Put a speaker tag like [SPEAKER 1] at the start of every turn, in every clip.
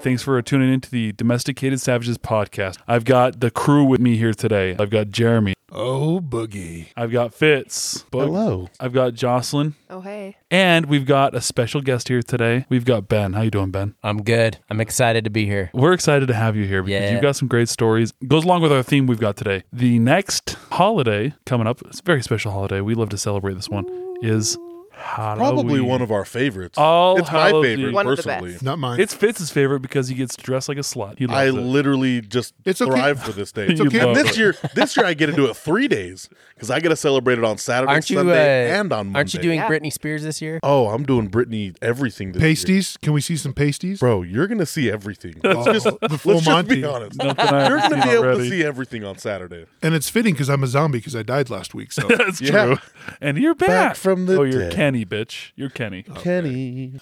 [SPEAKER 1] Thanks for tuning in to the Domesticated Savages podcast. I've got the crew with me here today. I've got Jeremy.
[SPEAKER 2] Oh, boogie.
[SPEAKER 1] I've got Fitz. Boog.
[SPEAKER 3] Hello.
[SPEAKER 1] I've got Jocelyn.
[SPEAKER 4] Oh hey.
[SPEAKER 1] And we've got a special guest here today. We've got Ben. How you doing, Ben?
[SPEAKER 5] I'm good. I'm excited to be here.
[SPEAKER 1] We're excited to have you here because
[SPEAKER 5] Yeah.
[SPEAKER 1] you've got some great stories. Goes along with our theme we've got today. The next holiday coming up, it's a very special holiday. We love to celebrate this one, is Halloween.
[SPEAKER 3] Probably one of our favorites.
[SPEAKER 1] All
[SPEAKER 3] it's my
[SPEAKER 1] Halloween.
[SPEAKER 3] favorite
[SPEAKER 4] One of the
[SPEAKER 3] personally.
[SPEAKER 4] best.
[SPEAKER 2] Not mine.
[SPEAKER 1] It's Fitz's favorite because he gets dressed like a slut. He
[SPEAKER 3] I
[SPEAKER 1] loves it.
[SPEAKER 3] literally just
[SPEAKER 2] It's okay.
[SPEAKER 3] thrive for this day.
[SPEAKER 1] It's okay.
[SPEAKER 3] And this
[SPEAKER 1] Love it.
[SPEAKER 3] year, this year I get to do it three days because I get to celebrate it on Saturday,
[SPEAKER 5] Aren't you?
[SPEAKER 3] Sunday,
[SPEAKER 5] uh,
[SPEAKER 3] and on Monday.
[SPEAKER 5] Aren't you doing
[SPEAKER 4] Yeah.
[SPEAKER 5] Britney Spears this year?
[SPEAKER 3] Oh, I'm doing Britney everything this year.
[SPEAKER 2] pasties? Can we see some pasties?
[SPEAKER 3] bro. You're gonna see everything.
[SPEAKER 2] Oh,
[SPEAKER 3] Let's just,
[SPEAKER 2] the full
[SPEAKER 3] let's just be
[SPEAKER 2] Monty.
[SPEAKER 3] honest.
[SPEAKER 1] Nothing I
[SPEAKER 3] You're
[SPEAKER 1] haven't
[SPEAKER 3] gonna be
[SPEAKER 1] seen
[SPEAKER 3] able
[SPEAKER 1] already.
[SPEAKER 3] to see everything on Saturday.
[SPEAKER 2] And it's fitting because I'm a zombie because I died last week. So
[SPEAKER 1] That's
[SPEAKER 3] Yeah.
[SPEAKER 1] true. And you're back.
[SPEAKER 3] Back from the
[SPEAKER 1] Oh, you're
[SPEAKER 3] dead. Oh.
[SPEAKER 1] Kenny, bitch. You're Kenny.
[SPEAKER 3] Kenny,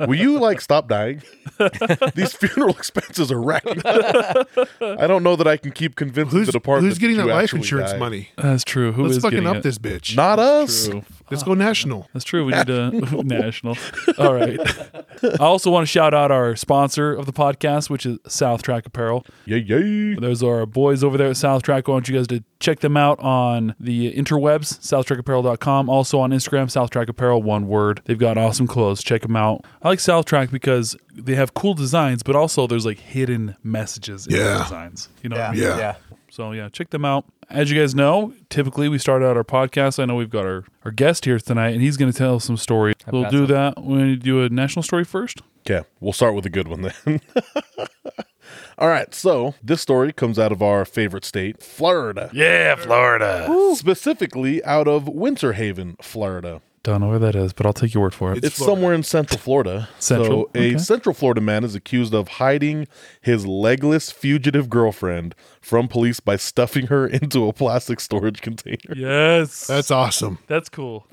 [SPEAKER 3] will you like stop dying? These funeral expenses are racking. up. I don't know that I can keep convincing
[SPEAKER 2] who's,
[SPEAKER 3] the department.
[SPEAKER 2] who's getting that
[SPEAKER 3] you
[SPEAKER 2] life
[SPEAKER 3] actually
[SPEAKER 2] insurance
[SPEAKER 3] died.
[SPEAKER 2] money?
[SPEAKER 1] That's true. Who is
[SPEAKER 2] Let's fucking
[SPEAKER 1] getting
[SPEAKER 2] up
[SPEAKER 1] it?
[SPEAKER 2] this bitch.
[SPEAKER 3] Not us.
[SPEAKER 1] True.
[SPEAKER 2] Let's go national.
[SPEAKER 1] That's true. We need to national. All right. I also want to shout out our sponsor of the podcast, which is South Track Apparel.
[SPEAKER 3] Yeah, yeah.
[SPEAKER 1] Those are our boys over there at South Track. I want you guys to check them out on the interwebs, southtrackapparel.com. Also on Instagram, South Track Apparel, one word. They've got awesome clothes. Check them out. I like South Track because they have cool designs, but also there's like hidden messages in the
[SPEAKER 2] Yeah.
[SPEAKER 1] designs. You know what I mean?
[SPEAKER 2] Yeah.
[SPEAKER 1] So yeah, check them out. As you guys know, typically we start out our podcast. I know we've got our, our guest here tonight, and he's going to tell us some stories. We'll
[SPEAKER 5] got
[SPEAKER 1] do that when you do a national story first.
[SPEAKER 3] Okay, we'll start with a good one then. All right, so this story comes out of our favorite state, Florida.
[SPEAKER 1] Yeah, Florida.
[SPEAKER 3] Specifically out of Winter Haven, Florida.
[SPEAKER 1] Don't know where that is, but I'll take your word for it.
[SPEAKER 3] It's somewhere in Central Florida.
[SPEAKER 1] Central,
[SPEAKER 3] So, a
[SPEAKER 1] okay.
[SPEAKER 3] Central Florida man is accused of hiding his legless fugitive girlfriend from police by stuffing her into a plastic storage container.
[SPEAKER 1] yes,
[SPEAKER 2] That's awesome.
[SPEAKER 1] that's cool.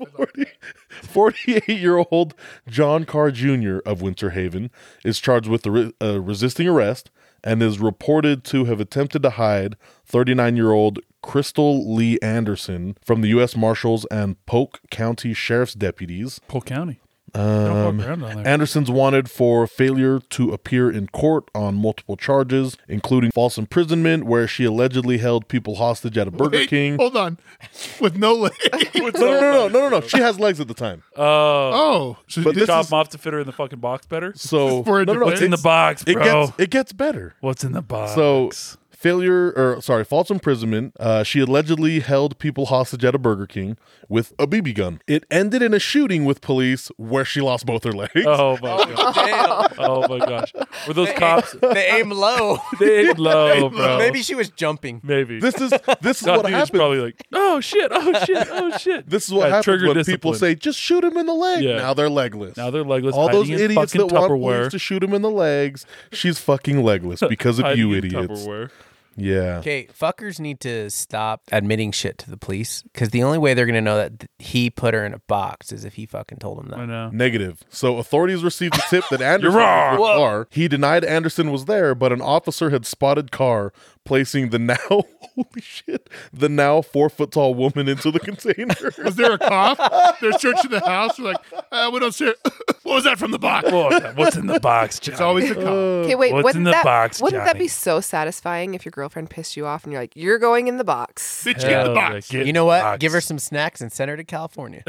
[SPEAKER 3] 48 year old John Carr Jr. of Winter Haven is charged with the re- uh, resisting arrest and is reported to have attempted to hide 39 year old Crystal Lee Anderson from the U.S. Marshals and Polk County Sheriff's deputies.
[SPEAKER 1] Polk County. Um, they don't walk around down there.
[SPEAKER 3] Anderson's wanted for failure to appear in court on multiple charges, including false imprisonment, where she allegedly held people hostage at a Burger
[SPEAKER 2] Wait,
[SPEAKER 3] King.
[SPEAKER 2] Hold on. With no leg.
[SPEAKER 3] No, no, no, no, no, no, no. She has legs at the time.
[SPEAKER 1] Oh,
[SPEAKER 2] oh, so
[SPEAKER 3] But
[SPEAKER 2] this
[SPEAKER 1] chop
[SPEAKER 2] is,
[SPEAKER 1] 'em off to fit her in the fucking box better.
[SPEAKER 3] So
[SPEAKER 2] for a
[SPEAKER 3] no, no, no,
[SPEAKER 2] defense?
[SPEAKER 1] What's in the
[SPEAKER 3] it's-
[SPEAKER 1] box,
[SPEAKER 3] It
[SPEAKER 1] bro?
[SPEAKER 3] gets it gets better.
[SPEAKER 1] What's in the box?
[SPEAKER 3] So failure or sorry, false imprisonment. Uh, she allegedly held people hostage at a Burger King with a BB gun. It ended in a shooting with police where she lost both her legs.
[SPEAKER 1] oh my god.
[SPEAKER 5] Damn.
[SPEAKER 1] Oh my gosh. Were those cops?
[SPEAKER 5] they aim low.
[SPEAKER 1] They ain't low, bro.
[SPEAKER 5] Maybe she was jumping.
[SPEAKER 1] Maybe.
[SPEAKER 3] This is this is
[SPEAKER 1] Scott
[SPEAKER 3] what
[SPEAKER 1] Dude is
[SPEAKER 3] happens.
[SPEAKER 1] probably like, oh shit, oh shit, oh shit.
[SPEAKER 3] this is what
[SPEAKER 1] Yeah,
[SPEAKER 3] happens
[SPEAKER 1] trigger
[SPEAKER 3] when people
[SPEAKER 1] discipline.
[SPEAKER 3] say just shoot him in the leg.
[SPEAKER 1] Yeah.
[SPEAKER 3] Now they're legless.
[SPEAKER 1] now they're legless.
[SPEAKER 3] all those
[SPEAKER 1] hiding in
[SPEAKER 3] idiots
[SPEAKER 1] fucking
[SPEAKER 3] that want
[SPEAKER 1] Tupperware,
[SPEAKER 3] police to shoot him in the legs. She's fucking legless because of
[SPEAKER 1] hiding
[SPEAKER 3] you
[SPEAKER 1] in
[SPEAKER 3] idiots.
[SPEAKER 1] Tupperware.
[SPEAKER 3] Yeah.
[SPEAKER 5] Okay, fuckers need to stop admitting shit to the police because the only way they're gonna know that th- he put her in a box is if he fucking told them that.
[SPEAKER 1] I know.
[SPEAKER 3] Negative. So authorities received a tip that Anderson
[SPEAKER 1] You're
[SPEAKER 3] was
[SPEAKER 1] wrong.
[SPEAKER 3] with Carr. He denied Anderson was there, but an officer had spotted Carr placing the now holy shit the now four foot tall woman into the container.
[SPEAKER 2] was there a cough? They're searching the house. We're like, uh, we don't see it. what was that from the box?
[SPEAKER 1] Whoa, what's in the box? Johnny?
[SPEAKER 2] It's always a
[SPEAKER 3] Uh,
[SPEAKER 2] cough.
[SPEAKER 4] Okay, wait.
[SPEAKER 1] what's
[SPEAKER 4] wouldn't
[SPEAKER 1] in the
[SPEAKER 4] that,
[SPEAKER 1] box,
[SPEAKER 4] Wouldn't that
[SPEAKER 1] Johnny?
[SPEAKER 4] be so satisfying if your girlfriend pissed you off and you're like, "You're going in the box."
[SPEAKER 2] Bitch, get in the
[SPEAKER 1] Hell
[SPEAKER 2] box.
[SPEAKER 1] yeah, get
[SPEAKER 5] You know what?
[SPEAKER 1] box.
[SPEAKER 5] Give her some snacks and send her to California.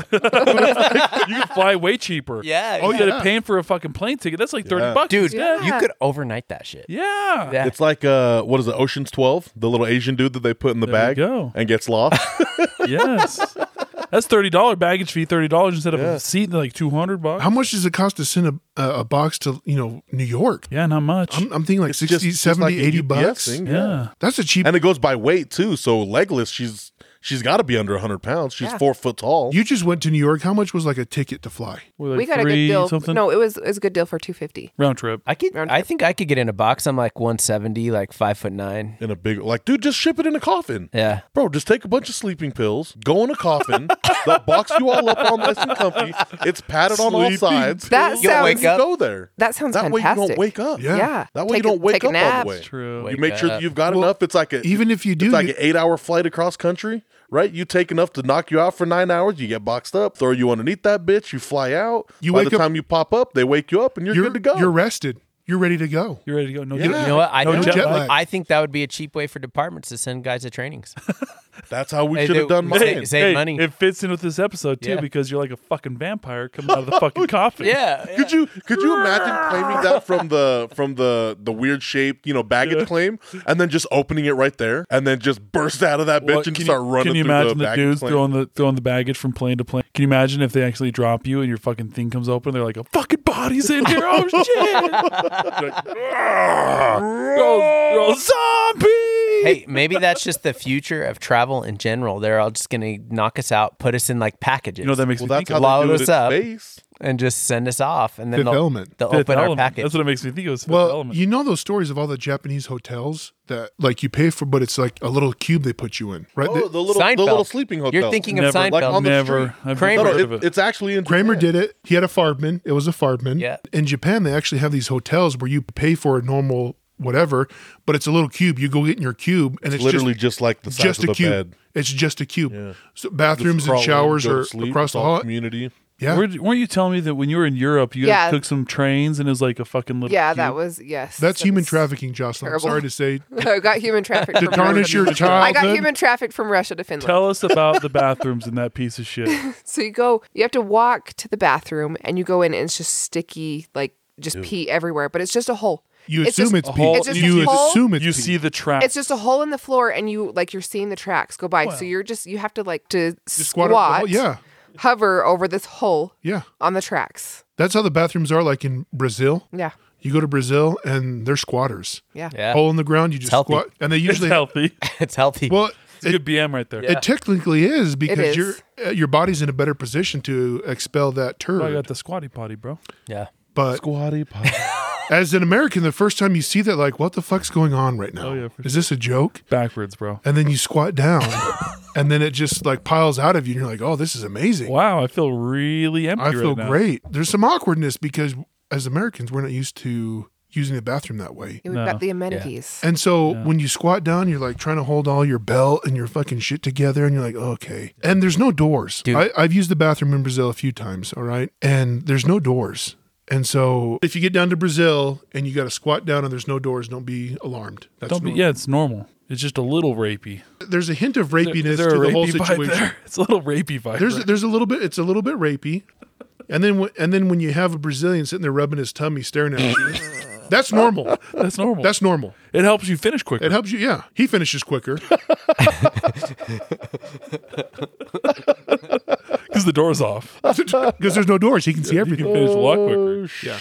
[SPEAKER 1] You can fly way cheaper.
[SPEAKER 5] yeah.
[SPEAKER 2] Oh,
[SPEAKER 1] Instead
[SPEAKER 2] yeah.
[SPEAKER 1] of paying for a fucking plane ticket, that's like thirty
[SPEAKER 3] Yeah.
[SPEAKER 1] bucks.
[SPEAKER 5] Dude,
[SPEAKER 1] yeah.
[SPEAKER 5] you could overnight that shit.
[SPEAKER 1] yeah.
[SPEAKER 5] Yeah.
[SPEAKER 3] It's like uh what is it, Ocean's Twelve? The little Asian dude that they put in the
[SPEAKER 1] There you
[SPEAKER 3] bag
[SPEAKER 1] go.
[SPEAKER 3] and gets lost.
[SPEAKER 1] Yes. That's thirty dollar baggage fee, thirty dollars instead of a seat, like two hundred bucks.
[SPEAKER 2] How much does it cost to send a, a, a box to, you know, New York?
[SPEAKER 1] yeah, not much.
[SPEAKER 2] I'm, I'm thinking like 60, 70,
[SPEAKER 3] like a
[SPEAKER 2] 80
[SPEAKER 3] UPS
[SPEAKER 2] bucks.
[SPEAKER 3] thing,
[SPEAKER 1] yeah.
[SPEAKER 2] That's a cheap.
[SPEAKER 3] And it goes by weight too, so legless she's she's gotta be under hundred pounds. She's
[SPEAKER 4] Yeah.
[SPEAKER 3] four foot tall.
[SPEAKER 2] You just went to New York. How much was like a ticket to fly?
[SPEAKER 1] Were they
[SPEAKER 4] We got a
[SPEAKER 1] three
[SPEAKER 4] good deal.
[SPEAKER 1] Something.
[SPEAKER 4] No, it was it was a good deal for two fifty.
[SPEAKER 1] Round trip.
[SPEAKER 5] I could. I think I could get in a box. I'm like 170, like five foot nine.
[SPEAKER 3] in a big like, dude, just ship it in a coffin.
[SPEAKER 5] Yeah.
[SPEAKER 3] Bro, just take a bunch of sleeping pills, go in a coffin, they'll box you all up all nice and comfy. It's padded on all
[SPEAKER 1] Sleeping
[SPEAKER 3] sides.
[SPEAKER 4] That
[SPEAKER 3] You don't wake
[SPEAKER 4] sounds-
[SPEAKER 3] up. Go there.
[SPEAKER 4] That sounds
[SPEAKER 3] That way you
[SPEAKER 4] fantastic.
[SPEAKER 3] don't wake up.
[SPEAKER 2] Yeah.
[SPEAKER 4] Yeah.
[SPEAKER 3] That way
[SPEAKER 4] Take
[SPEAKER 3] you
[SPEAKER 4] a-
[SPEAKER 3] don't wake
[SPEAKER 4] take a
[SPEAKER 3] up all
[SPEAKER 4] nap.
[SPEAKER 3] the way.
[SPEAKER 1] True.
[SPEAKER 3] You
[SPEAKER 5] Wake
[SPEAKER 3] make sure that
[SPEAKER 5] up.
[SPEAKER 3] you've got enough. It's like a
[SPEAKER 2] Even if you do,
[SPEAKER 3] it's like
[SPEAKER 2] you-
[SPEAKER 3] an eight hour flight across country, right? You take enough to knock you out for nine hours. You get boxed up, throw you underneath that bitch. You fly out.
[SPEAKER 2] You
[SPEAKER 3] By
[SPEAKER 2] wake
[SPEAKER 3] the
[SPEAKER 2] up-
[SPEAKER 3] time you pop up, they wake you up and you're, good to go.
[SPEAKER 2] You're rested. you're ready to go.
[SPEAKER 1] You're ready to go. No,
[SPEAKER 2] Yeah.
[SPEAKER 5] You know what? I,
[SPEAKER 1] No
[SPEAKER 5] think-
[SPEAKER 1] jet
[SPEAKER 2] lag.
[SPEAKER 5] I think that would be a cheap way for departments to send guys to trainings.
[SPEAKER 3] That's how we
[SPEAKER 5] Hey,
[SPEAKER 3] should have
[SPEAKER 5] they-
[SPEAKER 3] done mine.
[SPEAKER 5] Hey, save
[SPEAKER 1] hey,
[SPEAKER 5] money.
[SPEAKER 1] It fits in with this episode too
[SPEAKER 5] Yeah.
[SPEAKER 1] because you're like a fucking vampire coming out of the fucking coffin.
[SPEAKER 5] yeah. yeah.
[SPEAKER 3] Could you could you imagine claiming that from the from the the weird shape you know baggage claim and then just opening it right there and then just burst out of that bitch
[SPEAKER 1] Well,
[SPEAKER 3] and
[SPEAKER 1] can
[SPEAKER 3] start
[SPEAKER 1] you,
[SPEAKER 3] running
[SPEAKER 1] Can you
[SPEAKER 3] through
[SPEAKER 1] imagine
[SPEAKER 3] the,
[SPEAKER 1] the,
[SPEAKER 3] baggage
[SPEAKER 1] dudes
[SPEAKER 3] claim?
[SPEAKER 1] throwing the throwing the baggage from plane to plane? Can you imagine if they actually drop you and your fucking thing comes open? They're like, a fucking body's in here. Oh shit! oh, zombie!
[SPEAKER 5] Hey, maybe that's just the future of travel in general. They're all just going to knock us out, put us in like packages,
[SPEAKER 1] you know what that makes
[SPEAKER 3] well,
[SPEAKER 1] me
[SPEAKER 3] that's
[SPEAKER 1] think of?
[SPEAKER 3] how
[SPEAKER 5] Load
[SPEAKER 3] they do it
[SPEAKER 5] us
[SPEAKER 3] in
[SPEAKER 5] up.
[SPEAKER 3] space.
[SPEAKER 5] and just send us off, and then
[SPEAKER 2] Fifth
[SPEAKER 5] they'll,
[SPEAKER 2] Element.
[SPEAKER 5] they'll
[SPEAKER 1] Fifth
[SPEAKER 5] open our
[SPEAKER 1] Element.
[SPEAKER 5] package.
[SPEAKER 1] That's what it makes me think of. is Fifth
[SPEAKER 2] Well,
[SPEAKER 1] element.
[SPEAKER 2] you know those stories of all the Japanese hotels that like you pay for, but it's like a little cube they put you in, right?
[SPEAKER 3] Oh,
[SPEAKER 2] They-
[SPEAKER 3] the little the little
[SPEAKER 5] Seinfeld.
[SPEAKER 3] sleeping hotel.
[SPEAKER 5] You're thinking of
[SPEAKER 1] Never.
[SPEAKER 5] Seinfeld.
[SPEAKER 1] Like
[SPEAKER 3] on the
[SPEAKER 1] never.
[SPEAKER 3] street.
[SPEAKER 1] I've
[SPEAKER 5] Kramer.
[SPEAKER 1] never
[SPEAKER 3] No, no,
[SPEAKER 1] heard of
[SPEAKER 3] it-
[SPEAKER 1] it.
[SPEAKER 3] it's actually in
[SPEAKER 2] Kramer
[SPEAKER 3] Japan.
[SPEAKER 2] did it. He had a Fardman. It was a Fardman.
[SPEAKER 5] Yeah.
[SPEAKER 2] In Japan, they actually have these hotels where you pay for a normal whatever, but it's a little cube. You go get in your cube, and it's,
[SPEAKER 3] Literally
[SPEAKER 2] just,
[SPEAKER 3] just, like the size
[SPEAKER 2] just
[SPEAKER 3] of
[SPEAKER 2] a
[SPEAKER 3] the
[SPEAKER 2] cube.
[SPEAKER 3] bed.
[SPEAKER 2] It's just a cube. So
[SPEAKER 3] Just
[SPEAKER 2] bathrooms and
[SPEAKER 3] crawl in,
[SPEAKER 2] showers
[SPEAKER 3] go to
[SPEAKER 2] are
[SPEAKER 3] sleep,
[SPEAKER 2] across
[SPEAKER 3] it's
[SPEAKER 2] the
[SPEAKER 3] all
[SPEAKER 2] hall.
[SPEAKER 3] community.
[SPEAKER 2] Yeah.
[SPEAKER 1] Weren't, weren't you telling me that when you were in Europe, you
[SPEAKER 4] Yeah.
[SPEAKER 1] guys took some trains and it was like a fucking little?
[SPEAKER 4] Yeah, that
[SPEAKER 1] cube?
[SPEAKER 4] was yes.
[SPEAKER 2] That's
[SPEAKER 4] that
[SPEAKER 2] human
[SPEAKER 4] was-
[SPEAKER 2] trafficking, Jocelyn.
[SPEAKER 4] terrible.
[SPEAKER 2] I'm sorry to say.
[SPEAKER 4] I got human trafficked
[SPEAKER 2] To
[SPEAKER 4] from
[SPEAKER 2] tarnish your
[SPEAKER 4] Russia. I got
[SPEAKER 2] childhood?
[SPEAKER 4] human trafficked from Russia to Finland.
[SPEAKER 1] Tell us about the bathrooms in that piece of shit.
[SPEAKER 4] So you go, you have to walk to the bathroom and you go in and it's just sticky, like just pee everywhere, but it's just a hole.
[SPEAKER 2] You
[SPEAKER 4] It's
[SPEAKER 2] assume
[SPEAKER 4] just
[SPEAKER 2] it's,
[SPEAKER 4] a
[SPEAKER 2] pee.
[SPEAKER 1] hole-
[SPEAKER 4] It's just
[SPEAKER 2] You
[SPEAKER 4] a hole.
[SPEAKER 2] assume it's
[SPEAKER 1] you
[SPEAKER 2] pee.
[SPEAKER 1] see the track.
[SPEAKER 4] It's just a hole in the floor and you like you're seeing the tracks go by. So you're just you have to like to
[SPEAKER 2] You
[SPEAKER 4] squat,
[SPEAKER 2] squat up the hole. Oh, Yeah.
[SPEAKER 4] hover over this hole
[SPEAKER 2] Yeah.
[SPEAKER 4] on the tracks.
[SPEAKER 2] That's how the bathrooms are like in Brazil.
[SPEAKER 4] Yeah.
[SPEAKER 2] You go to Brazil and they're squatters.
[SPEAKER 4] Yeah.
[SPEAKER 5] Yeah,
[SPEAKER 2] Hole in the ground, you just
[SPEAKER 5] healthy.
[SPEAKER 2] squat. And they
[SPEAKER 1] it's
[SPEAKER 2] usually
[SPEAKER 1] healthy.
[SPEAKER 5] it's healthy.
[SPEAKER 2] well
[SPEAKER 1] It's a good BM right there.
[SPEAKER 2] It technically is because
[SPEAKER 4] is.
[SPEAKER 2] your uh, your body's in a better position to expel that turd.
[SPEAKER 1] I got the squatty potty, bro.
[SPEAKER 5] yeah,
[SPEAKER 2] but
[SPEAKER 3] Squatty potty.
[SPEAKER 2] as an American, the first time you see that, like, what the fuck's going on right now?
[SPEAKER 1] Oh, yeah, for
[SPEAKER 2] is this a joke?
[SPEAKER 1] Backwards, bro.
[SPEAKER 2] And then you squat down, and then it just like piles out of you, and you're like, oh, this is amazing.
[SPEAKER 1] Wow, I feel really empty.
[SPEAKER 2] I feel
[SPEAKER 1] right now.
[SPEAKER 2] great. There's some awkwardness because as Americans, we're not used to using the bathroom that way.
[SPEAKER 4] And we've got the amenities.
[SPEAKER 2] And so when you squat down, you're like trying to hold all your belt and your fucking shit together, and you're like, okay. And there's no doors.
[SPEAKER 5] Dude.
[SPEAKER 2] I, I've used the bathroom in Brazil a few times, all right? And there's no doors. And so if you get down to Brazil and you got to squat down and there's no doors, don't be alarmed. That's
[SPEAKER 1] Don't be.
[SPEAKER 2] normal.
[SPEAKER 1] Yeah, it's normal. It's just a little rapey.
[SPEAKER 2] There's a hint of
[SPEAKER 1] There-
[SPEAKER 2] rapiness
[SPEAKER 1] is there
[SPEAKER 2] to
[SPEAKER 1] a
[SPEAKER 2] the whole
[SPEAKER 1] rapey vibe
[SPEAKER 2] situation.
[SPEAKER 1] there? It's a little rapey vibe.
[SPEAKER 2] There's
[SPEAKER 1] right?
[SPEAKER 2] there's a little bit. It's a little bit rapey, and then wh- and then when you have a Brazilian sitting there rubbing his tummy, staring at you, that's normal.
[SPEAKER 1] that's normal.
[SPEAKER 2] That's normal.
[SPEAKER 1] it helps you finish quicker.
[SPEAKER 2] It helps you. Yeah, he finishes quicker.
[SPEAKER 1] because the door's off.
[SPEAKER 2] because there's no doors. He can see
[SPEAKER 1] You
[SPEAKER 2] everything.
[SPEAKER 1] can finish a lot quicker.
[SPEAKER 2] Yeah.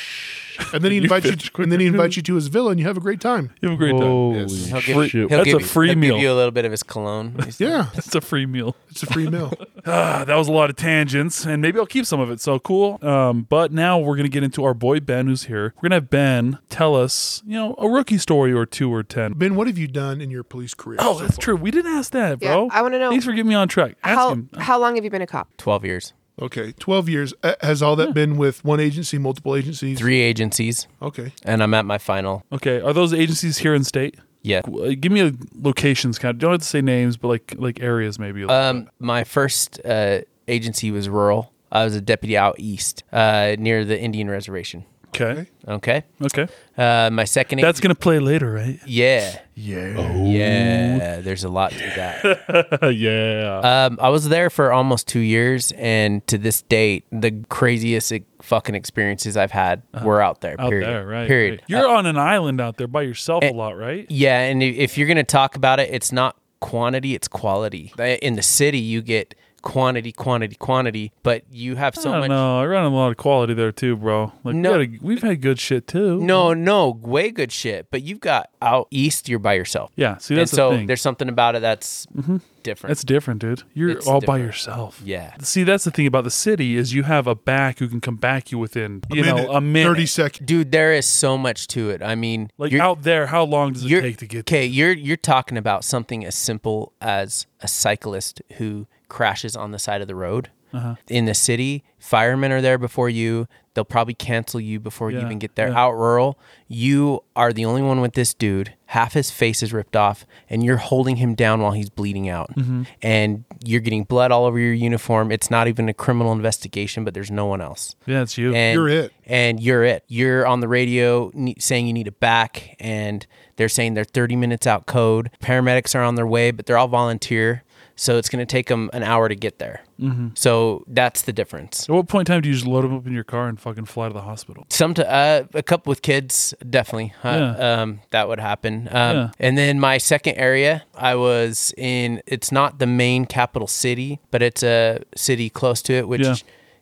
[SPEAKER 2] And then he invites Oh. you. and then he invites you to his villa, and you have a great time.
[SPEAKER 1] You have a great time.
[SPEAKER 3] Holy
[SPEAKER 5] He'll give-
[SPEAKER 3] shit.
[SPEAKER 5] he'll
[SPEAKER 1] That's
[SPEAKER 5] give
[SPEAKER 1] a
[SPEAKER 5] you-
[SPEAKER 1] free
[SPEAKER 5] he'll
[SPEAKER 1] meal.
[SPEAKER 5] Give you a little bit of his cologne.
[SPEAKER 2] Yeah,
[SPEAKER 1] It's a free meal.
[SPEAKER 2] it's a free meal.
[SPEAKER 1] Ah, that was a lot of tangents, and maybe I'll keep some of it. So cool. Um, but now we're gonna get into our boy Ben, who's here. We're gonna have Ben tell us, you know, a rookie story or two or ten.
[SPEAKER 2] Ben, what have you done in your police career?
[SPEAKER 1] Oh,
[SPEAKER 2] so
[SPEAKER 1] that's
[SPEAKER 2] far?
[SPEAKER 1] true. We didn't ask that,
[SPEAKER 4] Yeah,
[SPEAKER 1] bro.
[SPEAKER 4] I wanna know-
[SPEAKER 1] Thanks for getting me on track. Ask
[SPEAKER 4] How
[SPEAKER 1] him.
[SPEAKER 4] how long have you been a cop?
[SPEAKER 5] Twelve years,
[SPEAKER 2] Okay, twelve years. Uh, Has all that been with one agency, multiple agencies?
[SPEAKER 5] three agencies,
[SPEAKER 2] Okay.
[SPEAKER 5] and I'm at my final.
[SPEAKER 1] Okay, are those agencies here in state?
[SPEAKER 5] Yeah.
[SPEAKER 1] Uh, Give me a locations kind of. Don't have to say names, but like like areas maybe.
[SPEAKER 5] Um, my first uh, agency was rural. I was a deputy out east, uh, near the Indian reservation.
[SPEAKER 1] okay.
[SPEAKER 5] Okay.
[SPEAKER 1] Okay.
[SPEAKER 5] Uh, my second.
[SPEAKER 1] That's going to play later, right?
[SPEAKER 5] yeah.
[SPEAKER 2] Yeah.
[SPEAKER 5] Yeah. There's a lot to that.
[SPEAKER 1] yeah.
[SPEAKER 5] Um, I was there for almost two years, and to this date, the craziest e- fucking experiences I've had were out there.
[SPEAKER 1] Uh-huh. out
[SPEAKER 5] period.
[SPEAKER 1] there, right?
[SPEAKER 5] Period. Uh,
[SPEAKER 1] right. You're on an island out there by yourself a lot, right?
[SPEAKER 5] Yeah, and i- if you're gonna talk about it, it's not quantity, it's quality. Uh, In the city, you get quantity, quantity, quantity, but you have so
[SPEAKER 1] I don't
[SPEAKER 5] much.
[SPEAKER 1] know. I run a lot of quality there too, bro. Like
[SPEAKER 5] No.
[SPEAKER 1] we had a, we've had good shit too.
[SPEAKER 5] No, no, way good shit. But you've got out east, you're by yourself.
[SPEAKER 1] Yeah. See,
[SPEAKER 5] and
[SPEAKER 1] that's
[SPEAKER 5] so
[SPEAKER 1] the thing. Mm-hmm.
[SPEAKER 5] there's something about it that's different.
[SPEAKER 1] That's different, dude. You're
[SPEAKER 5] It's
[SPEAKER 1] all by
[SPEAKER 5] different.
[SPEAKER 1] yourself.
[SPEAKER 5] Yeah.
[SPEAKER 1] See, that's the thing about the city is you have a back who can come back you within you know a minute.
[SPEAKER 2] Thirty seconds.
[SPEAKER 5] Dude, there is so much to it. I mean,
[SPEAKER 1] like
[SPEAKER 5] you're-
[SPEAKER 1] out there, how long does it take to get?
[SPEAKER 5] okay you're you're talking about something as simple as a cyclist who crashes on the side of the road
[SPEAKER 1] Uh-huh.
[SPEAKER 5] in the city firemen are there before you they'll probably cancel you before you
[SPEAKER 1] Yeah,
[SPEAKER 5] even get there out rural you are the only one with this
[SPEAKER 1] Mm-hmm.
[SPEAKER 5] dude half his face is ripped off and you're holding him down while he's bleeding out and You're getting blood all over your uniform. It's not even a criminal investigation, but there's no one else.
[SPEAKER 1] Yeah, it's you.
[SPEAKER 5] And,
[SPEAKER 2] You're it.
[SPEAKER 5] And you're it. You're on the radio ne- saying you need a back, and they're saying they're 30 minutes out code. Paramedics are on their way, but they're all volunteer. So it's going to take them an hour to get there. So that's the difference.
[SPEAKER 1] At what point in time do you just load them up in your car and fucking fly to the hospital?
[SPEAKER 5] Some to, uh, a couple with kids, definitely. Uh, um, that would happen. Um, And then my second area, I was in. It's not the main capital city, but it's a city close to it, which
[SPEAKER 1] Yeah.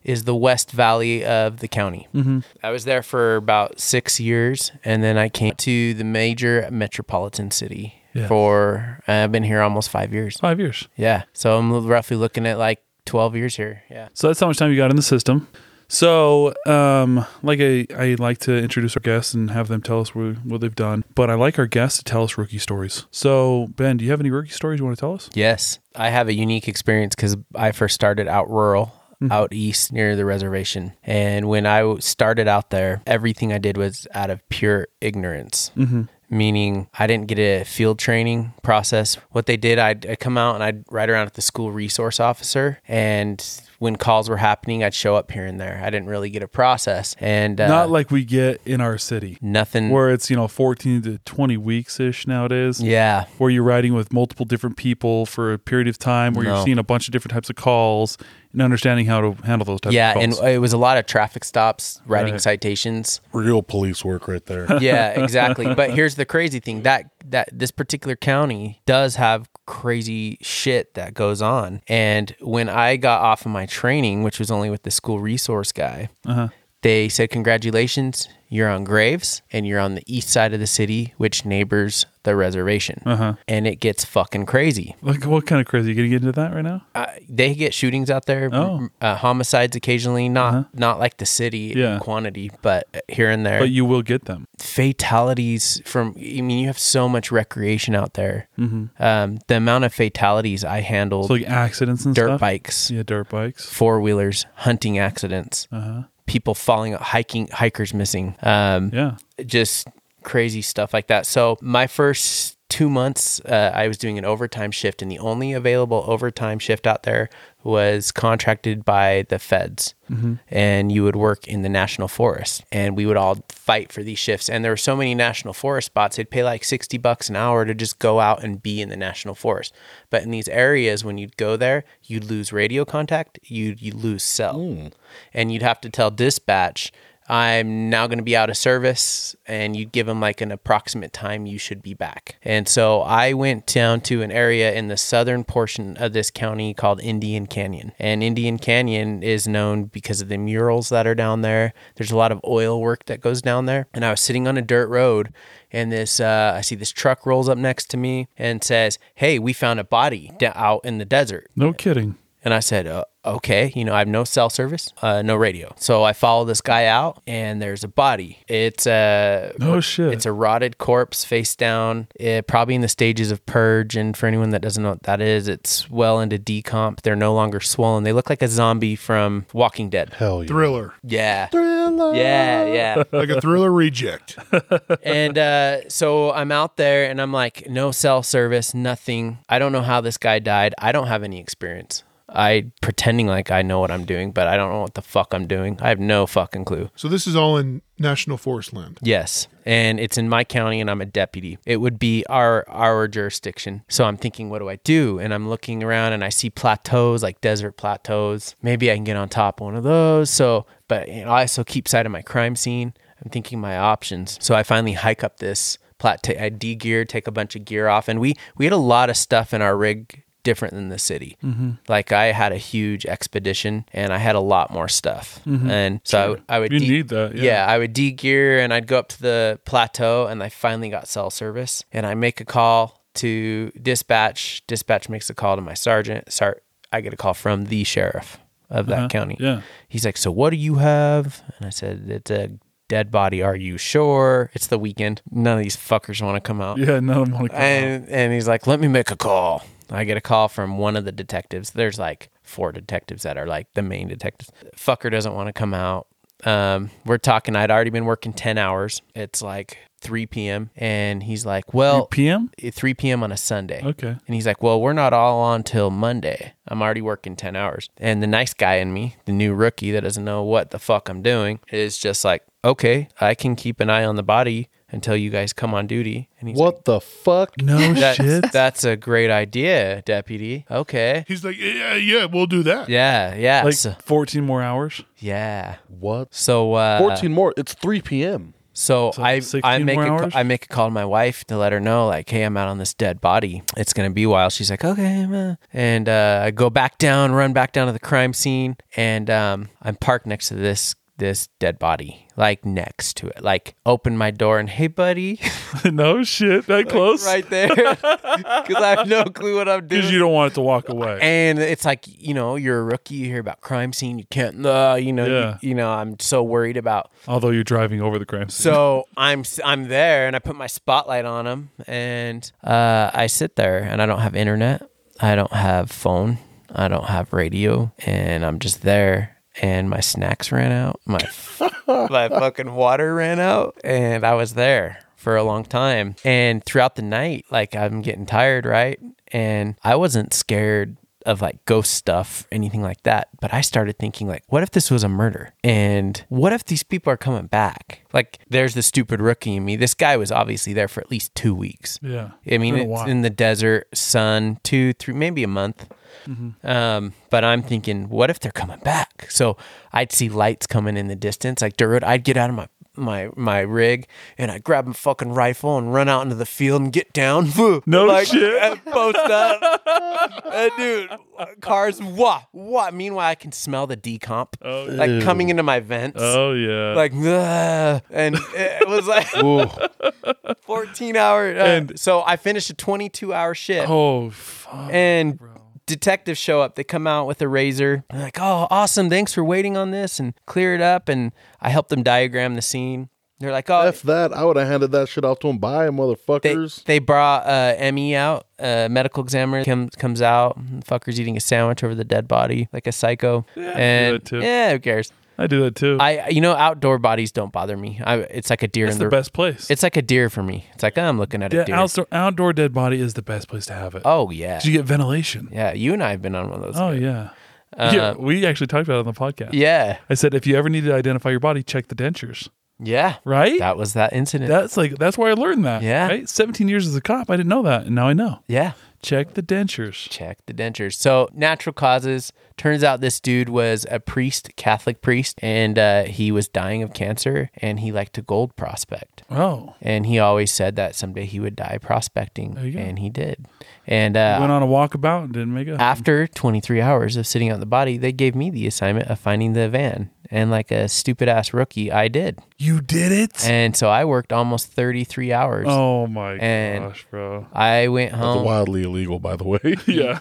[SPEAKER 5] is the West Valley of the county. Mm-hmm. I was there for about six years, and then I came to the major metropolitan city
[SPEAKER 1] Yes.
[SPEAKER 5] for. Uh, I've been here almost five years.
[SPEAKER 1] Five years.
[SPEAKER 5] Yeah, so I'm roughly looking at like twelve years here. Yeah.
[SPEAKER 1] So that's how much time you got in the system. So, um, like I, I like to introduce our guests and have them tell us wh- what they've done, but I like our guests to tell us rookie stories. So, Ben, do you have any rookie stories you want to tell us?
[SPEAKER 5] Yes, I have a unique experience because I first started out rural, out east near the reservation. And when I w- started out there, everything I did was out of pure ignorance. Mm-hmm. Meaning, I didn't get a field training process. What they did, I'd, I'd come out and I'd ride around with the school resource officer. And when calls were happening, I'd show up here and there. I didn't really get a process. And uh,
[SPEAKER 1] Not like we get in our city,
[SPEAKER 5] nothing.
[SPEAKER 1] where it's you know 14 to 20 weeks ish nowadays.
[SPEAKER 5] Mm. yeah.
[SPEAKER 1] Where you're riding with multiple different people for a period of time, where you're
[SPEAKER 5] No.
[SPEAKER 1] seeing a bunch of different types of calls and understanding how to handle those types
[SPEAKER 5] Yeah.
[SPEAKER 1] of
[SPEAKER 5] And uh,
[SPEAKER 1] calls.
[SPEAKER 5] it was a lot of traffic stops, writing
[SPEAKER 1] Right.
[SPEAKER 5] citations.
[SPEAKER 3] Real police work right there.
[SPEAKER 5] yeah, exactly. But here's the crazy thing that that this particular county does have crazy shit that goes on. And when I got off of my training, which was only with the school resource guy,
[SPEAKER 1] Uh-huh.
[SPEAKER 5] they said, "Congratulations, you're on Graves, and you're on the east side of the city, which neighbors the reservation."
[SPEAKER 1] Uh-huh.
[SPEAKER 5] And it gets fucking crazy.
[SPEAKER 1] like, what kind of crazy? You gonna get into that right now?
[SPEAKER 5] Uh, they get shootings out there,
[SPEAKER 1] Oh. Uh-huh.
[SPEAKER 5] uh, homicides occasionally, not not like the city
[SPEAKER 1] Yeah.
[SPEAKER 5] in quantity, but here and there
[SPEAKER 1] But you will get them.
[SPEAKER 5] fatalities from i mean you have so much recreation out there um, the amount of fatalities i
[SPEAKER 1] Mm-hmm.
[SPEAKER 5] handled
[SPEAKER 1] So like accidents and
[SPEAKER 5] dirt
[SPEAKER 1] stuff.
[SPEAKER 5] bikes
[SPEAKER 1] Yeah, dirt bikes.
[SPEAKER 5] four-wheelers hunting accidents
[SPEAKER 1] Uh-huh.
[SPEAKER 5] people falling hiking hikers missing um,
[SPEAKER 1] Yeah.
[SPEAKER 5] just crazy stuff like that so my first two months uh, i was doing an overtime shift and the only available overtime shift out there was contracted by the feds and you would work in the national forest and we would all fight for these shifts and there were so many national forest spots they'd pay like 60 bucks an hour to just go out and be in the national forest but in these areas when you'd go there you'd lose radio contact you'd, you'd lose cell and you'd have to tell dispatch I'm now going to be out of service, and you give them like an approximate time you should be back. And so I went down to an area in the southern portion of this county called Indian Canyon. And Indian Canyon is known because of the murals that are down there. There's a lot of oil work that goes down there. And I was sitting on a dirt road, and this uh, I see this truck rolls up next to me and says, "Hey, we found a body da- out in the desert."
[SPEAKER 1] No kidding.
[SPEAKER 5] And I said, uh, okay, you know, I have no cell service, uh, no radio. So I follow this guy out, and there's a body. It's a
[SPEAKER 1] No shit.
[SPEAKER 5] it's a rotted corpse, face down, eh, probably in the stages of purge. And for anyone that doesn't know what that is, it's well into decomp. They're no longer swollen. They look like a zombie from Walking Dead.
[SPEAKER 3] Hell yeah.
[SPEAKER 2] Thriller.
[SPEAKER 5] Yeah, yeah, yeah.
[SPEAKER 2] Like a thriller reject.
[SPEAKER 5] and uh, so I'm out there and I'm like, no cell service, nothing. I don't know how this guy died. I don't have any experience. I pretending like I know what I'm doing, but I don't know what the fuck I'm doing. I have no fucking clue.
[SPEAKER 2] So this is all in National Forest Land.
[SPEAKER 5] Yes, and it's in my county, and I'm a deputy. It would be our our jurisdiction. So I'm thinking, what do I do? And I'm looking around, and I see plateaus, like desert plateaus. Maybe I can get on top of one of those. So, but you know, I also keep sight of my crime scene. I'm thinking my options. So I finally hike up this plateau. I de-gear, take a bunch of gear off, and we we had a lot of stuff in our rig different than the city.
[SPEAKER 1] Mm-hmm.
[SPEAKER 5] Like I had a huge expedition, and I had a lot more stuff, and so I would- I, would
[SPEAKER 1] Mm-hmm. You
[SPEAKER 5] de-
[SPEAKER 1] need that, yeah.
[SPEAKER 5] yeah, I would de gear and I'd go up to the plateau and I finally got cell service and I make a call to dispatch. Dispatch makes a call to my sergeant. Sar- I get a call from the sheriff of that county.
[SPEAKER 1] yeah.
[SPEAKER 5] He's like, So what do you have? And I said, It's a dead body. Are you sure? It's the weekend. None of these fuckers want to come out.
[SPEAKER 1] Yeah, none of them want to come. out.
[SPEAKER 5] And, and he's like, let me make a call. I get a call from one of the detectives. There's like four detectives that are like the main detectives. Fucker doesn't want to come out. Um, we're talking. I'd already been working ten hours. It's like three p.m. and he's like, "Well, eh,
[SPEAKER 1] PM?
[SPEAKER 5] three p.m. on a Sunday."
[SPEAKER 1] Okay.
[SPEAKER 5] And he's like, Well, we're not all on till Monday. I'm already working 10 hours. And the nice guy in me, the new rookie that doesn't know what the fuck I'm doing, is just like, Okay, I can keep an eye on the body until you guys come on duty. And he's
[SPEAKER 3] What the fuck?
[SPEAKER 1] No
[SPEAKER 5] like,
[SPEAKER 1] shit.
[SPEAKER 5] that, That's a great idea, deputy. Okay.
[SPEAKER 2] He's like, yeah, yeah, we'll do that.
[SPEAKER 5] Yeah, yeah.
[SPEAKER 1] Like
[SPEAKER 5] so-
[SPEAKER 1] 14 more hours.
[SPEAKER 5] yeah.
[SPEAKER 3] What?
[SPEAKER 5] So, uh,
[SPEAKER 3] 14 more. It's 3 p.m.
[SPEAKER 5] So,
[SPEAKER 1] So
[SPEAKER 5] I
[SPEAKER 1] 16
[SPEAKER 5] I make
[SPEAKER 1] more
[SPEAKER 5] a ca-
[SPEAKER 1] hours?
[SPEAKER 5] I make a call to my wife to let her know like hey I'm out on this dead body it's gonna be a while she's like okay I'm, uh," and uh, I go back down run back down to the crime scene and um, I'm parked next to this this dead body like next to it like open my door and hey buddy
[SPEAKER 1] no shit. That close?
[SPEAKER 5] right there because I have no clue what I'm doing
[SPEAKER 1] Because you don't want it to walk away.
[SPEAKER 5] and it's like you know you're a rookie you hear about crime scene you can't uh, you know
[SPEAKER 1] Yeah.
[SPEAKER 5] you, you know I'm so worried about
[SPEAKER 1] Although you're driving over the crime scene.
[SPEAKER 5] So I'm I'm there, and I put my spotlight on him, and uh, I sit there, and I don't have internet, I don't have phone, I don't have radio, and I'm just there. And my snacks ran out, my my fucking water ran out, and I was there for a long time. And throughout the night, like I'm getting tired, right? And I wasn't scared of like ghost stuff, anything like that. But I started thinking, like, what if this was a murder? And what if these people are coming back? Like, there's the stupid rookie in me. This guy was obviously there for at least two weeks.
[SPEAKER 1] yeah.
[SPEAKER 5] I
[SPEAKER 1] Been
[SPEAKER 5] mean,
[SPEAKER 1] a
[SPEAKER 5] it's
[SPEAKER 1] while.
[SPEAKER 5] in the desert, sun, two, three, maybe a month.
[SPEAKER 1] Mm-hmm.
[SPEAKER 5] Um, but I'm thinking, what if they're coming back? So I'd see lights coming in the distance, like dirt. I'd get out of my my my rig and I grab my fucking rifle and run out into the field and get down.
[SPEAKER 1] No
[SPEAKER 5] like,
[SPEAKER 1] shit.
[SPEAKER 5] and Post up. and dude, cars. Wah wah. Meanwhile, I can smell the decomp like coming into my vents.
[SPEAKER 1] Oh, yeah.
[SPEAKER 5] Like, "Ugh," and it was like,
[SPEAKER 3] Ooh.
[SPEAKER 5] 14 hour. uh,
[SPEAKER 1] And-
[SPEAKER 5] so I finished a 22 hour shift.
[SPEAKER 1] oh, fuck.
[SPEAKER 5] and detectives show up. They come out with a razor. They're like, oh, awesome. Thanks for waiting on this and clear it up. And I help them diagram the scene. They're like, oh,
[SPEAKER 3] F that. I would have handed that shit off to him. Bye,
[SPEAKER 5] they,
[SPEAKER 3] motherfuckers.
[SPEAKER 5] they brought uh, Emmy out, uh, medical examiner comes comes out. Fucker's eating a sandwich over the dead body like a psycho. and
[SPEAKER 1] that too.
[SPEAKER 5] yeah, who cares?
[SPEAKER 1] I do that too.
[SPEAKER 5] I you know outdoor bodies don't bother me. I it's like a deer
[SPEAKER 1] it's
[SPEAKER 5] in
[SPEAKER 1] the best place.
[SPEAKER 5] It's like a deer for me. It's like "Oh, I'm looking at a
[SPEAKER 1] yeah,
[SPEAKER 5] deer.
[SPEAKER 1] outdoor, outdoor dead body is the best place to have it.
[SPEAKER 5] oh yeah.
[SPEAKER 1] you get ventilation.
[SPEAKER 5] Yeah, you and I have been on one of those.
[SPEAKER 1] Oh, yeah. yeah. We actually talked about it on the podcast.
[SPEAKER 5] Yeah.
[SPEAKER 1] I said, if you ever need to identify your body, check the dentures.
[SPEAKER 5] Yeah.
[SPEAKER 1] Right?
[SPEAKER 5] That was that incident.
[SPEAKER 1] That's like that's where I learned that.
[SPEAKER 5] Yeah.
[SPEAKER 1] Right? 17 years as a cop, I didn't know that, and now I know.
[SPEAKER 5] yeah.
[SPEAKER 1] Check the dentures.
[SPEAKER 5] Check the dentures. So, natural causes. Turns out this dude was a priest, Catholic priest, and uh, he was dying of cancer and he liked to gold prospect.
[SPEAKER 1] Oh.
[SPEAKER 5] And he always said that someday he would die prospecting.
[SPEAKER 1] you go.
[SPEAKER 5] And he did. And uh,
[SPEAKER 1] Went on a walkabout and didn't make a
[SPEAKER 5] after 23 hours of sitting out the body, they gave me the assignment of finding the van. And like a stupid ass rookie, I did.
[SPEAKER 1] You did it?
[SPEAKER 5] And so I worked almost 33 hours.
[SPEAKER 1] oh my
[SPEAKER 5] And-
[SPEAKER 1] gosh, bro.
[SPEAKER 5] I went
[SPEAKER 3] That's
[SPEAKER 5] home.
[SPEAKER 3] wildly illegal, by the way.
[SPEAKER 1] Yeah.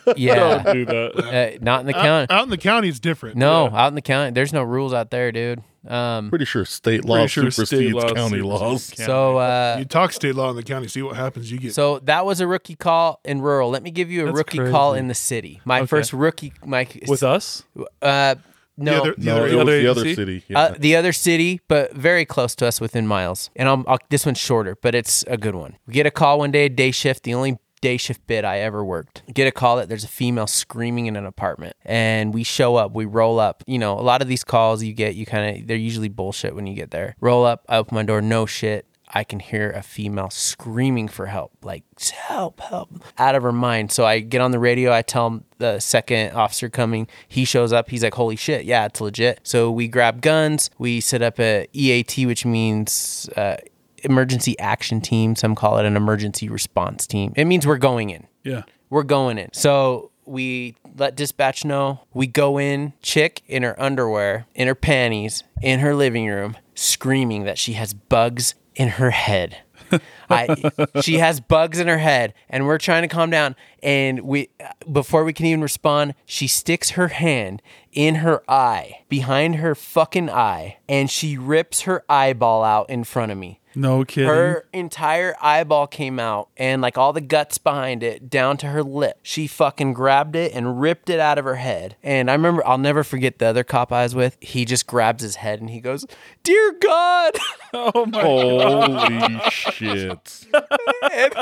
[SPEAKER 5] Yeah.
[SPEAKER 1] do that.
[SPEAKER 5] uh, not in the county.
[SPEAKER 2] Out in the county, it's different.
[SPEAKER 5] No, out in the county, there's no rules out there, dude. Um,
[SPEAKER 3] Pretty sure state law
[SPEAKER 1] sure state
[SPEAKER 3] supersedes
[SPEAKER 1] law
[SPEAKER 3] county
[SPEAKER 1] supersedes
[SPEAKER 3] laws.
[SPEAKER 1] county.
[SPEAKER 5] so, uh,
[SPEAKER 2] You talk state law in the county, see what happens. You get
[SPEAKER 5] so that was a rookie call in rural. Let me give you a
[SPEAKER 1] That's
[SPEAKER 5] rookie call
[SPEAKER 1] crazy.
[SPEAKER 5] in the city. My
[SPEAKER 1] Okay.
[SPEAKER 5] first rookie, my
[SPEAKER 1] With us?
[SPEAKER 5] uh, no,
[SPEAKER 2] the other, the
[SPEAKER 3] No,
[SPEAKER 2] other
[SPEAKER 3] it was the other
[SPEAKER 1] agency?
[SPEAKER 3] city. Yeah.
[SPEAKER 5] Uh, the other city, but very close to us within miles. And I'll, I'll, this one's shorter, but it's a good one. We get a call one day, day shift, the only day shift bid I ever worked. Get a call that there's a female screaming in an apartment. And we show up, we roll up. You know, a lot of these calls you get, you kind of, they're usually bullshit when you get there. Roll up, I open my door, no shit. I can hear a female screaming for help, like help, help, out of her mind. So I get on the radio. I tell him the second officer coming. He shows up. He's like, "Holy shit, yeah, it's legit." So we grab guns. We set up a EAT, which means uh, emergency action team. Some call it an emergency response team. It means we're going in.
[SPEAKER 1] Yeah.
[SPEAKER 5] We're going in. So we let dispatch know. We go in, chick in her underwear, in her panties, in her living room, screaming that she has bugs in her head. I, she has bugs in her head, and we're trying to calm down. And we, before we can even respond, she sticks her hand in her eye, behind her fucking eye, and she rips her eyeball out in front of me.
[SPEAKER 1] No kidding.
[SPEAKER 5] Her entire eyeball came out and like all the guts behind it down to her lip. She fucking grabbed it and ripped it out of her head. And I remember, I'll never forget the other cop I was with. He just grabs his head and he goes, Dear God,
[SPEAKER 1] oh my
[SPEAKER 3] Holy shit.
[SPEAKER 5] And,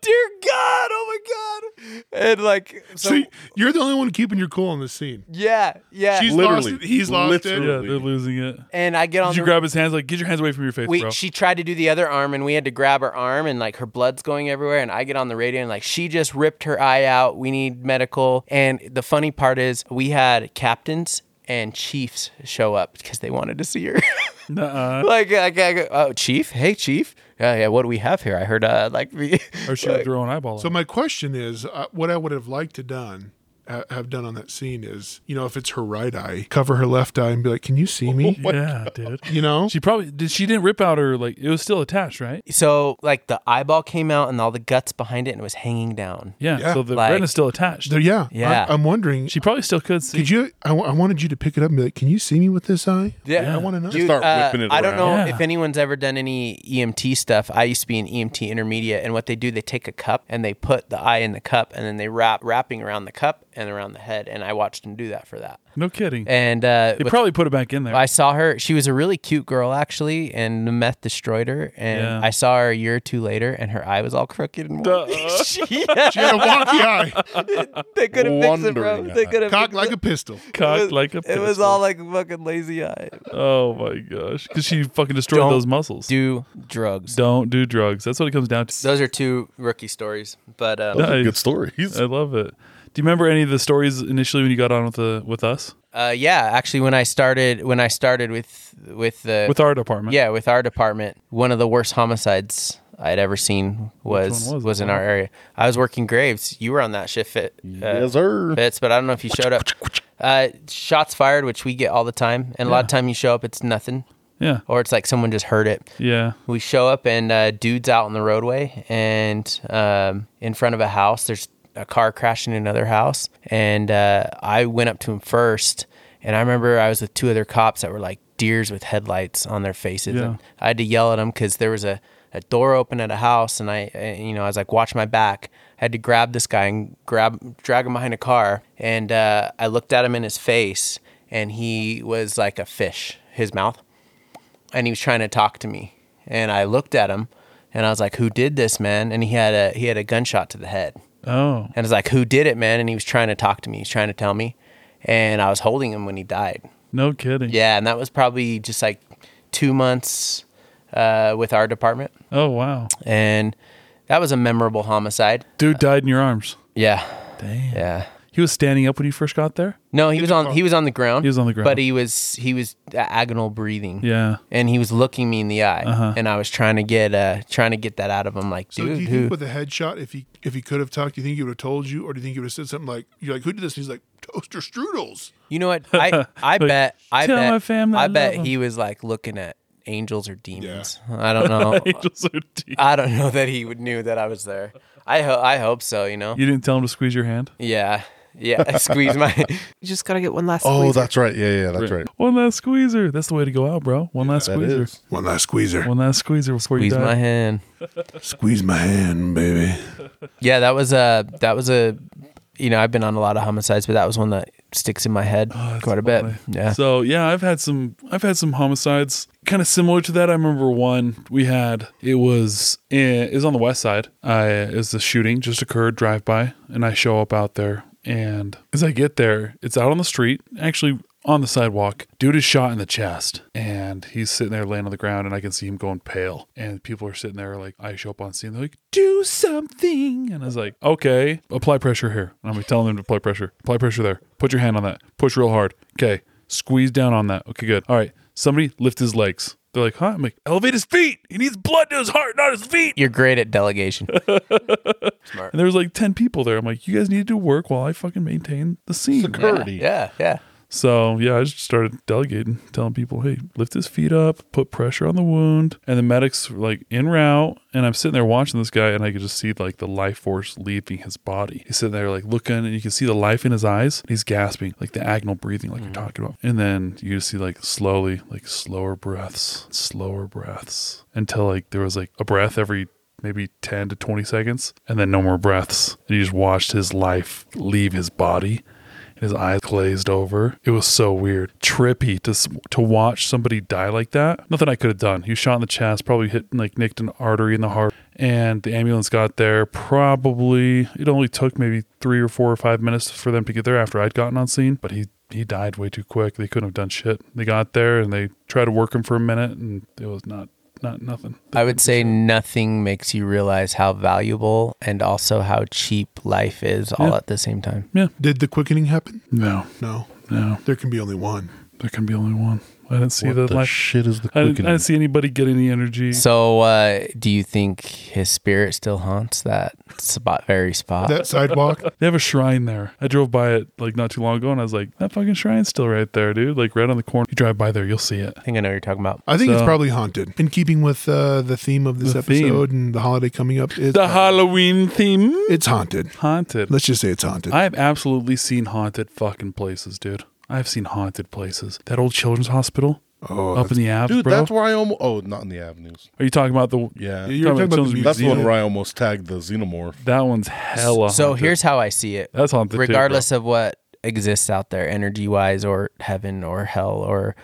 [SPEAKER 5] Dear God, oh my God. And like, so,
[SPEAKER 2] See, you're the only one keeping your cool on this scene.
[SPEAKER 5] yeah, yeah.
[SPEAKER 2] She's
[SPEAKER 3] Literally.
[SPEAKER 2] lost it. He's lost
[SPEAKER 3] Literally.
[SPEAKER 2] it.
[SPEAKER 1] Yeah, they're losing it.
[SPEAKER 5] and I get on
[SPEAKER 1] Did you
[SPEAKER 5] the-
[SPEAKER 1] grab his hands? Like, get your hands away from your face,
[SPEAKER 5] we,
[SPEAKER 1] bro.
[SPEAKER 5] Um, she tried to do the other arm and we had to grab her arm and like her blood's going everywhere and i get on the radio and like she just ripped her eye out we need medical and the funny part is we had captains and chiefs show up because they wanted to see her
[SPEAKER 1] Nuh-uh.
[SPEAKER 5] like, like, I go, oh chief hey chief yeah yeah what do we have here i heard uh like we-
[SPEAKER 1] Or she ripped her own eyeball. out.
[SPEAKER 2] So my question is, uh, what I would have liked to done, uh, have done on that scene is, you know, if it's her right eye, cover her left eye and be like, "Can you see me?"
[SPEAKER 1] yeah, dude.
[SPEAKER 2] You know,
[SPEAKER 1] She probably did. She didn't rip out her like it was still attached, right?
[SPEAKER 5] so like the eyeball came out and all the guts behind it and it was hanging down
[SPEAKER 1] Yeah.
[SPEAKER 2] Yeah.
[SPEAKER 1] so the
[SPEAKER 5] Like-
[SPEAKER 1] retina's still attached.
[SPEAKER 2] There- yeah,
[SPEAKER 5] Yeah.
[SPEAKER 2] I, am wondering.
[SPEAKER 1] She probably still could see.
[SPEAKER 2] could you? I, wa- I wanted you to pick it up and be like, "Can you see me with this eye?"
[SPEAKER 5] Yeah.
[SPEAKER 2] I want to know.
[SPEAKER 5] Dude,
[SPEAKER 3] start
[SPEAKER 5] uh,
[SPEAKER 3] whipping it
[SPEAKER 5] I don't know
[SPEAKER 1] around.
[SPEAKER 5] if
[SPEAKER 1] Yeah.
[SPEAKER 5] anyone's ever done any EMT stuff. I used to be an EMT intermediate, and what they do, they take a cup and they put the eye in the cup, and then they wrap wrapping around the cup and around the head. And I watched them do that for that.
[SPEAKER 1] no kidding.
[SPEAKER 5] And uh,
[SPEAKER 1] They
[SPEAKER 5] with-
[SPEAKER 1] probably put it back in there.
[SPEAKER 5] I saw her. She was a really cute girl, actually, and the meth destroyed her. And
[SPEAKER 1] Yeah.
[SPEAKER 5] I saw her a year or two later, and her eye was all crooked and
[SPEAKER 1] Duh.
[SPEAKER 5] she,
[SPEAKER 2] She had a wonky eye,
[SPEAKER 5] they could have fixed it, bro.
[SPEAKER 3] Wondering
[SPEAKER 5] They could have
[SPEAKER 2] cocked like a pistol.
[SPEAKER 1] Cocked like a.
[SPEAKER 5] It was
[SPEAKER 1] pistol.
[SPEAKER 5] all like fucking lazy eye.
[SPEAKER 1] Oh my gosh, because she fucking destroyed
[SPEAKER 5] Don't
[SPEAKER 1] those muscles.
[SPEAKER 5] Do drugs.
[SPEAKER 1] Don't do drugs. That's what it comes down to.
[SPEAKER 5] Those are two rookie stories, but um,
[SPEAKER 1] Nice.
[SPEAKER 3] Good stories.
[SPEAKER 1] I love it. Do you remember any of the stories initially when you got on with the with us
[SPEAKER 5] Uh, yeah, actually, when I started, when I started with with the
[SPEAKER 1] with our department?
[SPEAKER 5] yeah with our department, one of the worst homicides I'd ever seen was
[SPEAKER 1] one
[SPEAKER 5] was,
[SPEAKER 1] was
[SPEAKER 5] in
[SPEAKER 1] it?
[SPEAKER 5] our area. I was working graves. You were on that shift fit. Uh,
[SPEAKER 3] yes, sir.
[SPEAKER 5] Fits, but I don't know if you showed up. Uh, shots fired, which we get all the time, and a lot of time you show up, it's nothing,
[SPEAKER 1] yeah,
[SPEAKER 5] or it's like someone just heard it.
[SPEAKER 1] yeah.
[SPEAKER 5] We show up and uh, dude's out on the roadway and um, in front of a house. There's a car crashing into another house, and uh, I went up to him first. And I remember I was with two other cops that were like deers with headlights on their faces.
[SPEAKER 1] Yeah.
[SPEAKER 5] And I had to yell at them because there was a, a door open at a house, and I, and, you know, I was like, "Watch my back." I had to grab this guy and grab drag him behind a car, and uh, I looked at him in his face, and he was like a fish. His mouth and he was trying to talk to me. And I looked at him and I was like, "Who did this, man?" And he had a he had a gunshot to the head.
[SPEAKER 1] Oh,
[SPEAKER 5] And I was like, "Who did it, man?" And he was trying to talk to me. He's trying to tell me. And I was holding him when he died.
[SPEAKER 1] no kidding.
[SPEAKER 5] Yeah, and that was probably just like 2 months uh, with our department.
[SPEAKER 1] Oh wow,
[SPEAKER 5] And that was a memorable homicide.
[SPEAKER 1] dude died in your arms.
[SPEAKER 5] Yeah.
[SPEAKER 1] Damn.
[SPEAKER 5] Yeah.
[SPEAKER 1] He was standing up when you first got there.
[SPEAKER 5] No, he was on he was on the ground.
[SPEAKER 1] He was on the ground.
[SPEAKER 5] But he was he was agonal breathing.
[SPEAKER 1] Yeah.
[SPEAKER 5] and he was looking me in the eye,
[SPEAKER 1] Uh-huh.
[SPEAKER 5] and I was trying to get uh trying to get that out of him, like,
[SPEAKER 2] So
[SPEAKER 5] dude,
[SPEAKER 2] do you
[SPEAKER 5] who?
[SPEAKER 2] think with a headshot, if he if he could have talked, do you think he would have told you, or do you think he would have said something like, "You're like, who did this?" And he's like, "Toaster strudels."
[SPEAKER 5] you know what? I I
[SPEAKER 1] Like,
[SPEAKER 5] bet I
[SPEAKER 1] tell
[SPEAKER 5] bet
[SPEAKER 1] my family I
[SPEAKER 5] I bet
[SPEAKER 1] love 'em.
[SPEAKER 5] he was like looking at angels or demons. I don't know.
[SPEAKER 1] Angels are deep.
[SPEAKER 5] I don't know that he would knew that I was there. I ho- I hope so. You know?
[SPEAKER 1] You didn't tell him to squeeze your hand.
[SPEAKER 5] Yeah. Yeah, squeeze my.
[SPEAKER 4] You just gotta get one last.
[SPEAKER 3] Oh,
[SPEAKER 4] squeeze.
[SPEAKER 3] that's right. Yeah, yeah, that's right.
[SPEAKER 1] One last squeezer. That's the way to go out, bro. One last
[SPEAKER 3] That
[SPEAKER 1] squeezer.
[SPEAKER 3] is.
[SPEAKER 2] One last squeezer.
[SPEAKER 1] One last squeezer before
[SPEAKER 5] Squeeze
[SPEAKER 1] you die.
[SPEAKER 5] my hand.
[SPEAKER 2] Squeeze my hand, baby.
[SPEAKER 5] Yeah, that was a that was a, you know, I've been on a lot of homicides, but that was one that sticks in my head quite a bit. Yeah,
[SPEAKER 1] Oh, So yeah, I've had some I've had some homicides kind of similar to that. I remember one we had. It was it was on the west side. I it was the shooting just occurred drive by, and I show up out there. And as I get there, it's out on the street, actually on the sidewalk. Dude is shot in the chest, and he's sitting there laying on the ground, and I can see him going pale. And people are sitting there like, I show up on scene, they're like, "Do something!" And I was like, "Okay, apply pressure here." And I'm telling them to apply pressure, apply pressure there. Put your hand on that. Push real hard. Okay, Squeeze down on that. Okay, good. All right. Somebody lift his legs. They're like, huh? I'm like, elevate his feet. He needs blood to his heart, not his feet.
[SPEAKER 5] you're great at delegation.
[SPEAKER 1] And there was like 10 people there. I'm like, you guys need to do work while I fucking maintain the scene.
[SPEAKER 3] Security.
[SPEAKER 5] Yeah, yeah.
[SPEAKER 1] So yeah, I just started delegating, telling people, hey, lift his feet up, put pressure on the wound. And the medics were like in route. And I'm sitting there watching this guy and I could just see like the life force leaving his body. He's sitting there like looking and you can see the life in his eyes. He's gasping, like the agonal breathing, like you're talking about. And then you just see like slowly, like slower breaths, slower breaths until like there was like a breath every maybe 10 to 20 seconds and then no more breaths. And you just watched his life leave his body and his eyes glazed over. It was so weird, trippy to s- to watch somebody die like that. Nothing I could have done. He was shot in the chest, probably hit like nicked an artery in the heart, and the ambulance got there. Probably it only took maybe three or four or five minutes for them to get there after I'd gotten on scene, but he. He died way too quick. They couldn't have done shit. They got there and they tried to work him for a minute, and it was not, not nothing.
[SPEAKER 5] I would say nothing makes you realize how valuable and also how cheap life is all
[SPEAKER 1] Yeah.
[SPEAKER 5] at the same time.
[SPEAKER 2] Did the quickening happen?
[SPEAKER 1] No,
[SPEAKER 2] No.
[SPEAKER 1] no,
[SPEAKER 2] There can be only one.
[SPEAKER 1] there can be only one. I didn't see
[SPEAKER 3] what
[SPEAKER 1] the,
[SPEAKER 3] the
[SPEAKER 1] life.
[SPEAKER 3] shit is the
[SPEAKER 1] I didn't, I
[SPEAKER 3] quickening?
[SPEAKER 1] didn't see anybody get any energy.
[SPEAKER 5] So, uh, do you think his spirit still haunts that spot, very
[SPEAKER 1] Uh,
[SPEAKER 5] spot?
[SPEAKER 2] That sidewalk.
[SPEAKER 1] They have a shrine there. I drove by it like not too long ago, and I was like, "That fucking shrine's still right there, dude! Like right on the corner. You drive by there, you'll see it."
[SPEAKER 5] I think I know what you're talking about.
[SPEAKER 2] I think it's
[SPEAKER 1] So-
[SPEAKER 2] probably haunted. In keeping with uh, the theme of this
[SPEAKER 1] The theme.
[SPEAKER 2] episode and the holiday coming up, it's,
[SPEAKER 1] The Halloween theme,
[SPEAKER 2] it's haunted.
[SPEAKER 1] haunted.
[SPEAKER 2] Let's just say it's haunted.
[SPEAKER 1] I have absolutely seen haunted fucking places, dude. I've seen haunted places. That old children's hospital
[SPEAKER 2] oh,
[SPEAKER 1] up in the Alps,
[SPEAKER 3] Dude,
[SPEAKER 1] bro.
[SPEAKER 3] that's where I almost. Oh, not in the avenues.
[SPEAKER 1] Are you talking about the?
[SPEAKER 3] Yeah.
[SPEAKER 2] You were talking about the
[SPEAKER 3] That's the
[SPEAKER 2] museum.
[SPEAKER 3] one where I almost tagged the xenomorph.
[SPEAKER 1] That one's hella.
[SPEAKER 5] So
[SPEAKER 1] haunted.
[SPEAKER 5] here's how I see it.
[SPEAKER 1] that's haunted. too, bro.
[SPEAKER 5] regardless of what exists out there, energy wise, or heaven, or hell, or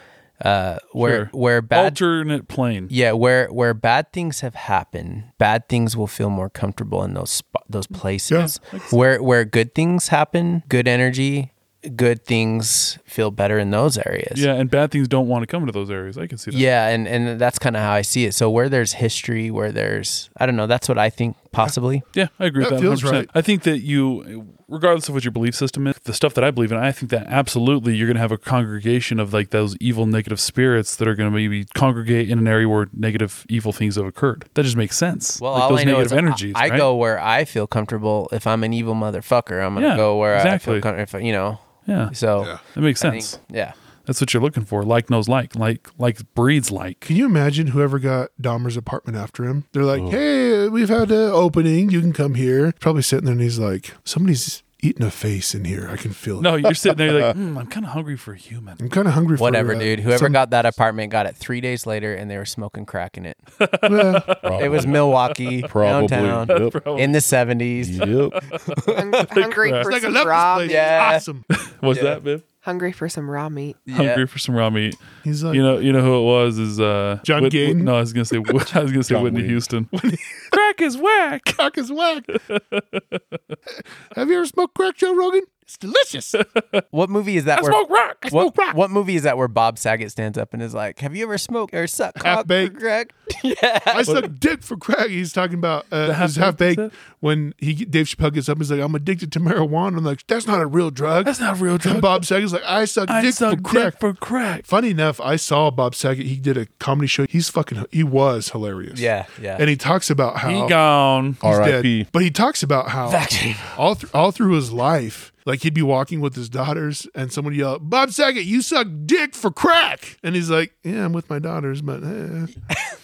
[SPEAKER 5] uh, where
[SPEAKER 1] Sure. Oh,
[SPEAKER 5] where bad
[SPEAKER 1] alternate plane.
[SPEAKER 5] yeah where where bad things have happened, bad things will feel more comfortable in those spo- those places. Where where good things happen, good energy, good things feel better in those areas.
[SPEAKER 1] Yeah, and bad things don't want to come to those areas. I can see that.
[SPEAKER 5] Yeah, and, and that's kind of how I see it. So where there's history, where there's I don't know, that's what I think possibly.
[SPEAKER 1] Yeah, I agree
[SPEAKER 2] That
[SPEAKER 1] with that.
[SPEAKER 2] feels
[SPEAKER 1] 100%.
[SPEAKER 2] right.
[SPEAKER 1] I think that you, regardless of what your belief system is, the stuff that I believe in, I think that absolutely you're going to have a congregation of like those evil, negative spirits that are going to maybe congregate in an area where negative, evil things have occurred. That just makes sense.
[SPEAKER 5] Well,
[SPEAKER 1] like
[SPEAKER 5] all
[SPEAKER 1] those
[SPEAKER 5] I know
[SPEAKER 1] negative
[SPEAKER 5] is I-
[SPEAKER 1] energies.
[SPEAKER 5] I,
[SPEAKER 1] right?
[SPEAKER 5] go where I feel comfortable. If I'm an evil motherfucker, I'm gonna
[SPEAKER 1] Yeah,
[SPEAKER 5] go where I
[SPEAKER 1] exactly.
[SPEAKER 5] feel comfortable. If, you know,
[SPEAKER 1] Yeah,
[SPEAKER 5] so
[SPEAKER 2] Yeah.
[SPEAKER 1] that makes
[SPEAKER 5] I think-
[SPEAKER 1] sense.
[SPEAKER 5] yeah,
[SPEAKER 1] That's what you're looking for. Like knows like. Like like breeds like.
[SPEAKER 2] Can you imagine whoever got Dahmer's apartment after him? They're
[SPEAKER 1] Oh.
[SPEAKER 2] like, hey, we've had an opening. You can come here. Probably sitting there and he's like, somebody's eating a face in here. I can feel it.
[SPEAKER 1] No, you're sitting there you're like, "Hmm, I'm kind of hungry for a human.
[SPEAKER 2] I'm kind of hungry for
[SPEAKER 5] whatever,
[SPEAKER 2] uh,
[SPEAKER 5] dude. Whoever
[SPEAKER 2] some-
[SPEAKER 5] got that apartment got it three days later, and they were smoking crack in it.
[SPEAKER 2] Well,
[SPEAKER 5] It was Milwaukee,
[SPEAKER 3] Probably.
[SPEAKER 5] downtown,
[SPEAKER 3] Yep.
[SPEAKER 5] in the '70s.
[SPEAKER 3] yep.
[SPEAKER 4] Hung- hungry
[SPEAKER 1] crap.
[SPEAKER 4] for
[SPEAKER 2] like, I
[SPEAKER 4] some
[SPEAKER 2] love
[SPEAKER 4] raw
[SPEAKER 2] this place.
[SPEAKER 4] meat.
[SPEAKER 5] Yeah.
[SPEAKER 2] It's awesome.
[SPEAKER 1] What's
[SPEAKER 5] Yeah.
[SPEAKER 1] that, babe?
[SPEAKER 4] Hungry for some raw meat.
[SPEAKER 1] Hungry for some raw meat.
[SPEAKER 2] He's like,
[SPEAKER 1] You know, you know who it was is uh
[SPEAKER 2] John
[SPEAKER 1] Whit-
[SPEAKER 2] Gayden?
[SPEAKER 1] No, I was gonna say I was gonna say
[SPEAKER 3] John
[SPEAKER 1] Whitney
[SPEAKER 3] Wayne.
[SPEAKER 1] Houston. Crack is whack.
[SPEAKER 2] crack is whack. Have you ever smoked crack, Joe Rogan? It's delicious.
[SPEAKER 5] What movie is that? where,
[SPEAKER 1] Smoke rock.
[SPEAKER 5] what, what movie is that where Bob Saget stands up and is like, "Have you ever smoked or sucked cock,
[SPEAKER 2] Half-baked.
[SPEAKER 5] Greg?"
[SPEAKER 2] I suck dick for crack. He's talking about uh,
[SPEAKER 1] half
[SPEAKER 2] his half
[SPEAKER 1] baked,
[SPEAKER 2] baked. When he Dave Chappelle gets up, he's like, "I'm addicted to marijuana." I'm like, "That's not a real drug."
[SPEAKER 1] That's not a real
[SPEAKER 2] And
[SPEAKER 1] drug.
[SPEAKER 2] Bob Saget's like, "I suck
[SPEAKER 1] I
[SPEAKER 2] dick
[SPEAKER 1] suck
[SPEAKER 2] for crack."
[SPEAKER 1] dick for crack.
[SPEAKER 2] Funny enough, I saw Bob Saget. He did a comedy show. He's fucking. He was hilarious.
[SPEAKER 5] Yeah, yeah.
[SPEAKER 2] And he talks about how
[SPEAKER 5] Oh.
[SPEAKER 1] He gone.
[SPEAKER 2] he's
[SPEAKER 3] R.I.P.
[SPEAKER 2] dead. But he talks about how all through all through his life, like he'd be walking with his daughters, and someone would yell, "Bob Saget, you suck dick for crack," and he's like, "Yeah, I'm with my daughters, but." eh."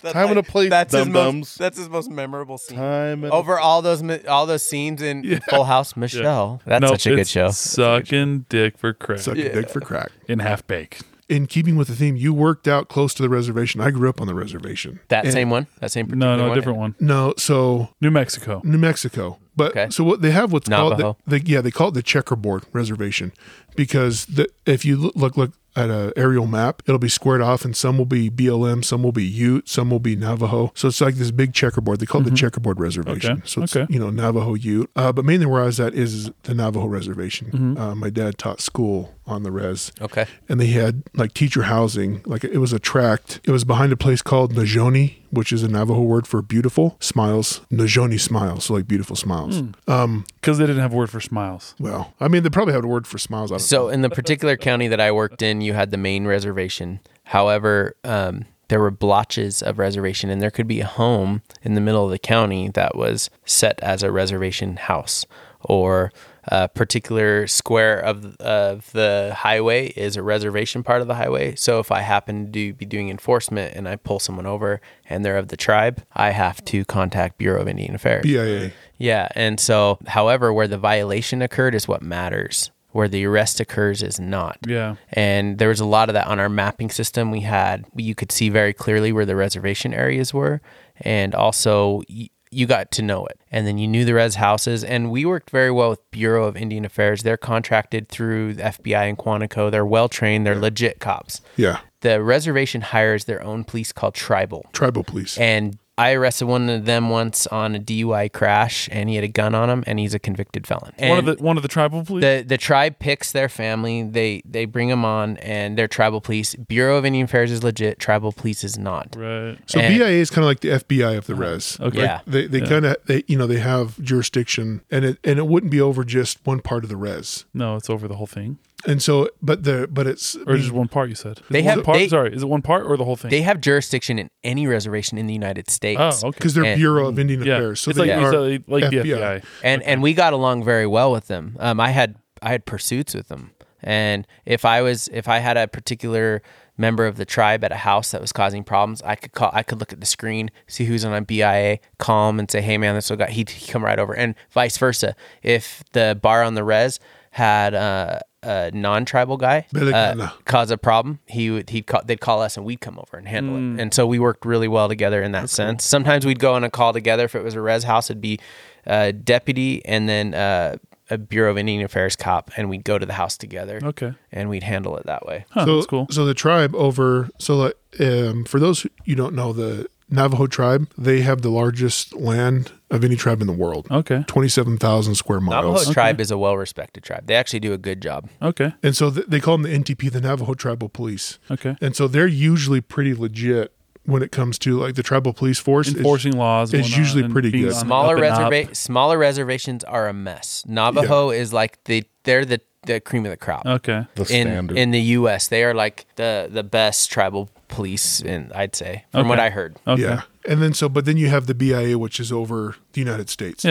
[SPEAKER 3] Time and a place.
[SPEAKER 5] that's his
[SPEAKER 3] dum
[SPEAKER 5] most,
[SPEAKER 3] dums.
[SPEAKER 5] that's his most memorable scene.
[SPEAKER 3] Time and
[SPEAKER 5] over all those mi- all those scenes in Full House Michelle. That's
[SPEAKER 1] Nope,
[SPEAKER 5] such a good
[SPEAKER 1] it's
[SPEAKER 5] show.
[SPEAKER 1] Sucking dick for crack
[SPEAKER 2] Sucking dick for crack.
[SPEAKER 1] in half bake.
[SPEAKER 2] In keeping with the theme, you worked out close to the reservation. I grew up on the reservation.
[SPEAKER 5] That
[SPEAKER 2] And-
[SPEAKER 5] same one. That same particular
[SPEAKER 1] No, no,
[SPEAKER 5] one?
[SPEAKER 1] different one.
[SPEAKER 2] No, so
[SPEAKER 1] New Mexico.
[SPEAKER 2] New Mexico. But
[SPEAKER 5] Okay.
[SPEAKER 2] so what they have what's
[SPEAKER 5] Navajo.
[SPEAKER 2] called the, the yeah they call it the checkerboard reservation because the, if you look, look look at a aerial map it'll be squared off and some will be BLM some will be Ute some will be Navajo so it's like this big checkerboard they
[SPEAKER 5] Mm-hmm.
[SPEAKER 2] call it the checkerboard reservation
[SPEAKER 1] Okay.
[SPEAKER 2] so it's
[SPEAKER 1] Okay.
[SPEAKER 2] you know Navajo Ute uh, but mainly where I was at is the Navajo reservation
[SPEAKER 5] Mm-hmm.
[SPEAKER 2] uh, my dad taught school on the res
[SPEAKER 5] Okay.
[SPEAKER 2] and they had like teacher housing. Like it was a tract. It was behind a place called Najoni, which is a Navajo word for beautiful smiles. Najoni smiles, so like beautiful smiles. Um,
[SPEAKER 1] Because they didn't have a word for smiles.
[SPEAKER 2] well, I mean, they probably have a word for smiles. I don't
[SPEAKER 5] So in the particular county that I worked in, you had the main reservation. However, um, there were blotches of reservation, and there could be a home in the middle of the county that was set as a reservation house or uh, particular square of of the highway is a reservation part of the highway. So if I happen to be doing enforcement and I pull someone over and they're of the tribe, I have to contact Bureau of Indian Affairs.
[SPEAKER 2] BIA.
[SPEAKER 5] Yeah, and so, however, where the violation occurred is what matters. Where the arrest occurs is not.
[SPEAKER 1] Yeah.
[SPEAKER 5] And there was a lot of that on our mapping system. We had you could see very clearly where the reservation areas were, and also y- you got to know it, and then you knew the res houses. And we worked very well with Bureau of Indian Affairs. They're contracted through the FBI and Quantico. They're well trained. They're legit cops.
[SPEAKER 2] Yeah.
[SPEAKER 5] The reservation hires their own police called tribal.
[SPEAKER 2] Tribal police.
[SPEAKER 5] And I arrested one of them once on a DUI crash, and he had a gun on him, and he's a convicted felon.
[SPEAKER 1] one of
[SPEAKER 5] And
[SPEAKER 1] the one of the tribal police.
[SPEAKER 5] the the tribe picks their family. They they bring them on, and their tribal police. Bureau of Indian Affairs is legit. Tribal police is not.
[SPEAKER 1] right.
[SPEAKER 2] so
[SPEAKER 5] and-
[SPEAKER 2] BIA is kind of like the FBI of the res.
[SPEAKER 1] Okay.
[SPEAKER 5] Yeah.
[SPEAKER 2] They, they kind of they you know they have jurisdiction and it and it wouldn't be over just one part of the res
[SPEAKER 1] No, it's over the whole thing,
[SPEAKER 2] and so but the but it's
[SPEAKER 1] or just one part. You said Is
[SPEAKER 5] They
[SPEAKER 1] it one
[SPEAKER 5] have-
[SPEAKER 1] part.
[SPEAKER 5] they-
[SPEAKER 1] sorry, is it one part or the whole thing?
[SPEAKER 5] They have jurisdiction in any reservation in the United States.
[SPEAKER 1] oh, okay.
[SPEAKER 2] because they're
[SPEAKER 5] And-
[SPEAKER 2] Bureau of Indian
[SPEAKER 1] Yeah,
[SPEAKER 2] Affairs so
[SPEAKER 1] it's like,
[SPEAKER 2] they
[SPEAKER 1] it's
[SPEAKER 2] are
[SPEAKER 1] like- like the
[SPEAKER 2] FBI.
[SPEAKER 1] FBI.
[SPEAKER 5] and and we got along very well with them. Um, I had I had pursuits with them, and if I was if I had a particular member of the tribe at a house that was causing problems, I could call I could look at the screen, see who's on a BIA, call him and say, "Hey man, this one got he'd he'd come right over," and vice versa. If the bar on the res had uh, a non-tribal guy uh,
[SPEAKER 2] Belicana.
[SPEAKER 5] cause a problem, he would he'd call, they'd call us and we'd come over and handle it. And so we worked really well together in that sense. Sometimes we'd go on a call together. If it was a res house, it'd be a deputy and then uh, a Bureau of Indian Affairs cop, and we'd go to the house together.
[SPEAKER 1] Okay.
[SPEAKER 5] and we'd handle it that way.
[SPEAKER 1] Huh,
[SPEAKER 2] so,
[SPEAKER 1] that's cool.
[SPEAKER 2] So the tribe over, so like, um, for those who you don't know, the Navajo tribe, they have the largest land of any tribe in the world.
[SPEAKER 1] Okay.
[SPEAKER 2] 27,000 square
[SPEAKER 5] Navajo
[SPEAKER 2] miles.
[SPEAKER 5] tribe is a well-respected tribe. They actually do a good job.
[SPEAKER 1] Okay.
[SPEAKER 2] And so th- they call them the NTP, the Navajo Tribal Police.
[SPEAKER 1] Okay.
[SPEAKER 2] And so they're usually pretty legit when it comes to like the tribal police force. is-
[SPEAKER 1] Enforcing laws. and
[SPEAKER 2] it's
[SPEAKER 1] whatnot
[SPEAKER 2] usually
[SPEAKER 1] and
[SPEAKER 2] pretty
[SPEAKER 1] being
[SPEAKER 2] good.
[SPEAKER 1] on the
[SPEAKER 5] Smaller
[SPEAKER 1] up and up.
[SPEAKER 5] reserva- smaller reservations are a mess. Navajo is like the they're the the cream of the crop.
[SPEAKER 1] Okay.
[SPEAKER 3] The
[SPEAKER 5] in
[SPEAKER 3] standard.
[SPEAKER 5] in the U.S. They are like the the best tribal police, and I'd say from what
[SPEAKER 1] Okay.
[SPEAKER 5] I heard.
[SPEAKER 1] Okay.
[SPEAKER 2] Yeah.
[SPEAKER 1] Yeah.
[SPEAKER 2] And then so, but then you have the BIA, which is over the United States.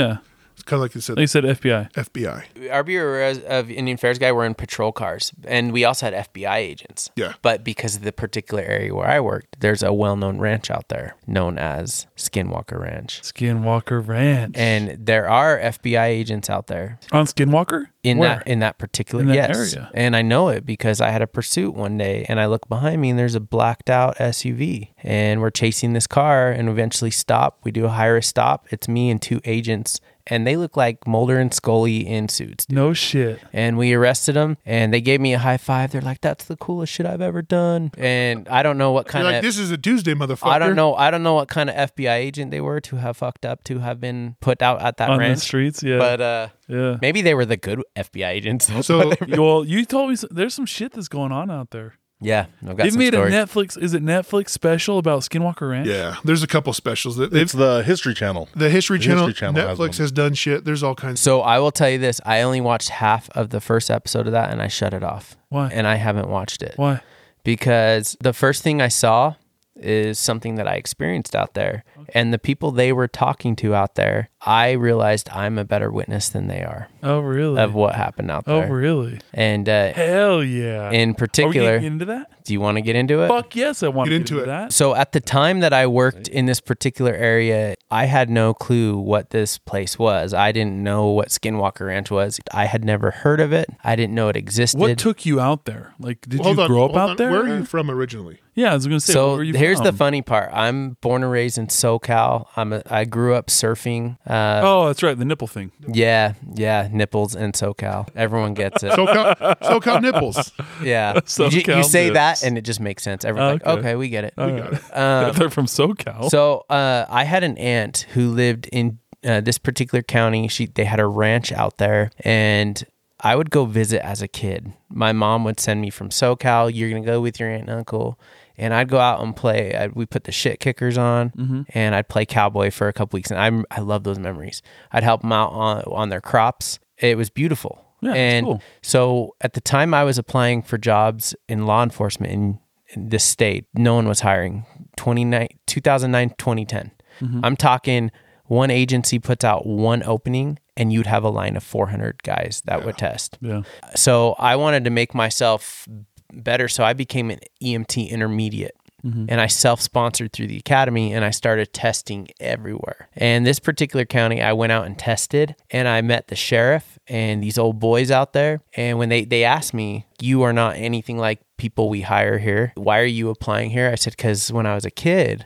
[SPEAKER 2] It's kind of like you said,
[SPEAKER 1] They said FBI.
[SPEAKER 2] FBI.
[SPEAKER 5] Our Bureau of Indian Affairs guy were in patrol cars, and we also had FBI agents.
[SPEAKER 2] Yeah.
[SPEAKER 5] But because of the particular area where I worked, there's a well-known ranch out there known as Skinwalker Ranch,
[SPEAKER 1] Skinwalker Ranch.
[SPEAKER 5] and there are FBI agents out there
[SPEAKER 1] on Skinwalker?
[SPEAKER 5] in
[SPEAKER 1] Where?
[SPEAKER 5] that in that particular
[SPEAKER 1] In that
[SPEAKER 5] yes.
[SPEAKER 1] area.
[SPEAKER 5] And I know it because I had a pursuit one day and I look behind me and there's a blacked out SUV and we're chasing this car and eventually stop. We do a high risk stop. It's me and two agents and they look like Mulder and Scully in suits.
[SPEAKER 1] No shit.
[SPEAKER 5] And we arrested them and they gave me a high five. They're like, "That's the coolest shit I've ever done." And I don't know what
[SPEAKER 2] You're
[SPEAKER 5] kind
[SPEAKER 2] like,
[SPEAKER 5] of
[SPEAKER 2] this is a Tuesday, motherfucker.
[SPEAKER 5] I don't know. I don't know what kind of FBI agent they were to have fucked up to have been put out at that
[SPEAKER 1] On the
[SPEAKER 5] ranch.
[SPEAKER 1] streets, yeah.
[SPEAKER 5] But uh,
[SPEAKER 1] yeah.
[SPEAKER 5] maybe they were the good FBI agents.
[SPEAKER 2] So
[SPEAKER 1] well, you told me so, there's some shit that's going on out there.
[SPEAKER 5] Yeah, I've got
[SPEAKER 1] They've
[SPEAKER 5] some
[SPEAKER 1] made
[SPEAKER 5] stories.
[SPEAKER 1] a Netflix. Is it Netflix special about Skinwalker Ranch?
[SPEAKER 2] yeah, there's a couple specials that they've
[SPEAKER 3] it's the History Channel.
[SPEAKER 2] The History
[SPEAKER 3] The
[SPEAKER 2] Channel,
[SPEAKER 3] History Channel has
[SPEAKER 2] Netflix
[SPEAKER 3] one.
[SPEAKER 2] has, done shit. There's all kinds.
[SPEAKER 5] so I will tell you this: I only watched half of the first episode of that, and I shut it off.
[SPEAKER 1] Why?
[SPEAKER 5] And I haven't watched it
[SPEAKER 1] Why?
[SPEAKER 5] because the first thing I saw is something that I experienced out there, and the people they were talking to out there, I realized I'm a better witness than they are
[SPEAKER 1] Oh, really?
[SPEAKER 5] of what happened out
[SPEAKER 1] oh,
[SPEAKER 5] there.
[SPEAKER 1] really?
[SPEAKER 5] And uh,
[SPEAKER 1] Hell yeah.
[SPEAKER 5] in
[SPEAKER 1] Are
[SPEAKER 5] particular,
[SPEAKER 1] we getting into that?
[SPEAKER 5] do you want to get into it?
[SPEAKER 1] Fuck yes, I want
[SPEAKER 2] Get
[SPEAKER 1] to
[SPEAKER 2] into
[SPEAKER 1] get into
[SPEAKER 2] it.
[SPEAKER 1] that.
[SPEAKER 5] So at the time that I worked in this particular area, I had no clue what this place was. I didn't know what Skinwalker Ranch was. I had never heard of it. I didn't know it existed.
[SPEAKER 1] What took you out there? Like, did
[SPEAKER 2] Hold
[SPEAKER 1] you
[SPEAKER 2] on,
[SPEAKER 1] grow up
[SPEAKER 2] hold
[SPEAKER 1] out
[SPEAKER 2] on.
[SPEAKER 1] there?
[SPEAKER 2] Where are you from originally?
[SPEAKER 1] Yeah, I was gonna say.
[SPEAKER 5] so
[SPEAKER 1] where are you
[SPEAKER 5] here's the
[SPEAKER 1] from?
[SPEAKER 5] funny part. I'm born and raised in SoCal. I'm a, I grew up surfing. Uh,
[SPEAKER 1] Oh, that's right, the nipple thing.
[SPEAKER 5] Yeah, yeah, nipples and SoCal. Everyone gets it.
[SPEAKER 2] SoCal, SoCal nipples.
[SPEAKER 5] yeah, you, ju- you
[SPEAKER 1] SoCal
[SPEAKER 5] say that
[SPEAKER 1] nips.
[SPEAKER 5] and it just makes sense. Everyone's
[SPEAKER 1] Okay.
[SPEAKER 5] like, okay, we get it. Uh,
[SPEAKER 1] They're from SoCal.
[SPEAKER 5] So uh, I had an aunt who lived in uh, this particular county. She they had a ranch out there, and I would go visit as a kid. My mom would send me from SoCal. You're gonna go with your aunt and uncle. And I'd go out and play. I, we put the shit kickers on,
[SPEAKER 1] Mm-hmm.
[SPEAKER 5] and I'd play cowboy for a couple weeks. And I I love those memories. I'd help them out on on their crops. It was beautiful.
[SPEAKER 1] Yeah, that's
[SPEAKER 5] and
[SPEAKER 1] cool.
[SPEAKER 5] so at the time I was applying for jobs in law enforcement in, in this state, no one was hiring. 2009, 2009 2010. I'm talking one agency puts out one opening and you'd have a line of 400 guys that would test.
[SPEAKER 1] Yeah.
[SPEAKER 5] So I wanted to make myself better. So I became an EMT intermediate
[SPEAKER 1] Mm-hmm.
[SPEAKER 5] and I self sponsored through the academy and I started testing everywhere. And this particular county, I went out and tested and I met the sheriff and these old boys out there. And when they, they asked me, You are not anything like people we hire here. Why are you applying here? I said, Because when I was a kid,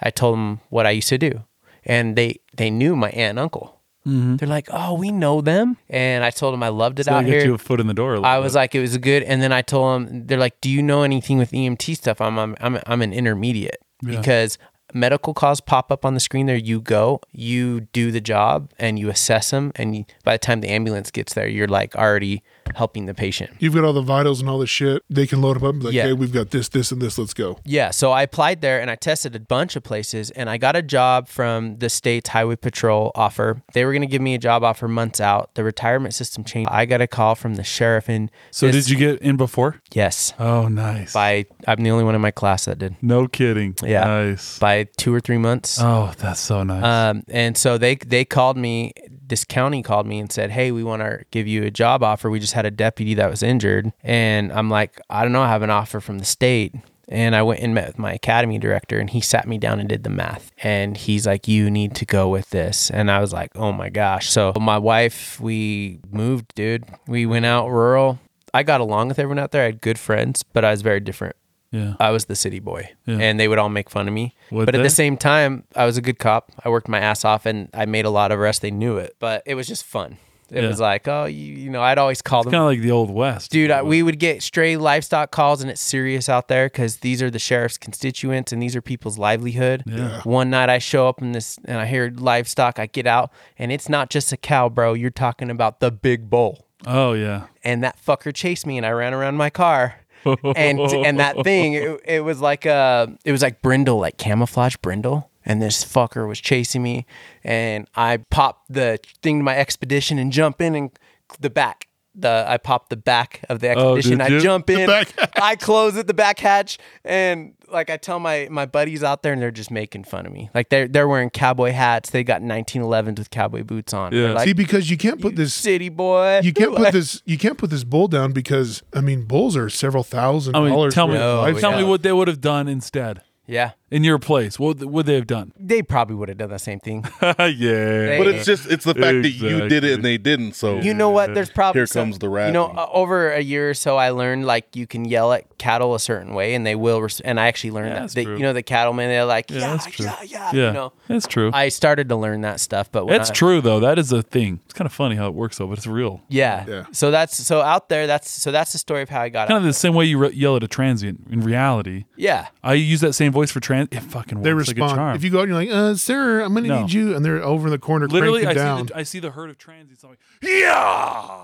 [SPEAKER 5] I told them what I used to do. And they, they knew my aunt and uncle. They're like, oh, we know them. And I told them I loved it
[SPEAKER 1] Mm-hmm. So
[SPEAKER 5] out
[SPEAKER 1] I get
[SPEAKER 5] here.
[SPEAKER 1] you a foot in the door. a little
[SPEAKER 5] I was
[SPEAKER 1] bit.
[SPEAKER 5] like, it was good. And then I told them, they're like, do you know anything with EMT stuff? I'm I'm I'm, I'm an intermediate because medical calls pop up on the screen. There you go, you do the job and you assess them, and you, by the time the ambulance gets there, you're like already helping the patient.
[SPEAKER 2] You've got all the vitals and all this shit. They can load them up and be like,
[SPEAKER 5] Yeah.
[SPEAKER 2] hey, we've got this, this, and this. Let's go.
[SPEAKER 5] Yeah, so I applied there and I tested a bunch of places and I got a job from the state's highway patrol offer. They were going to give me a job offer months out. The retirement system changed. I got a call from the sheriff and
[SPEAKER 1] so did you get in before?
[SPEAKER 5] Yes.
[SPEAKER 1] Oh, nice.
[SPEAKER 5] By I'm the only one in my class that did.
[SPEAKER 1] No kidding.
[SPEAKER 5] Yeah.
[SPEAKER 1] Nice.
[SPEAKER 5] By 2 or 3 months.
[SPEAKER 1] Oh, that's so nice.
[SPEAKER 5] Um, and so they they called me. This county called me and said, "Hey, we want to give you a job offer. We just had a deputy that was injured." And I'm like, "I don't know. I have an offer from the state." And I went and met with my academy director, and he sat me down and did the math. And he's like, "You need to go with this." And I was like, "Oh my gosh!" So my wife, we moved, dude. We went out rural. I got along with everyone out there. I had good friends, but I was very different.
[SPEAKER 1] yeah.
[SPEAKER 5] I was the city boy,
[SPEAKER 1] Yeah.
[SPEAKER 5] and they would all make fun of me.
[SPEAKER 1] Would
[SPEAKER 5] but at
[SPEAKER 1] they?
[SPEAKER 5] the same time, I was a good cop. I worked my ass off, and I made a lot of arrests. They knew it, but it was just fun. It
[SPEAKER 1] Yeah.
[SPEAKER 5] was like, oh, you, you know, I'd always call them.
[SPEAKER 1] kind of like the old west.
[SPEAKER 5] Dude, I, we would get stray livestock calls, and it's serious out there because these are the sheriff's constituents, and these are people's livelihood. One night, I show up in this, and I hear livestock. I get out, and it's not just a cow, bro. You're talking about the big bull
[SPEAKER 1] oh yeah.
[SPEAKER 5] and that fucker chased me and I ran around my car. and and that thing, it, it was like uh it was like brindle, like camouflage brindle. And this fucker was chasing me, and I popped the thing to my expedition and jump in and the back. The I popped the back of the
[SPEAKER 1] Oh,
[SPEAKER 5] expedition.
[SPEAKER 1] did
[SPEAKER 5] I
[SPEAKER 1] you?
[SPEAKER 5] jump in,
[SPEAKER 2] back-
[SPEAKER 5] I close it, the back hatch, and like I tell my my buddies out there, and they're just making fun of me. Like they're they're wearing cowboy hats. They got 1911s with cowboy boots on. They're
[SPEAKER 1] Yeah.
[SPEAKER 5] like
[SPEAKER 2] See, because you can't put this.
[SPEAKER 5] city boy.
[SPEAKER 2] You can't
[SPEAKER 5] Like-
[SPEAKER 2] put this. You can't put this bull down because I mean, bulls are several thousand
[SPEAKER 1] I mean,
[SPEAKER 2] dollars.
[SPEAKER 1] tell me, oh,
[SPEAKER 2] worth of
[SPEAKER 5] No,
[SPEAKER 2] life.
[SPEAKER 1] tell me
[SPEAKER 5] Oh, yeah.
[SPEAKER 1] what they would have done instead
[SPEAKER 5] Yeah.
[SPEAKER 1] in your place. What th- would they have done?
[SPEAKER 5] they probably would have done the same thing.
[SPEAKER 1] yeah.
[SPEAKER 5] They-
[SPEAKER 3] But it's just it's the fact that you did it and they didn't. So
[SPEAKER 5] You know what? There's probably
[SPEAKER 3] Here comes the
[SPEAKER 5] You know,
[SPEAKER 3] rapping.
[SPEAKER 5] uh, over a year or so, I learned like you can yell at cattle a certain way, and they will. Res- and I actually learned
[SPEAKER 1] Yeah,
[SPEAKER 5] that.
[SPEAKER 1] that's
[SPEAKER 5] They-
[SPEAKER 1] true.
[SPEAKER 5] you know, the cattlemen, they're like, yeah, yeah,
[SPEAKER 1] that's true.
[SPEAKER 5] yeah,
[SPEAKER 1] yeah.
[SPEAKER 5] You know,
[SPEAKER 1] That's true.
[SPEAKER 5] I started to learn that stuff, but when
[SPEAKER 1] That's
[SPEAKER 5] I-
[SPEAKER 1] true though. That is a thing. It's kind of funny how it works though, but it's real.
[SPEAKER 5] Yeah.
[SPEAKER 2] Yeah.
[SPEAKER 5] So that's so out there. That's so that's the story of how I got.
[SPEAKER 1] Kind
[SPEAKER 5] Out.
[SPEAKER 1] of the same way you re- yell at a transient. In reality,
[SPEAKER 5] Yeah.
[SPEAKER 1] I use that same voice for trans. It fucking works
[SPEAKER 2] They
[SPEAKER 1] like a
[SPEAKER 2] respond.
[SPEAKER 1] charm.
[SPEAKER 2] if you go out and you're like, uh, sir, I'm gonna
[SPEAKER 1] No.
[SPEAKER 2] need you, and they're over in the corner
[SPEAKER 1] Literally, I
[SPEAKER 2] cranking
[SPEAKER 1] see,
[SPEAKER 2] down.
[SPEAKER 1] the, I see the herd of transients. I'm like, yeah,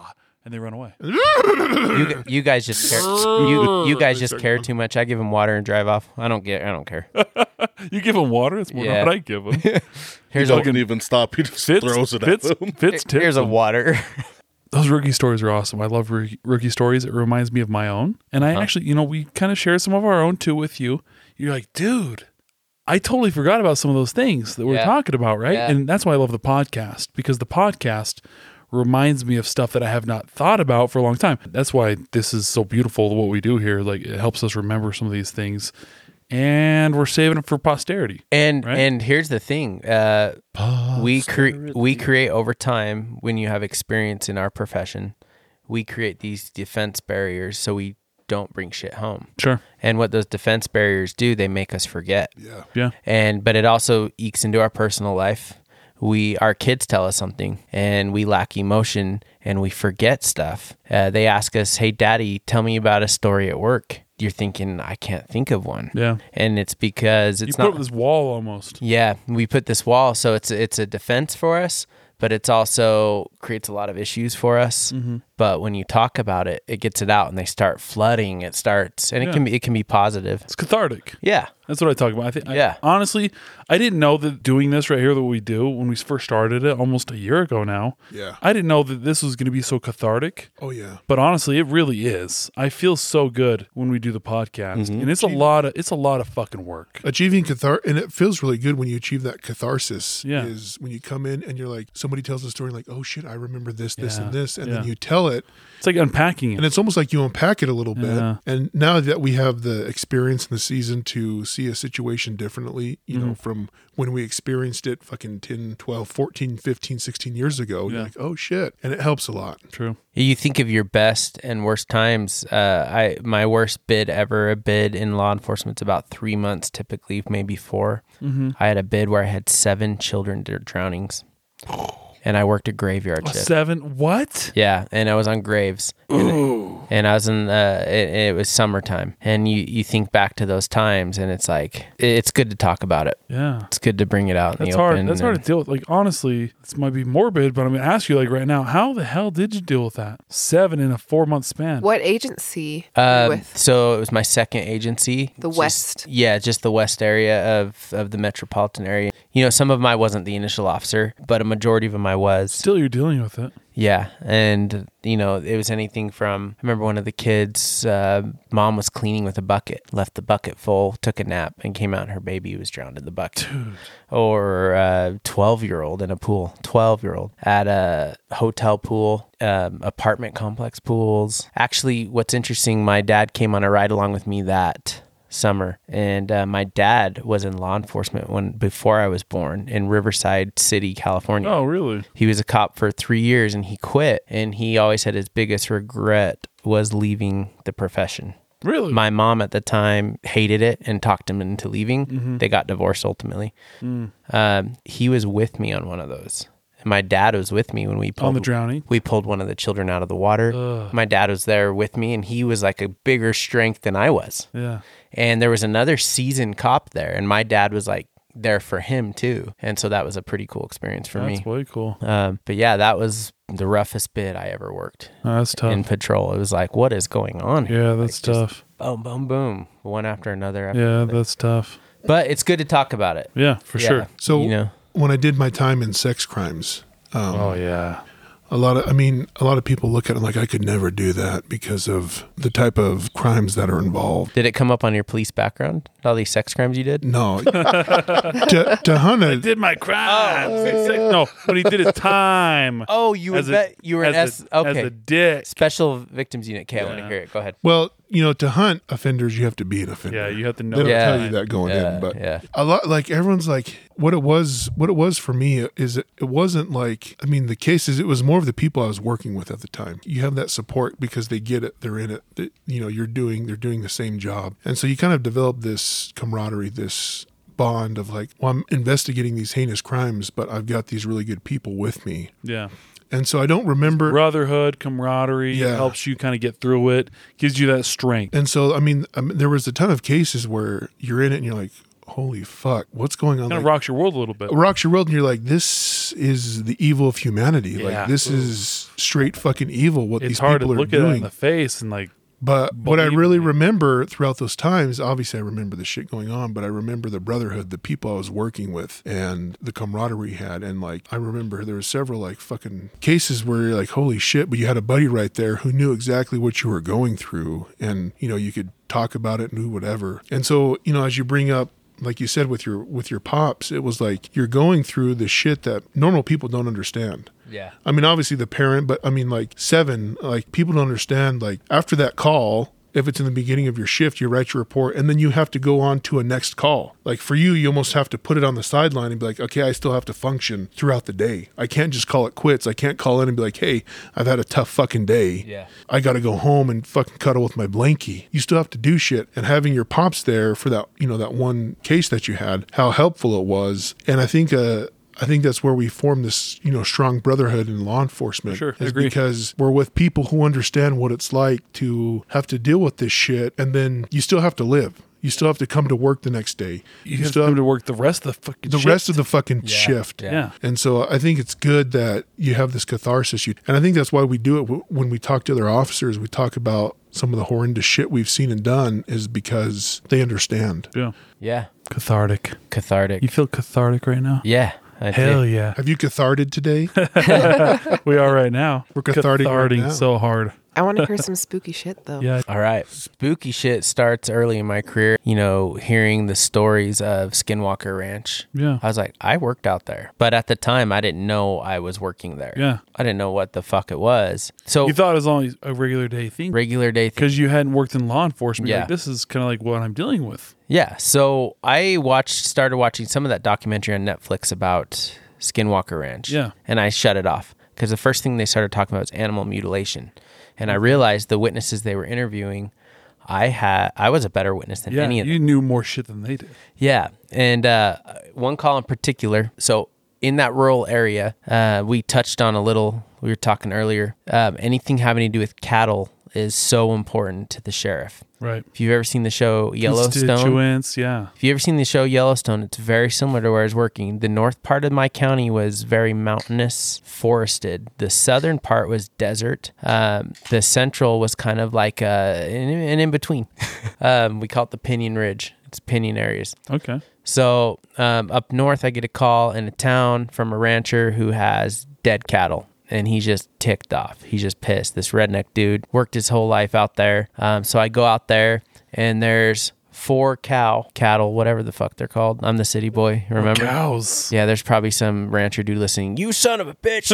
[SPEAKER 1] and they run away.
[SPEAKER 5] You, g- you guys just care.
[SPEAKER 1] Oh.
[SPEAKER 5] you you guys just care too much. I give them water and drive off. I don't get. I don't care.
[SPEAKER 1] You give them water. That's more than
[SPEAKER 5] Yeah.
[SPEAKER 1] what I give them.
[SPEAKER 5] Here's a
[SPEAKER 3] don't even stop. He just
[SPEAKER 1] Fitz,
[SPEAKER 3] throws it
[SPEAKER 1] Fitz,
[SPEAKER 3] at them.
[SPEAKER 1] Fitz tips
[SPEAKER 5] here's a
[SPEAKER 1] them.
[SPEAKER 5] water.
[SPEAKER 1] those rookie stories are awesome. I love rookie, rookie stories. It reminds me of my own. And
[SPEAKER 5] Uh-huh.
[SPEAKER 1] I actually, you know, we kind of share some of our own too with you. You're like, dude, I totally forgot about some of those things that we're
[SPEAKER 5] Yeah.
[SPEAKER 1] talking about, right?
[SPEAKER 5] Yeah.
[SPEAKER 1] And that's why I love the podcast because the podcast reminds me of stuff that I have not thought about for a long time. That's why this is so beautiful what we do here. Like it helps us remember some of these things and we're saving them for posterity.
[SPEAKER 5] And
[SPEAKER 1] Right?
[SPEAKER 5] and here's the thing, uh, we create we create over time when you have experience in our profession, we create these defense barriers so we don't bring shit home.
[SPEAKER 1] Sure.
[SPEAKER 5] And what those defense barriers do, they make us forget.
[SPEAKER 1] Yeah.
[SPEAKER 5] And but it also ekes into our personal life. We our kids tell us something, and we lack emotion, and we forget stuff. Uh, they ask us, "Hey, Daddy, tell me about a story at work." You're thinking, "I can't think of one."
[SPEAKER 1] Yeah.
[SPEAKER 5] And it's because
[SPEAKER 1] You
[SPEAKER 5] it's
[SPEAKER 1] put
[SPEAKER 5] not
[SPEAKER 1] up this wall almost.
[SPEAKER 5] yeah, we put this wall, so it's it's a defense for us, but it's also creates a lot of issues for us. But when you talk about it, it gets it out, and they start flooding. It starts, and
[SPEAKER 1] Yeah.
[SPEAKER 5] it can be it can be positive.
[SPEAKER 1] It's cathartic.
[SPEAKER 5] Yeah,
[SPEAKER 1] That's what I talk about. I think. I-
[SPEAKER 5] Yeah.
[SPEAKER 1] honestly, I didn't know that doing this right here that we do when we first started it almost a year ago now.
[SPEAKER 2] Yeah.
[SPEAKER 1] I didn't know that this was going to be so cathartic.
[SPEAKER 2] Oh yeah.
[SPEAKER 1] But honestly, it really is. I feel so good when we do the podcast,
[SPEAKER 5] Mm-hmm.
[SPEAKER 1] and it's a lot of it's a lot of fucking work.
[SPEAKER 2] Achieving cathar and it feels really good when you achieve that catharsis.
[SPEAKER 1] Yeah.
[SPEAKER 2] Is when you come in and you're like somebody tells a story like, Oh shit, I remember this, this,
[SPEAKER 1] Yeah,
[SPEAKER 2] and this, and then
[SPEAKER 1] yeah.
[SPEAKER 2] you tell it
[SPEAKER 1] It's like unpacking
[SPEAKER 2] and
[SPEAKER 1] it.
[SPEAKER 2] it's almost like you unpack it a little bit.
[SPEAKER 1] Yeah.
[SPEAKER 2] And now that we have the experience and the season to see a situation differently, you
[SPEAKER 1] Mm-hmm.
[SPEAKER 2] know, from when we experienced it fucking 10, 12, 14, 15, 16 years ago, you're
[SPEAKER 1] Yeah.
[SPEAKER 2] like, oh shit. And it helps a lot.
[SPEAKER 1] True.
[SPEAKER 5] You think of your best and worst times. Uh, I my worst bid ever, a bid in law enforcement's about three months, typically maybe 4 I had a bid where I had seven children dr- drownings, and I worked a graveyard shift.
[SPEAKER 1] Seven. What?
[SPEAKER 5] Yeah, and I was on graves. And, and I was in. Uh, it, it was summertime, and you you think back to those times, and it's like it's good to talk about it.
[SPEAKER 1] Yeah.
[SPEAKER 5] It's good to bring it out in
[SPEAKER 1] That's
[SPEAKER 5] the
[SPEAKER 1] hard.
[SPEAKER 5] open.
[SPEAKER 1] That's hard to
[SPEAKER 5] and-
[SPEAKER 1] deal with. Like honestly, this might be morbid, but I'm gonna ask you like right now, how the hell did you deal with that? Seven in a four month span.
[SPEAKER 4] What agency are you
[SPEAKER 5] Um,
[SPEAKER 4] with?
[SPEAKER 5] so it was my second agency.
[SPEAKER 4] The
[SPEAKER 5] Just-
[SPEAKER 4] West.
[SPEAKER 5] Yeah, just the West area of of the metropolitan area. You know, some of my wasn't the initial officer, but a majority of my was.
[SPEAKER 1] Still, you're dealing with it.
[SPEAKER 5] Yeah, and you know it was anything from I remember one of the kids' uh, mom was cleaning with a bucket, left the bucket full, took a nap, and came out and her baby was drowned in the bucket. Or a twelve-year-old in a pool, twelve-year-old at a hotel pool, um, apartment complex pools. Actually, what's interesting, my dad came on a ride along with me that summer and uh, my dad was in law enforcement when before i was born in riverside city california
[SPEAKER 1] Oh, really?
[SPEAKER 5] he was a cop for three years and he quit. And he always said his biggest regret was leaving the profession.
[SPEAKER 1] Really?
[SPEAKER 5] My mom at the time hated it and talked him into leaving.
[SPEAKER 1] Mm-hmm.
[SPEAKER 5] They got divorced ultimately.
[SPEAKER 1] Mm.
[SPEAKER 5] Um, he was with me on one of those. And my dad was with me when we pulled
[SPEAKER 1] On the drowning?
[SPEAKER 5] We pulled one of the children out of the water. My dad was there with me, and he was like a bigger strength than I was
[SPEAKER 1] yeah.
[SPEAKER 5] and there was another seasoned cop there and my dad was like there for him too and so that was a pretty cool experience for
[SPEAKER 1] That's
[SPEAKER 5] me
[SPEAKER 1] way cool.
[SPEAKER 5] um, but yeah that was the roughest bid i ever worked
[SPEAKER 1] Oh, that's tough.
[SPEAKER 5] in patrol it was like what is going on here?
[SPEAKER 1] yeah, that's
[SPEAKER 5] Like,
[SPEAKER 1] tough.
[SPEAKER 5] just boom boom boom one after another after
[SPEAKER 1] Yeah,
[SPEAKER 5] another.
[SPEAKER 1] that's tough.
[SPEAKER 5] but it's good to talk about it
[SPEAKER 1] Yeah, for
[SPEAKER 5] Yeah.
[SPEAKER 1] sure.
[SPEAKER 2] So
[SPEAKER 5] you know
[SPEAKER 2] when I did my time in sex crimes, um,
[SPEAKER 1] Oh yeah.
[SPEAKER 2] a lot of, I mean, a lot of people look at it like I could never do that because of the type of crimes that are involved.
[SPEAKER 5] did it come up on your police background all these sex crimes you did
[SPEAKER 2] No, to, to hunt a,
[SPEAKER 1] Did my crimes? no, but he did his time.
[SPEAKER 5] oh you
[SPEAKER 1] As a-
[SPEAKER 5] bet you were an
[SPEAKER 1] as
[SPEAKER 5] s
[SPEAKER 1] a,
[SPEAKER 5] okay
[SPEAKER 1] As a dick.
[SPEAKER 5] special victims unit okay i want to
[SPEAKER 1] Yeah.
[SPEAKER 5] hear it go ahead
[SPEAKER 2] well, you know, to hunt offenders, you have to be an offender.
[SPEAKER 1] Yeah, you have to
[SPEAKER 2] They
[SPEAKER 1] know.
[SPEAKER 2] don't
[SPEAKER 5] Yeah.
[SPEAKER 2] tell you that going
[SPEAKER 5] Yeah,
[SPEAKER 2] in, but
[SPEAKER 5] yeah.
[SPEAKER 2] a lot like everyone's like what it was. What it was for me is it, it wasn't like I mean the cases. It was more of the people I was working with at the time. You have that support because they get it. They're in it. That you know you're doing. They're doing the same job, and so you kind of develop this camaraderie. This bond of like well i'm investigating these heinous crimes but i've got these really good people with me
[SPEAKER 1] Yeah.
[SPEAKER 2] and so i don't remember
[SPEAKER 1] Brotherhood, camaraderie
[SPEAKER 2] Yeah.
[SPEAKER 1] helps you kind of get through it, gives you that strength.
[SPEAKER 2] And so, I mean, I mean, there was a ton of cases where you're in it and you're like, holy fuck, what's going on?
[SPEAKER 1] Kind of
[SPEAKER 2] Like,
[SPEAKER 1] rocks your world a little bit.
[SPEAKER 2] rocks your world and you're like, this is the evil of humanity.
[SPEAKER 1] Yeah.
[SPEAKER 2] Like, this is straight fucking evil what
[SPEAKER 1] It's
[SPEAKER 2] these
[SPEAKER 1] hard to
[SPEAKER 2] people are
[SPEAKER 1] look at it in
[SPEAKER 2] doing.
[SPEAKER 1] the face and like,
[SPEAKER 2] But what I
[SPEAKER 1] Believe
[SPEAKER 2] really
[SPEAKER 1] me.
[SPEAKER 2] remember throughout those times, obviously I remember the shit going on, but I remember the brotherhood, the people I was working with, and the camaraderie we had. And like, I remember there were several like fucking cases where you're like, holy shit, but you had a buddy right there who knew exactly what you were going through. And, you know, you could talk about it and do whatever. And so, you know, as you bring up, like you said with your with your pops it was like you're going through the shit that normal people don't understand
[SPEAKER 5] yeah
[SPEAKER 2] I mean, obviously the parent, but I mean, like seven, like people don't understand. Like after that call, if it's in the beginning of your shift, you write your report and then you have to go on to a next call. Like for you, you almost have to put it on the sideline and be like, okay, I still have to function throughout the day. I can't just call it quits. I can't call in and be like, hey, I've had a tough fucking day.
[SPEAKER 5] Yeah.
[SPEAKER 2] I got to go home and fucking cuddle with my blankie. You still have to do shit. And having your pops there for that, you know, that one case that you had, how helpful it was. And I think, uh, I think that's where we form this, you know, strong brotherhood in law enforcement.
[SPEAKER 1] Sure, I
[SPEAKER 2] is
[SPEAKER 1] agree.
[SPEAKER 2] Because we're with people who understand what it's like to have to deal with this shit, and then you still have to live. You still have to come to work the next day. You,
[SPEAKER 1] you have to
[SPEAKER 2] still
[SPEAKER 1] come
[SPEAKER 2] have
[SPEAKER 1] to work the rest of the fucking
[SPEAKER 2] the
[SPEAKER 1] shift.
[SPEAKER 2] rest of the fucking shift.
[SPEAKER 5] yeah.
[SPEAKER 1] Yeah.
[SPEAKER 2] And so I think it's good that you have this catharsis. You, and I think that's why we do it w- when we talk to other officers. We talk about some of the horrendous shit we've seen and done is because they understand.
[SPEAKER 1] Yeah.
[SPEAKER 5] Yeah.
[SPEAKER 1] Cathartic.
[SPEAKER 5] Cathartic.
[SPEAKER 1] You feel cathartic right now?
[SPEAKER 5] yeah. I
[SPEAKER 1] Hell
[SPEAKER 5] do.
[SPEAKER 1] yeah.
[SPEAKER 2] Have you catharted today?
[SPEAKER 1] We are right now. We're
[SPEAKER 2] cathartic right
[SPEAKER 1] catharting
[SPEAKER 2] now.
[SPEAKER 1] so hard.
[SPEAKER 4] I want to hear some spooky shit though.
[SPEAKER 1] Yeah.
[SPEAKER 5] All right. Spooky shit starts early in my career. You know, hearing the stories of Skinwalker Ranch.
[SPEAKER 1] Yeah.
[SPEAKER 5] I was like, I worked out there. But at the time, I didn't know I was working there.
[SPEAKER 1] Yeah.
[SPEAKER 5] I didn't know what the fuck it was. So,
[SPEAKER 1] You thought it was only a regular day thing
[SPEAKER 5] regular day thing.
[SPEAKER 1] because you hadn't worked in law enforcement. You're
[SPEAKER 5] Yeah.
[SPEAKER 1] Like, this is kind of like what I'm dealing with.
[SPEAKER 5] Yeah. So I watched, started watching some of that documentary on Netflix about Skinwalker Ranch.
[SPEAKER 1] Yeah.
[SPEAKER 5] And I shut it off because the first thing they started talking about was animal mutilation. And I realized the witnesses they were interviewing, I had, I was a better witness than
[SPEAKER 1] Yeah.
[SPEAKER 5] any of them.
[SPEAKER 1] You knew more shit than they did.
[SPEAKER 5] Yeah, and uh, one call in particular. So in that rural area, uh, we touched on a little. We were talking earlier. Um, anything having to do with cattle is so important to the sheriff.
[SPEAKER 1] Right.
[SPEAKER 5] If you've ever seen the show Yellowstone,
[SPEAKER 1] Constituents. Yeah.
[SPEAKER 5] if you've ever seen the show Yellowstone, it's very similar to where I was working. The north part of my county was very mountainous, forested. The southern part was desert. Um, the central was kind of like uh, an, an in between. um, we call it the Pinion Ridge. It's Pinion areas.
[SPEAKER 1] Okay.
[SPEAKER 5] So um, up north, I get a call in a town from a rancher who has dead cattle. And he's just ticked off. He's just pissed. This redneck dude worked his whole life out there. Um, so I go out there, and there's four cow cattle, whatever the fuck they're called. I'm the city boy. Remember?
[SPEAKER 1] Cows.
[SPEAKER 5] Yeah, there's probably some rancher dude listening. You son of a bitch!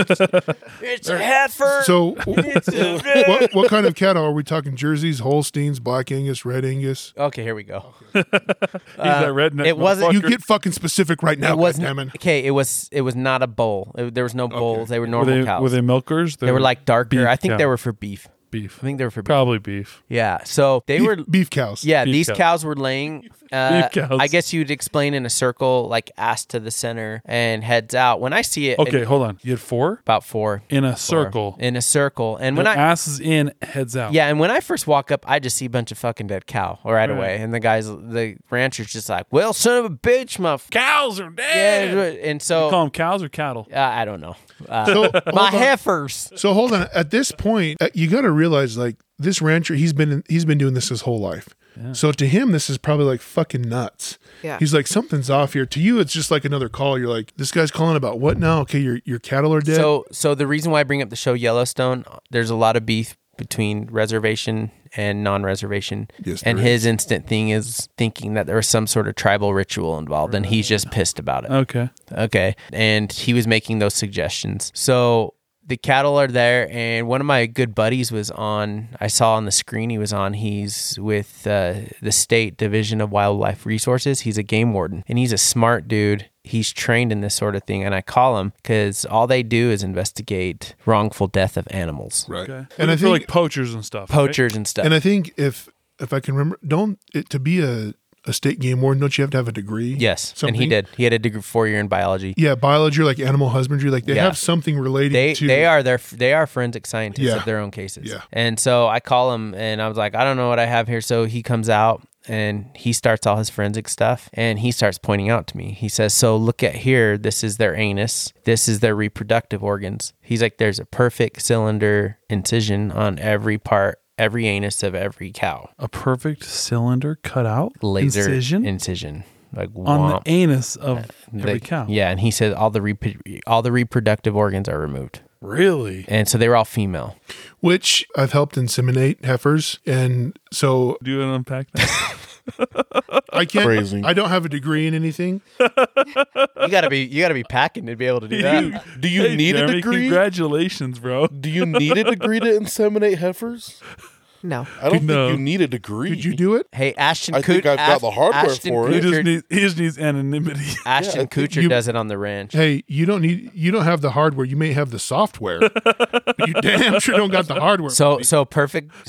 [SPEAKER 5] It's a heifer.
[SPEAKER 2] So,
[SPEAKER 5] It's a-"
[SPEAKER 2] what, what kind of cattle are we talking? Jerseys, Holsteins, Black Angus, Red Angus?
[SPEAKER 5] okay, here we go.
[SPEAKER 1] He's that redneck.
[SPEAKER 5] Uh, it wasn't-
[SPEAKER 2] You
[SPEAKER 1] motherfucker.
[SPEAKER 2] get fucking specific right now,
[SPEAKER 5] It wasn't
[SPEAKER 2] goddammit.
[SPEAKER 5] okay. It was. It was not a bowl. It- there was no bowls. They were
[SPEAKER 1] Were
[SPEAKER 5] normal
[SPEAKER 1] they,
[SPEAKER 5] cows.
[SPEAKER 1] were they milkers?
[SPEAKER 5] They were like darker.
[SPEAKER 1] Um, beef
[SPEAKER 5] I think they
[SPEAKER 1] cow.
[SPEAKER 5] were for beef.
[SPEAKER 1] beef.
[SPEAKER 5] I think they were for beef.
[SPEAKER 1] Probably beef.
[SPEAKER 5] Yeah. So they
[SPEAKER 2] Beef,
[SPEAKER 5] were.
[SPEAKER 2] beef cows.
[SPEAKER 5] yeah,
[SPEAKER 1] beef
[SPEAKER 5] these
[SPEAKER 1] cows.
[SPEAKER 5] cows. were laying. Uh,
[SPEAKER 1] Beef cows.
[SPEAKER 5] I guess you'd explain in a circle, like ass to the center and heads out. When I see it,
[SPEAKER 1] Okay,
[SPEAKER 5] in
[SPEAKER 1] hold on. You had four
[SPEAKER 5] about four
[SPEAKER 1] in a
[SPEAKER 5] four,
[SPEAKER 1] circle.
[SPEAKER 5] in a circle, and
[SPEAKER 1] Their
[SPEAKER 5] when I
[SPEAKER 1] ass is in, heads out.
[SPEAKER 5] yeah, and when I first walk up, I just see a bunch of fucking dead cow right, away, and the guys, the rancher's just like, "Well, son of a bitch, my f-
[SPEAKER 1] Cows are
[SPEAKER 5] yeah,"
[SPEAKER 1] dead.
[SPEAKER 5] and so
[SPEAKER 1] Call them cows or cattle.
[SPEAKER 5] uh, I don't know. Uh,
[SPEAKER 2] So,
[SPEAKER 5] my
[SPEAKER 2] hold on.
[SPEAKER 5] heifers.
[SPEAKER 2] So hold on. At this point, uh, you got to realize like this rancher, he's been he's been doing this his whole life. So to him, this is probably like fucking nuts.
[SPEAKER 4] Yeah.
[SPEAKER 2] He's like something's off here. To you, it's just like another call. You're like, this guy's calling about what now? Okay, your your cattle are dead.
[SPEAKER 5] So, so the reason why I bring up the show Yellowstone, uh, there's a lot of beef between reservation and non-reservation.
[SPEAKER 2] Yes,
[SPEAKER 5] and
[SPEAKER 2] there
[SPEAKER 5] his instant thing is thinking that there was some sort of tribal ritual involved, and he's just pissed about it.
[SPEAKER 1] Okay.
[SPEAKER 5] Okay. And he was making those suggestions. So the cattle are there, and one of my good buddies was on. I saw on the screen he was on. He's with uh, the state division of wildlife resources. He's a game warden, and he's a smart dude. He's trained in this sort of thing, and I call him because all they do is investigate wrongful death of animals,
[SPEAKER 2] right.
[SPEAKER 1] Okay.
[SPEAKER 2] And I
[SPEAKER 1] feel
[SPEAKER 2] think
[SPEAKER 1] like poachers and stuff. right?
[SPEAKER 5] poachers and stuff.
[SPEAKER 2] and I think if if I can remember, don't it, to be a a state game warden, don't you have to have a degree?
[SPEAKER 5] yes, and he
[SPEAKER 2] Something?
[SPEAKER 5] did. He had a degree four year in biology.
[SPEAKER 2] Yeah, biology, or like animal husbandry, like they
[SPEAKER 5] Yeah.
[SPEAKER 2] have something related
[SPEAKER 5] they
[SPEAKER 2] to.
[SPEAKER 5] they are their they are forensic scientists
[SPEAKER 2] Yeah.
[SPEAKER 5] of their own cases.
[SPEAKER 2] Yeah.
[SPEAKER 5] And so I call him and I was like, I don't know what I have here. So he comes out and he starts all his forensic stuff and he starts pointing out to me. He says, "So look at here. This is their anus. This is their reproductive organs." He's like, "There's a perfect cylinder incision on every part, every anus of every cow.
[SPEAKER 1] A perfect cylinder cut out
[SPEAKER 5] Laser
[SPEAKER 1] incision
[SPEAKER 5] incision." Like
[SPEAKER 1] on
[SPEAKER 5] womp.
[SPEAKER 1] the anus of every
[SPEAKER 5] They-
[SPEAKER 1] cow.
[SPEAKER 5] Yeah, and he said all the repro- all the reproductive organs are removed,
[SPEAKER 1] Really?
[SPEAKER 5] and so they were all female.
[SPEAKER 2] which I've helped inseminate heifers, and so
[SPEAKER 1] Do you wanna unpack that?
[SPEAKER 2] I can't.
[SPEAKER 3] Crazy.
[SPEAKER 2] I don't have a degree in anything.
[SPEAKER 5] you gotta be you gotta be packing to be able to do
[SPEAKER 1] You-
[SPEAKER 5] that.
[SPEAKER 3] Do you
[SPEAKER 1] Hey,
[SPEAKER 3] need
[SPEAKER 1] Jeremy,
[SPEAKER 3] a degree?
[SPEAKER 1] Congratulations, bro.
[SPEAKER 3] Do you need a degree to inseminate heifers?
[SPEAKER 4] No.
[SPEAKER 3] I don't
[SPEAKER 1] No.
[SPEAKER 3] think you need a degree.
[SPEAKER 2] Did you do it?
[SPEAKER 5] Hey, Ashton
[SPEAKER 3] I
[SPEAKER 5] Kut-
[SPEAKER 3] think I've got
[SPEAKER 5] Ash-
[SPEAKER 3] the hardware
[SPEAKER 5] Ashton
[SPEAKER 3] for
[SPEAKER 1] He
[SPEAKER 3] it.
[SPEAKER 1] just
[SPEAKER 5] Kutcher,
[SPEAKER 1] needs he just needs anonymity.
[SPEAKER 5] Ashton Kutcher
[SPEAKER 2] you-
[SPEAKER 5] does it on the ranch.
[SPEAKER 2] Hey, you don't need you don't have the hardware. You may have the software. but you damn sure don't got the hardware.
[SPEAKER 5] So so perfect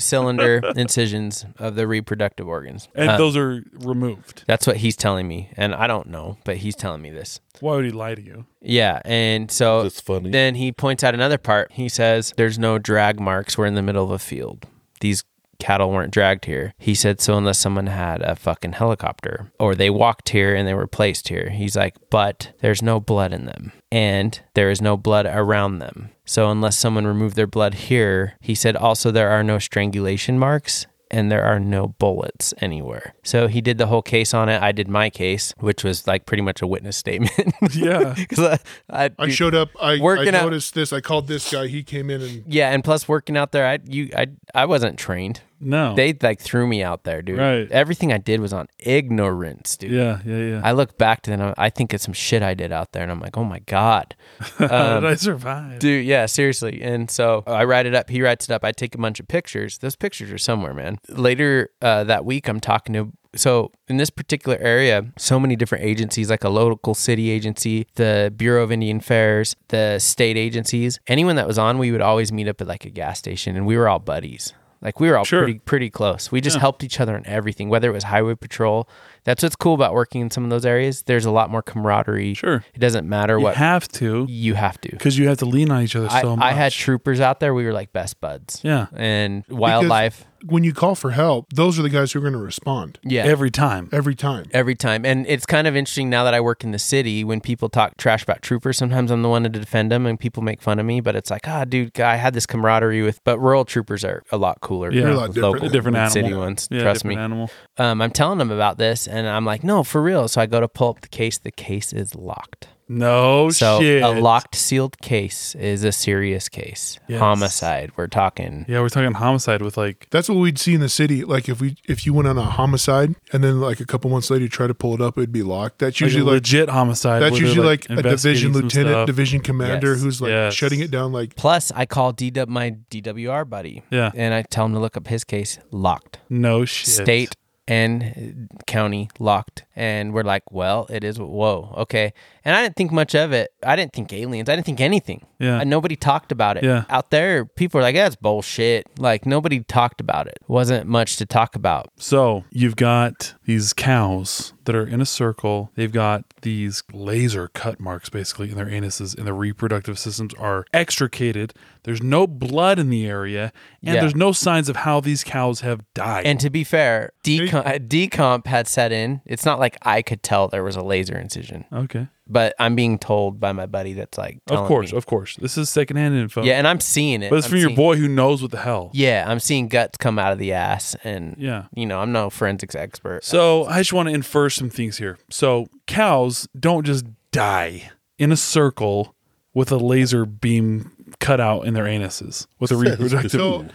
[SPEAKER 5] cylinder incisions of the reproductive organs.
[SPEAKER 1] And
[SPEAKER 5] Uh,
[SPEAKER 1] those are removed.
[SPEAKER 5] that's what he's telling me, and I don't know, but he's telling me this.
[SPEAKER 1] Why would he lie to you?
[SPEAKER 5] Yeah, and so
[SPEAKER 3] That's funny.
[SPEAKER 5] Then he points out another part. He says, "There's no drag marks. We're in the middle of a field. These cattle weren't dragged here. He said, so unless someone had a fucking helicopter or they walked here and they were placed here. He's like, but there's no blood in them and there is no blood around them. So unless someone removed their blood here, he said, also there are no strangulation marks and there are no bullets anywhere. So he did the whole case on it. I did my case, which was like pretty much a witness statement.
[SPEAKER 1] Yeah.
[SPEAKER 5] 'Cause I, I,
[SPEAKER 2] I
[SPEAKER 5] dude,
[SPEAKER 2] showed up. I, I
[SPEAKER 5] Working out-
[SPEAKER 2] noticed this. I called this guy. He came in and
[SPEAKER 5] yeah, and plus working out there, I you I I wasn't trained.
[SPEAKER 1] No.
[SPEAKER 5] They like threw me out there, dude.
[SPEAKER 1] Oh. Right.
[SPEAKER 5] Everything I did was on ignorance, dude.
[SPEAKER 1] yeah, yeah, yeah.
[SPEAKER 5] I look back to then, I think it's some shit I did out there, and I'm like, oh my god, um,
[SPEAKER 1] How did I survive?
[SPEAKER 5] dude. Yeah, seriously. And so I write it up. He writes it up. I take a bunch of pictures. Those pictures are somewhere, man. Later uh, that week, I'm talking to. So in this particular area, so many different agencies, like a local city agency, the Bureau of Indian Affairs, the state agencies, anyone that was on, we would always meet up at like a gas station, and we were all buddies. Like we were all
[SPEAKER 1] Sure.
[SPEAKER 5] pretty pretty close. We just helped each other in everything, whether it was highway patrol. That's what's cool about working in some of those areas. There's a lot more camaraderie.
[SPEAKER 1] Sure.
[SPEAKER 5] It doesn't matter
[SPEAKER 1] you
[SPEAKER 5] what
[SPEAKER 1] have to
[SPEAKER 5] you have to.
[SPEAKER 1] because you have to lean on each other
[SPEAKER 5] I,
[SPEAKER 1] so much.
[SPEAKER 5] I had troopers out there. We were like best buds.
[SPEAKER 1] Yeah.
[SPEAKER 5] And wildlife.
[SPEAKER 2] when you call for help, those are the guys who are going to respond
[SPEAKER 5] yeah. Every,
[SPEAKER 1] every time.
[SPEAKER 2] every time.
[SPEAKER 5] time. And it's kind of interesting now that I work in the city when people talk trash about troopers. Sometimes I'm the one to defend them and people make fun of me, but it's like, ah, dude, I had this camaraderie with, but rural troopers are a lot cooler.
[SPEAKER 1] Yeah. They're
[SPEAKER 2] a lot different.
[SPEAKER 5] Local,
[SPEAKER 2] They're
[SPEAKER 1] different
[SPEAKER 5] than city
[SPEAKER 1] animal.
[SPEAKER 5] ones.
[SPEAKER 1] Yeah,
[SPEAKER 5] trust me.
[SPEAKER 1] different animal.
[SPEAKER 5] Um, I'm telling them about this and I'm like, no, for real. So I go to pull up the case. The case is locked.
[SPEAKER 1] No
[SPEAKER 5] So
[SPEAKER 1] Oh, shit.
[SPEAKER 5] a locked sealed case is a serious case.
[SPEAKER 1] Yes.
[SPEAKER 5] Homicide. We're talking.
[SPEAKER 1] Yeah, we're talking homicide with like
[SPEAKER 2] That's what we'd see in the city. Like if we if you went on a homicide and then like a couple months later you try to pull it up, it'd be locked. That's
[SPEAKER 1] usually like a
[SPEAKER 2] usually like
[SPEAKER 1] legit homicide.
[SPEAKER 2] that's
[SPEAKER 1] where they're,
[SPEAKER 2] usually like, a division
[SPEAKER 1] investigating some
[SPEAKER 2] lieutenant,
[SPEAKER 1] stuff.
[SPEAKER 2] division commander
[SPEAKER 5] Yes.
[SPEAKER 2] who's like
[SPEAKER 1] Yes.
[SPEAKER 2] shutting it down. Like
[SPEAKER 5] Plus, I call DW, my DWR buddy.
[SPEAKER 1] Yeah.
[SPEAKER 5] And I tell him to look up his case locked.
[SPEAKER 1] No shit.
[SPEAKER 5] State and uh, county locked. And we're like, well, it is. Whoa. Okay. And I didn't think much of it. I didn't think aliens. I didn't think anything.
[SPEAKER 1] Yeah.
[SPEAKER 5] Uh, nobody talked about it.
[SPEAKER 1] Yeah.
[SPEAKER 5] Out there, people are like, that's bullshit. Like, nobody talked about it. Wasn't much to talk about.
[SPEAKER 1] So you've got these cows that are in a circle. They've got these laser cut marks basically in their anuses, and their reproductive systems are extricated. There's no blood in the area, and
[SPEAKER 5] Yeah.
[SPEAKER 1] there's no signs of how these cows have died.
[SPEAKER 5] And to be fair, decom- uh, decomp had set in. It's not like I could tell there was a laser incision,
[SPEAKER 1] okay.
[SPEAKER 5] but I'm being told by my buddy that's like,
[SPEAKER 1] of
[SPEAKER 5] telling
[SPEAKER 1] course,
[SPEAKER 5] me.
[SPEAKER 1] of course. This is secondhand info.
[SPEAKER 5] Yeah, and I'm seeing it.
[SPEAKER 1] Oh. But it's
[SPEAKER 5] I'm
[SPEAKER 1] from your
[SPEAKER 5] seeing-
[SPEAKER 1] boy who knows what the hell.
[SPEAKER 5] Yeah, I'm seeing guts come out of the ass, and
[SPEAKER 1] Yeah.
[SPEAKER 5] you know, I'm no forensics expert.
[SPEAKER 1] So I just want to infer some things here. So cows don't just die in a circle with a laser beam cut out in their anuses with a reproductive.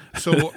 [SPEAKER 2] so so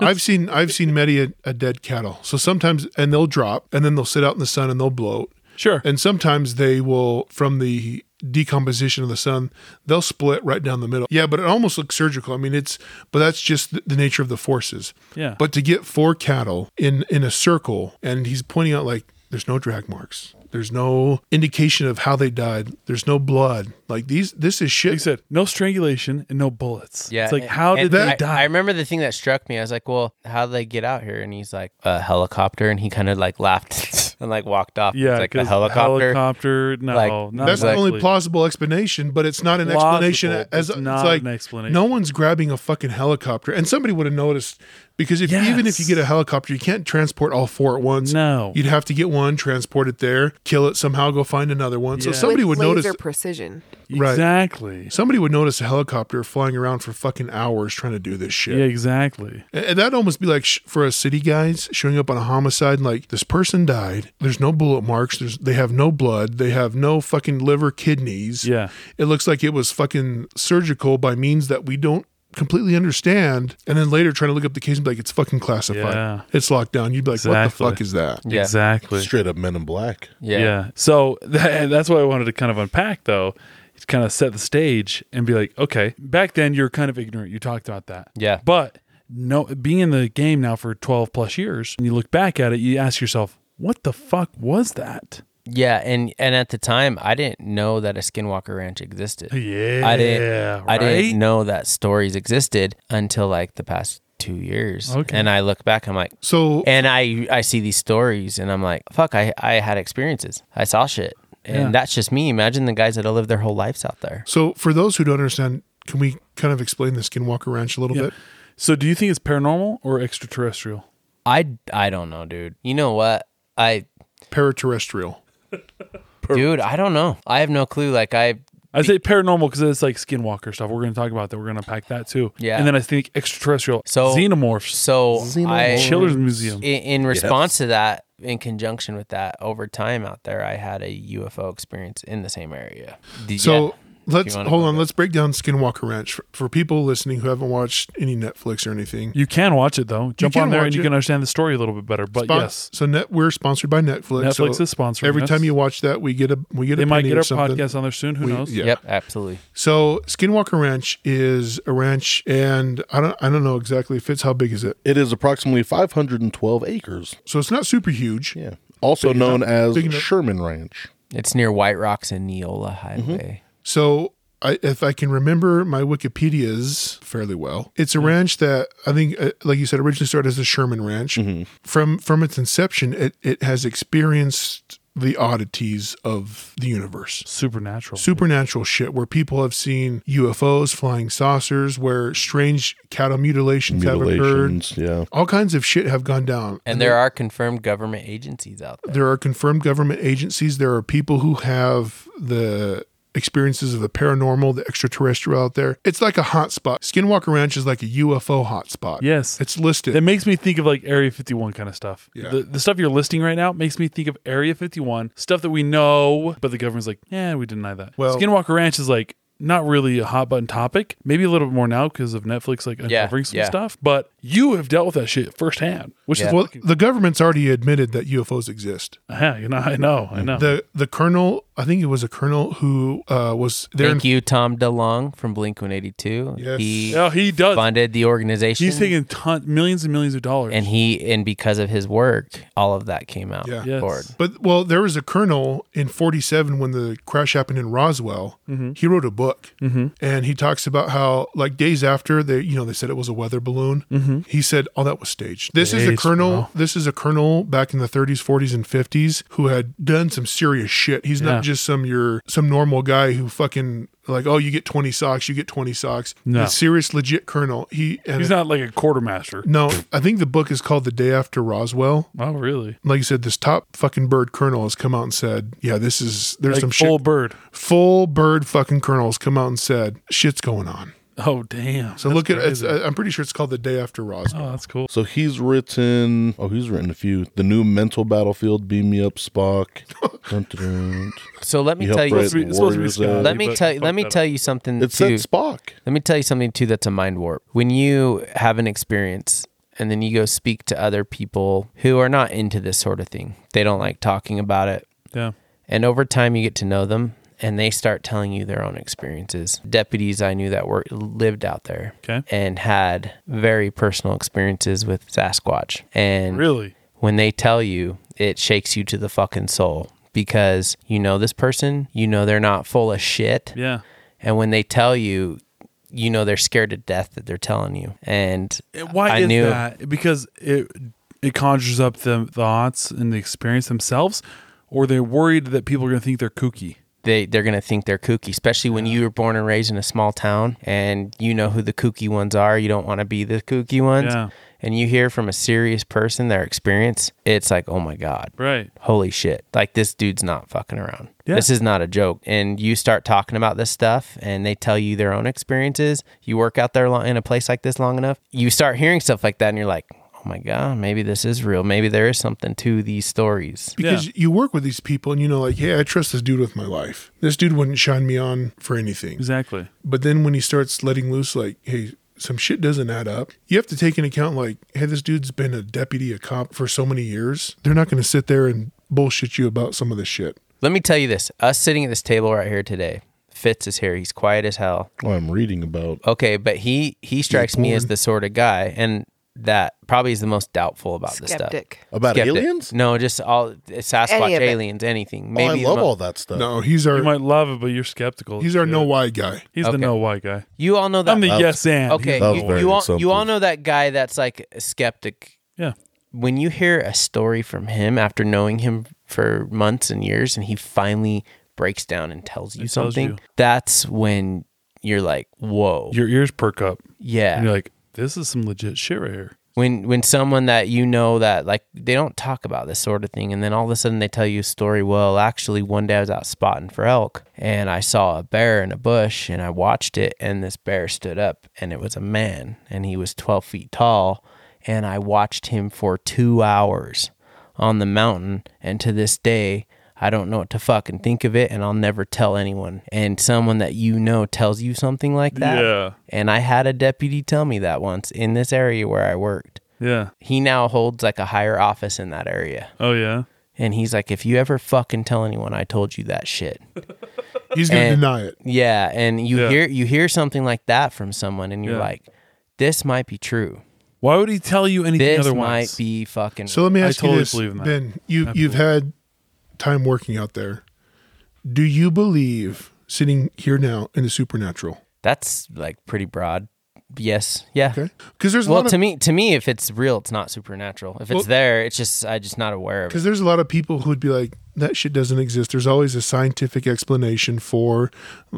[SPEAKER 2] I've seen I've seen many a, a dead cattle. So sometimes and they'll drop and then they'll sit out in the sun and they'll bloat.
[SPEAKER 1] sure.
[SPEAKER 2] And sometimes they will, from the decomposition of the sun, they'll split right down the middle. Yeah, but it almost looks surgical. I mean, it's, but that's just the, the nature of the forces.
[SPEAKER 1] Yeah.
[SPEAKER 2] But to get four cattle in in a circle, and he's pointing out like, there's no drag marks. There's no indication of how they died. There's no blood. Like these, this is shit.
[SPEAKER 1] like I said, no strangulation and no bullets.
[SPEAKER 5] yeah,
[SPEAKER 1] It's like,
[SPEAKER 5] and-
[SPEAKER 1] how did
[SPEAKER 5] and
[SPEAKER 1] they
[SPEAKER 5] I,
[SPEAKER 1] die?
[SPEAKER 5] I remember the thing that struck me. I was like, "Well, how did they get out here?" And he's like, "A helicopter," and he kind of like laughed and like walked off.
[SPEAKER 1] yeah.
[SPEAKER 5] It's like a
[SPEAKER 1] 'cause
[SPEAKER 5] helicopter.
[SPEAKER 1] Helicopter. No,
[SPEAKER 5] Like,
[SPEAKER 1] not
[SPEAKER 2] That's the only
[SPEAKER 1] exactly.
[SPEAKER 2] plausible explanation, but it's not an
[SPEAKER 1] Plausible,
[SPEAKER 2] explanation.
[SPEAKER 1] but
[SPEAKER 2] As
[SPEAKER 1] it's
[SPEAKER 2] it's
[SPEAKER 1] not
[SPEAKER 2] like
[SPEAKER 1] an explanation.
[SPEAKER 2] no one's grabbing a fucking helicopter, and somebody would have noticed because if even if you
[SPEAKER 1] Yes.
[SPEAKER 2] get a helicopter, you can't transport all four at once.
[SPEAKER 1] No.
[SPEAKER 2] you'd have to get one, transport it there, kill it somehow, go find another one. So
[SPEAKER 1] Yeah.
[SPEAKER 2] somebody would
[SPEAKER 4] With
[SPEAKER 2] notice.
[SPEAKER 4] laser precision.
[SPEAKER 2] right.
[SPEAKER 1] Exactly.
[SPEAKER 2] Somebody would notice a helicopter flying around for fucking hours trying to do this shit.
[SPEAKER 1] Yeah, exactly.
[SPEAKER 2] And- And that'd almost be like sh- for us city guys showing up on a homicide, and like this person died. There's no bullet marks. There's they have no blood. They have no fucking liver, kidneys.
[SPEAKER 1] Yeah.
[SPEAKER 2] it looks like it was fucking surgical by means that we don't completely understand. And then later trying to look up the case and be like, it's fucking classified.
[SPEAKER 1] Yeah.
[SPEAKER 2] It's locked down. You'd be like,
[SPEAKER 1] Exactly.
[SPEAKER 2] what the fuck is that?
[SPEAKER 5] Yeah.
[SPEAKER 1] Exactly.
[SPEAKER 3] Straight up Men in Black.
[SPEAKER 5] yeah.
[SPEAKER 1] Yeah. So that, that's what I wanted to kind of unpack, though, to kind of set the stage and be like, okay, back then you're kind of ignorant. You talked about that.
[SPEAKER 5] Yeah.
[SPEAKER 1] But no, being in the game now for 12 plus years, and you look back at it, you ask yourself, what the fuck was that?
[SPEAKER 5] Yeah, and and at the time, I didn't know that a Skinwalker Ranch existed.
[SPEAKER 1] Yeah,
[SPEAKER 5] I didn't. I
[SPEAKER 1] right?
[SPEAKER 5] didn't know that stories existed until like the past two years.
[SPEAKER 1] Okay.
[SPEAKER 5] And I look back, I'm like,
[SPEAKER 2] So
[SPEAKER 5] and I I see these stories, and I'm like, fuck, I I had experiences. I saw shit, and
[SPEAKER 1] Yeah.
[SPEAKER 5] that's just me. Imagine the guys that have lived their whole lives out there.
[SPEAKER 2] so for those who don't understand, can we kind of explain the Skinwalker Ranch a little bit?
[SPEAKER 1] So, do you think it's paranormal or extraterrestrial?
[SPEAKER 5] I I don't know, dude. You know what? I
[SPEAKER 2] Paraterrestrial.
[SPEAKER 5] dude, I don't know. I have no clue. Like I
[SPEAKER 1] I say paranormal because it's like skinwalker stuff. We're going to talk about that. We're going to pack that too.
[SPEAKER 5] Yeah.
[SPEAKER 1] And then I think extraterrestrial.
[SPEAKER 5] So-
[SPEAKER 1] xenomorphs.
[SPEAKER 5] so I
[SPEAKER 1] Children's Museum.
[SPEAKER 5] in, in response to that, in conjunction with that, over time out there, I had a UFO experience in the same area. The-
[SPEAKER 2] So
[SPEAKER 5] yeah.
[SPEAKER 2] let's
[SPEAKER 5] wanna
[SPEAKER 2] hold
[SPEAKER 5] go
[SPEAKER 2] on.
[SPEAKER 5] there.
[SPEAKER 2] Let's break down Skinwalker Ranch for, for people listening who haven't watched any Netflix or anything.
[SPEAKER 1] You can watch it though. Jump
[SPEAKER 2] can
[SPEAKER 1] on there
[SPEAKER 2] watch
[SPEAKER 1] and you
[SPEAKER 2] it.
[SPEAKER 1] can understand the story a little bit better. But
[SPEAKER 2] Spon-
[SPEAKER 1] yes,
[SPEAKER 2] So net, we're sponsored by Netflix.
[SPEAKER 1] Netflix
[SPEAKER 2] so
[SPEAKER 1] is sponsoring
[SPEAKER 2] Every
[SPEAKER 1] us.
[SPEAKER 2] time you watch that, we get a we get a
[SPEAKER 1] they might
[SPEAKER 2] penny
[SPEAKER 1] get
[SPEAKER 2] or
[SPEAKER 1] our
[SPEAKER 2] something.
[SPEAKER 1] podcast on there soon. Who
[SPEAKER 2] We-
[SPEAKER 1] knows?
[SPEAKER 2] yeah.
[SPEAKER 5] Yep, absolutely.
[SPEAKER 2] So Skinwalker Ranch is a ranch, and I don't I don't know exactly if it's how big is it.
[SPEAKER 3] It is approximately 512 acres.
[SPEAKER 2] So it's not super huge.
[SPEAKER 3] Yeah. Also known
[SPEAKER 2] Big
[SPEAKER 3] as
[SPEAKER 2] enough.
[SPEAKER 3] Sherman Ranch.
[SPEAKER 5] It's near White Rocks and Neola Highway.
[SPEAKER 2] So I, if I can remember my Wikipedia's fairly well, it's a ranch that I think, uh, like you said, originally started as the Sherman Ranch. From from its inception, it, it has experienced the oddities of the universe.
[SPEAKER 1] Supernatural.
[SPEAKER 2] Supernatural shit where people have seen UFOs, flying saucers, where strange cattle mutilations, have occurred.
[SPEAKER 3] Mutilations. Yeah.
[SPEAKER 2] All kinds of shit have gone down.
[SPEAKER 5] And there are confirmed government agencies out there.
[SPEAKER 2] There are confirmed government agencies. There are people who have the experiences of the paranormal, the extraterrestrial out there. It's like a hotspot. Skinwalker Ranch is like a UFO hotspot.
[SPEAKER 1] Yes.
[SPEAKER 2] It's listed.
[SPEAKER 1] That makes me think of like Area 51 kind of stuff.
[SPEAKER 2] Yeah.
[SPEAKER 1] The, the stuff you're listing right now makes me think of Area 51 stuff that we know, but the government's like, yeah, we deny that.
[SPEAKER 2] Well-
[SPEAKER 1] Skinwalker Ranch is like not really a hot button topic. Maybe a little bit more now because of Netflix like uncovering some
[SPEAKER 5] yeah.
[SPEAKER 1] stuff. But you have dealt with that shit firsthand, which is
[SPEAKER 5] Yeah.
[SPEAKER 2] well,
[SPEAKER 1] what
[SPEAKER 2] the government's already admitted that UFOs exist.
[SPEAKER 1] yeah, you know, I know, I know.
[SPEAKER 2] The the colonel, I think it was a colonel who uh, was there.
[SPEAKER 5] Thank you, Tom DeLong from Blink 182.
[SPEAKER 2] Yes.
[SPEAKER 5] He
[SPEAKER 1] yeah, he does.
[SPEAKER 5] funded the organization.
[SPEAKER 1] He's taking ton- millions and millions of dollars.
[SPEAKER 5] and he and because of his work, all of that came out
[SPEAKER 2] Yeah.
[SPEAKER 1] Yes.
[SPEAKER 5] forward.
[SPEAKER 2] But well, there was a colonel in '47 when the crash happened in Roswell.
[SPEAKER 1] Mm-hmm.
[SPEAKER 2] He wrote a book, and he talks about how, like days after they, you know, they said it was a weather balloon. He said all that was staged. This is
[SPEAKER 1] Mm-hmm.
[SPEAKER 2] a
[SPEAKER 1] Days,
[SPEAKER 2] colonel.
[SPEAKER 1] bro.
[SPEAKER 2] This is a colonel back in the 30s, 40s, and 50s who had done some serious shit. He's
[SPEAKER 1] Yeah.
[SPEAKER 2] not just some your some normal guy who fucking like, oh, you get 20 socks, you get 20 socks.
[SPEAKER 1] No.
[SPEAKER 2] He's a serious, legit colonel. He and
[SPEAKER 1] He's not like a quartermaster.
[SPEAKER 2] no, I think the book is called The Day After Roswell
[SPEAKER 1] Oh, really?
[SPEAKER 2] like you said, this top fucking bird colonel has come out and said, "Yeah, this is there's
[SPEAKER 1] Like
[SPEAKER 2] some
[SPEAKER 1] full
[SPEAKER 2] shit."
[SPEAKER 1] bird.
[SPEAKER 2] Full bird fucking colonel has come out and said, "Shit's going on."
[SPEAKER 1] Oh, damn.
[SPEAKER 2] So look at it's, I- I'm pretty sure it's called the day after Roswell.
[SPEAKER 1] oh, that's cool.
[SPEAKER 3] So he's written. Oh, he's written a few. The new mental battlefield. Beam me up, Spock. Dun, dun, dun.
[SPEAKER 5] So let me
[SPEAKER 3] He
[SPEAKER 5] tell
[SPEAKER 3] helped
[SPEAKER 5] you.
[SPEAKER 3] write
[SPEAKER 1] Supposed to be- it's supposed to be
[SPEAKER 3] Warriors
[SPEAKER 1] Scott.
[SPEAKER 3] Edge.
[SPEAKER 5] Let me
[SPEAKER 1] uh, but
[SPEAKER 5] tell.
[SPEAKER 1] fuck
[SPEAKER 5] Let me
[SPEAKER 1] that
[SPEAKER 5] tell you something
[SPEAKER 3] It
[SPEAKER 5] too.
[SPEAKER 3] said Spock.
[SPEAKER 5] Let me tell you something too that's a mind warp. When you have an experience and then you go speak to other people who are not into this sort of thing, they don't like talking about it.
[SPEAKER 1] Yeah.
[SPEAKER 5] And over time, you get to know them and they start telling you their own experiences. Deputies I knew that were lived out there
[SPEAKER 1] Okay.
[SPEAKER 5] and had very personal experiences with Sasquatch. And
[SPEAKER 1] Really?
[SPEAKER 5] when they tell you, it shakes you to the fucking soul because you know this person, you know they're not full of shit.
[SPEAKER 1] Yeah.
[SPEAKER 5] And when they tell you, you know they're scared to death that they're telling you. And
[SPEAKER 1] And why
[SPEAKER 5] I
[SPEAKER 1] is
[SPEAKER 5] knew
[SPEAKER 1] that? Because it it conjures up the thoughts and the experience themselves, or they're worried that people are going to think they're kooky.
[SPEAKER 5] they they're gonna think they're kooky, especially when you were born and raised in a small town and you know who the kooky ones are. You don't want to be the kooky ones.
[SPEAKER 1] Yeah.
[SPEAKER 5] And you hear from a serious person their experience. It's like, oh my god,
[SPEAKER 1] Right.
[SPEAKER 5] holy shit! Like this dude's not fucking around.
[SPEAKER 1] Yeah.
[SPEAKER 5] This is not a joke. And you start talking about this stuff, and they tell you their own experiences. You work out there lo- in a place like this long enough, you start hearing stuff like that, and you're like, oh my god, maybe this is real. Maybe there is something to these stories.
[SPEAKER 2] Because
[SPEAKER 1] Yeah.
[SPEAKER 2] you work with these people and you know, like, hey, I trust this dude with my life. This dude wouldn't shine me on for anything.
[SPEAKER 1] Exactly.
[SPEAKER 2] But then when he starts letting loose, like, hey, some shit doesn't add up, you have to take into account, like, hey, this dude's been a deputy, a cop for so many years. They're not going to sit there and bullshit you about some of this shit.
[SPEAKER 5] Let me tell you this: us sitting at this table right here today, Fitz is here. He's quiet as hell.
[SPEAKER 3] Oh, I'm reading about.
[SPEAKER 5] Okay, but he he strikes me as the sort of guy, and that probably is the most doubtful about this stuff.
[SPEAKER 4] Skeptic.
[SPEAKER 3] About
[SPEAKER 5] Skeptic.
[SPEAKER 3] aliens?
[SPEAKER 5] No, just all Sasquatch,
[SPEAKER 4] Any of it.
[SPEAKER 5] aliens, anything.
[SPEAKER 3] Oh,
[SPEAKER 5] Maybe
[SPEAKER 3] I
[SPEAKER 5] the
[SPEAKER 3] love
[SPEAKER 5] mo-
[SPEAKER 3] all that stuff.
[SPEAKER 2] No, he's our
[SPEAKER 1] Uh, You might love it, but you're skeptical.
[SPEAKER 2] He's our
[SPEAKER 1] Shit.
[SPEAKER 2] no why guy.
[SPEAKER 1] He's the
[SPEAKER 5] Okay.
[SPEAKER 1] no why guy.
[SPEAKER 5] You all know that.
[SPEAKER 3] Oh,
[SPEAKER 1] I'm the yes and.
[SPEAKER 5] okay,
[SPEAKER 1] He's the
[SPEAKER 3] That was
[SPEAKER 5] you,
[SPEAKER 3] very
[SPEAKER 5] you all you all
[SPEAKER 3] insultive.
[SPEAKER 5] know that guy that's like a skeptic.
[SPEAKER 1] yeah.
[SPEAKER 5] When you hear a story from him after knowing him for months and years, and he finally breaks down and tells you
[SPEAKER 1] He tells
[SPEAKER 5] something,
[SPEAKER 1] you.
[SPEAKER 5] that's when you're like, "Whoa,
[SPEAKER 1] Your ears perk up,
[SPEAKER 5] yeah."
[SPEAKER 1] and you're like, this is some legit shit right here.
[SPEAKER 5] when when someone that you know that like they don't talk about this sort of thing and then all of a sudden they tell you a story well actually one day i was out spotting for elk and i saw a bear in a bush and i watched it and this bear stood up and it was a man and he was 12 feet tall and i watched him for two hours on the mountain and to this day I don't know what to fucking think of it and I'll never tell anyone. And someone that you know tells you something like that.
[SPEAKER 1] Yeah.
[SPEAKER 5] And I had a deputy tell me that once in this area where I worked.
[SPEAKER 1] Yeah.
[SPEAKER 5] He now holds like a higher office in that area.
[SPEAKER 1] Oh yeah.
[SPEAKER 5] And he's like, if you ever fucking tell anyone I told you that shit.
[SPEAKER 2] He's going to
[SPEAKER 5] And-
[SPEAKER 2] deny it.
[SPEAKER 5] Yeah. And you
[SPEAKER 1] Yeah.
[SPEAKER 5] hear you hear something like that from someone and you're
[SPEAKER 1] Yeah.
[SPEAKER 5] like, this might be true.
[SPEAKER 1] Why would he tell you anything
[SPEAKER 5] This
[SPEAKER 1] otherwise?
[SPEAKER 5] might be fucking
[SPEAKER 2] So let me
[SPEAKER 1] I
[SPEAKER 2] ask
[SPEAKER 1] totally
[SPEAKER 2] you this,
[SPEAKER 1] believe in that.
[SPEAKER 2] Ben. You you've had time working out there. Do you believe sitting here now in the supernatural?
[SPEAKER 5] that's like pretty broad. Yes. Yeah.
[SPEAKER 2] Okay, because there's a
[SPEAKER 5] Well,
[SPEAKER 2] lot
[SPEAKER 5] to
[SPEAKER 2] of
[SPEAKER 5] me, to me, if it's real, it's not supernatural. If it's
[SPEAKER 2] Well-
[SPEAKER 5] there, it's just I just not aware of it.
[SPEAKER 2] because there's a lot of people who'd be like that shit doesn't exist. There's always a scientific explanation for,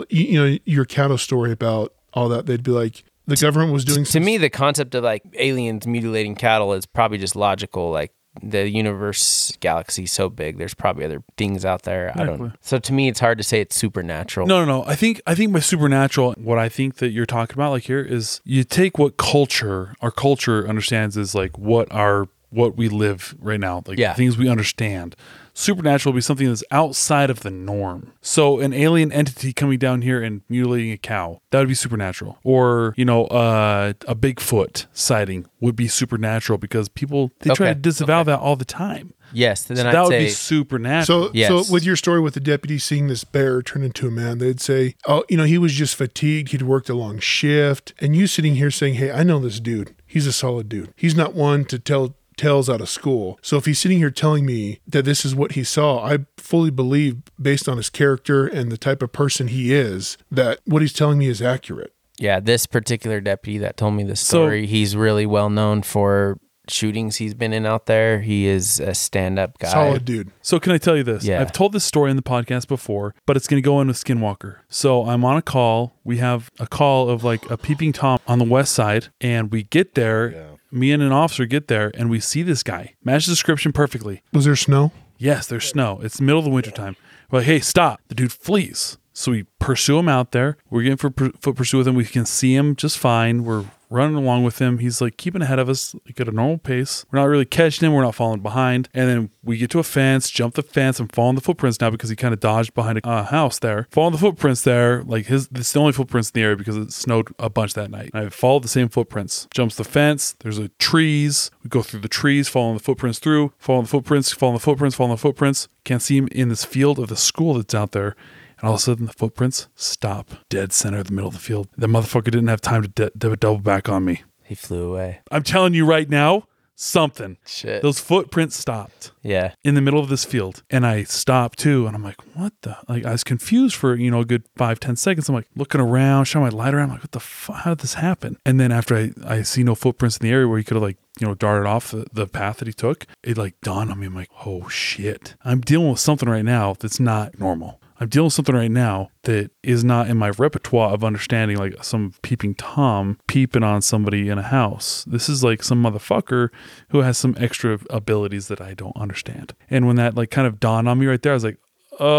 [SPEAKER 2] you, you know, your cattle story about all that. They'd be like the government was doing
[SPEAKER 5] to
[SPEAKER 2] some-
[SPEAKER 5] me the concept of like aliens mutilating cattle is probably just logical like the universe galaxy is so big there's probably other things out there i
[SPEAKER 1] Exactly.
[SPEAKER 5] don't so to me it's hard to say it's supernatural
[SPEAKER 1] No, no, no. I think I think by supernatural, what I think that you're talking about, like here, is you take what culture our culture understands is like what our what we live right now, like
[SPEAKER 5] Yeah.
[SPEAKER 1] things we understand. Supernatural will be something that's outside of the norm. So an alien entity coming down here and mutilating a cow, that would be supernatural. Or you know, uh, a Bigfoot sighting would be supernatural because people they try
[SPEAKER 5] Okay.
[SPEAKER 1] to disavow that all the time.
[SPEAKER 5] yes then
[SPEAKER 1] So
[SPEAKER 5] i'd
[SPEAKER 1] that would
[SPEAKER 5] say
[SPEAKER 1] be supernatural.
[SPEAKER 2] So,
[SPEAKER 5] Uh, Yes.
[SPEAKER 2] so with your story with the deputy seeing this bear turn into a man, they'd say, "Oh, you know, he was just fatigued. He'd worked a long shift." And you sitting here saying, "Hey, I know this dude. He's a solid dude. He's not one to tell tales out of school." So if he's sitting here telling me that this is what he saw, I fully believe, based on his character and the type of person he is, that what he's telling me is accurate.
[SPEAKER 5] yeah this particular deputy that told me this story he's really well known for shootings he's been in out there he is a stand-up guy
[SPEAKER 2] Solid dude.
[SPEAKER 1] So can I tell you this?
[SPEAKER 5] Yeah.
[SPEAKER 1] I've told this story in the podcast before, but it's going to go in with Skinwalker. So I'm on a call. We have a call of like a peeping tom on the west side, and we get there. Me and an officer get there, and we see this guy. Match the description perfectly.
[SPEAKER 2] Was there snow?
[SPEAKER 1] Yes, there's snow. It's the middle of the wintertime. We're like, hey, stop. The dude flees. So we pursue him out there. We're getting for pur- foot pursuit with him. We can see him just fine. We're running along with him. He's like keeping ahead of us like at a normal pace. We're not really catching him. We're not falling behind. And then we get to a fence, jump the fence. I'm following the footprints now because he kind of dodged behind a uh, house there. Following the footprints there. Like his, it's the only footprints in the area because it snowed a bunch that night. And I followed the same footprints. Jumps the fence. There's a trees. We go through the trees, following the footprints through, following the footprints, following the footprints, following the footprints. Can't see him in this field of the school that's out there. And all of a sudden, the footprints stop dead center of the middle of the field. The motherfucker didn't have time to de- de- double back on me.
[SPEAKER 5] he flew away
[SPEAKER 1] I'm telling you right now, something.
[SPEAKER 5] shit
[SPEAKER 1] Those footprints stopped
[SPEAKER 5] yeah
[SPEAKER 1] in the middle of this field. And I stopped too. And I'm like, what the? Like, I was confused for, you know, a good five, 10 seconds. I'm like looking around, showing my light around. I'm like, what the fuck? How did this happen? And then after I, I see no footprints in the area where he could have, like, you know, darted off the, the path that he took, it like dawned on me. I'm like, oh shit. I'm dealing with something right now that's not normal. I'm dealing with something right now that is not in my repertoire of understanding, like some peeping Tom peeping on somebody in a house. This is like some motherfucker who has some extra abilities that I don't understand. And when that like kind of dawned on me right there, I was like,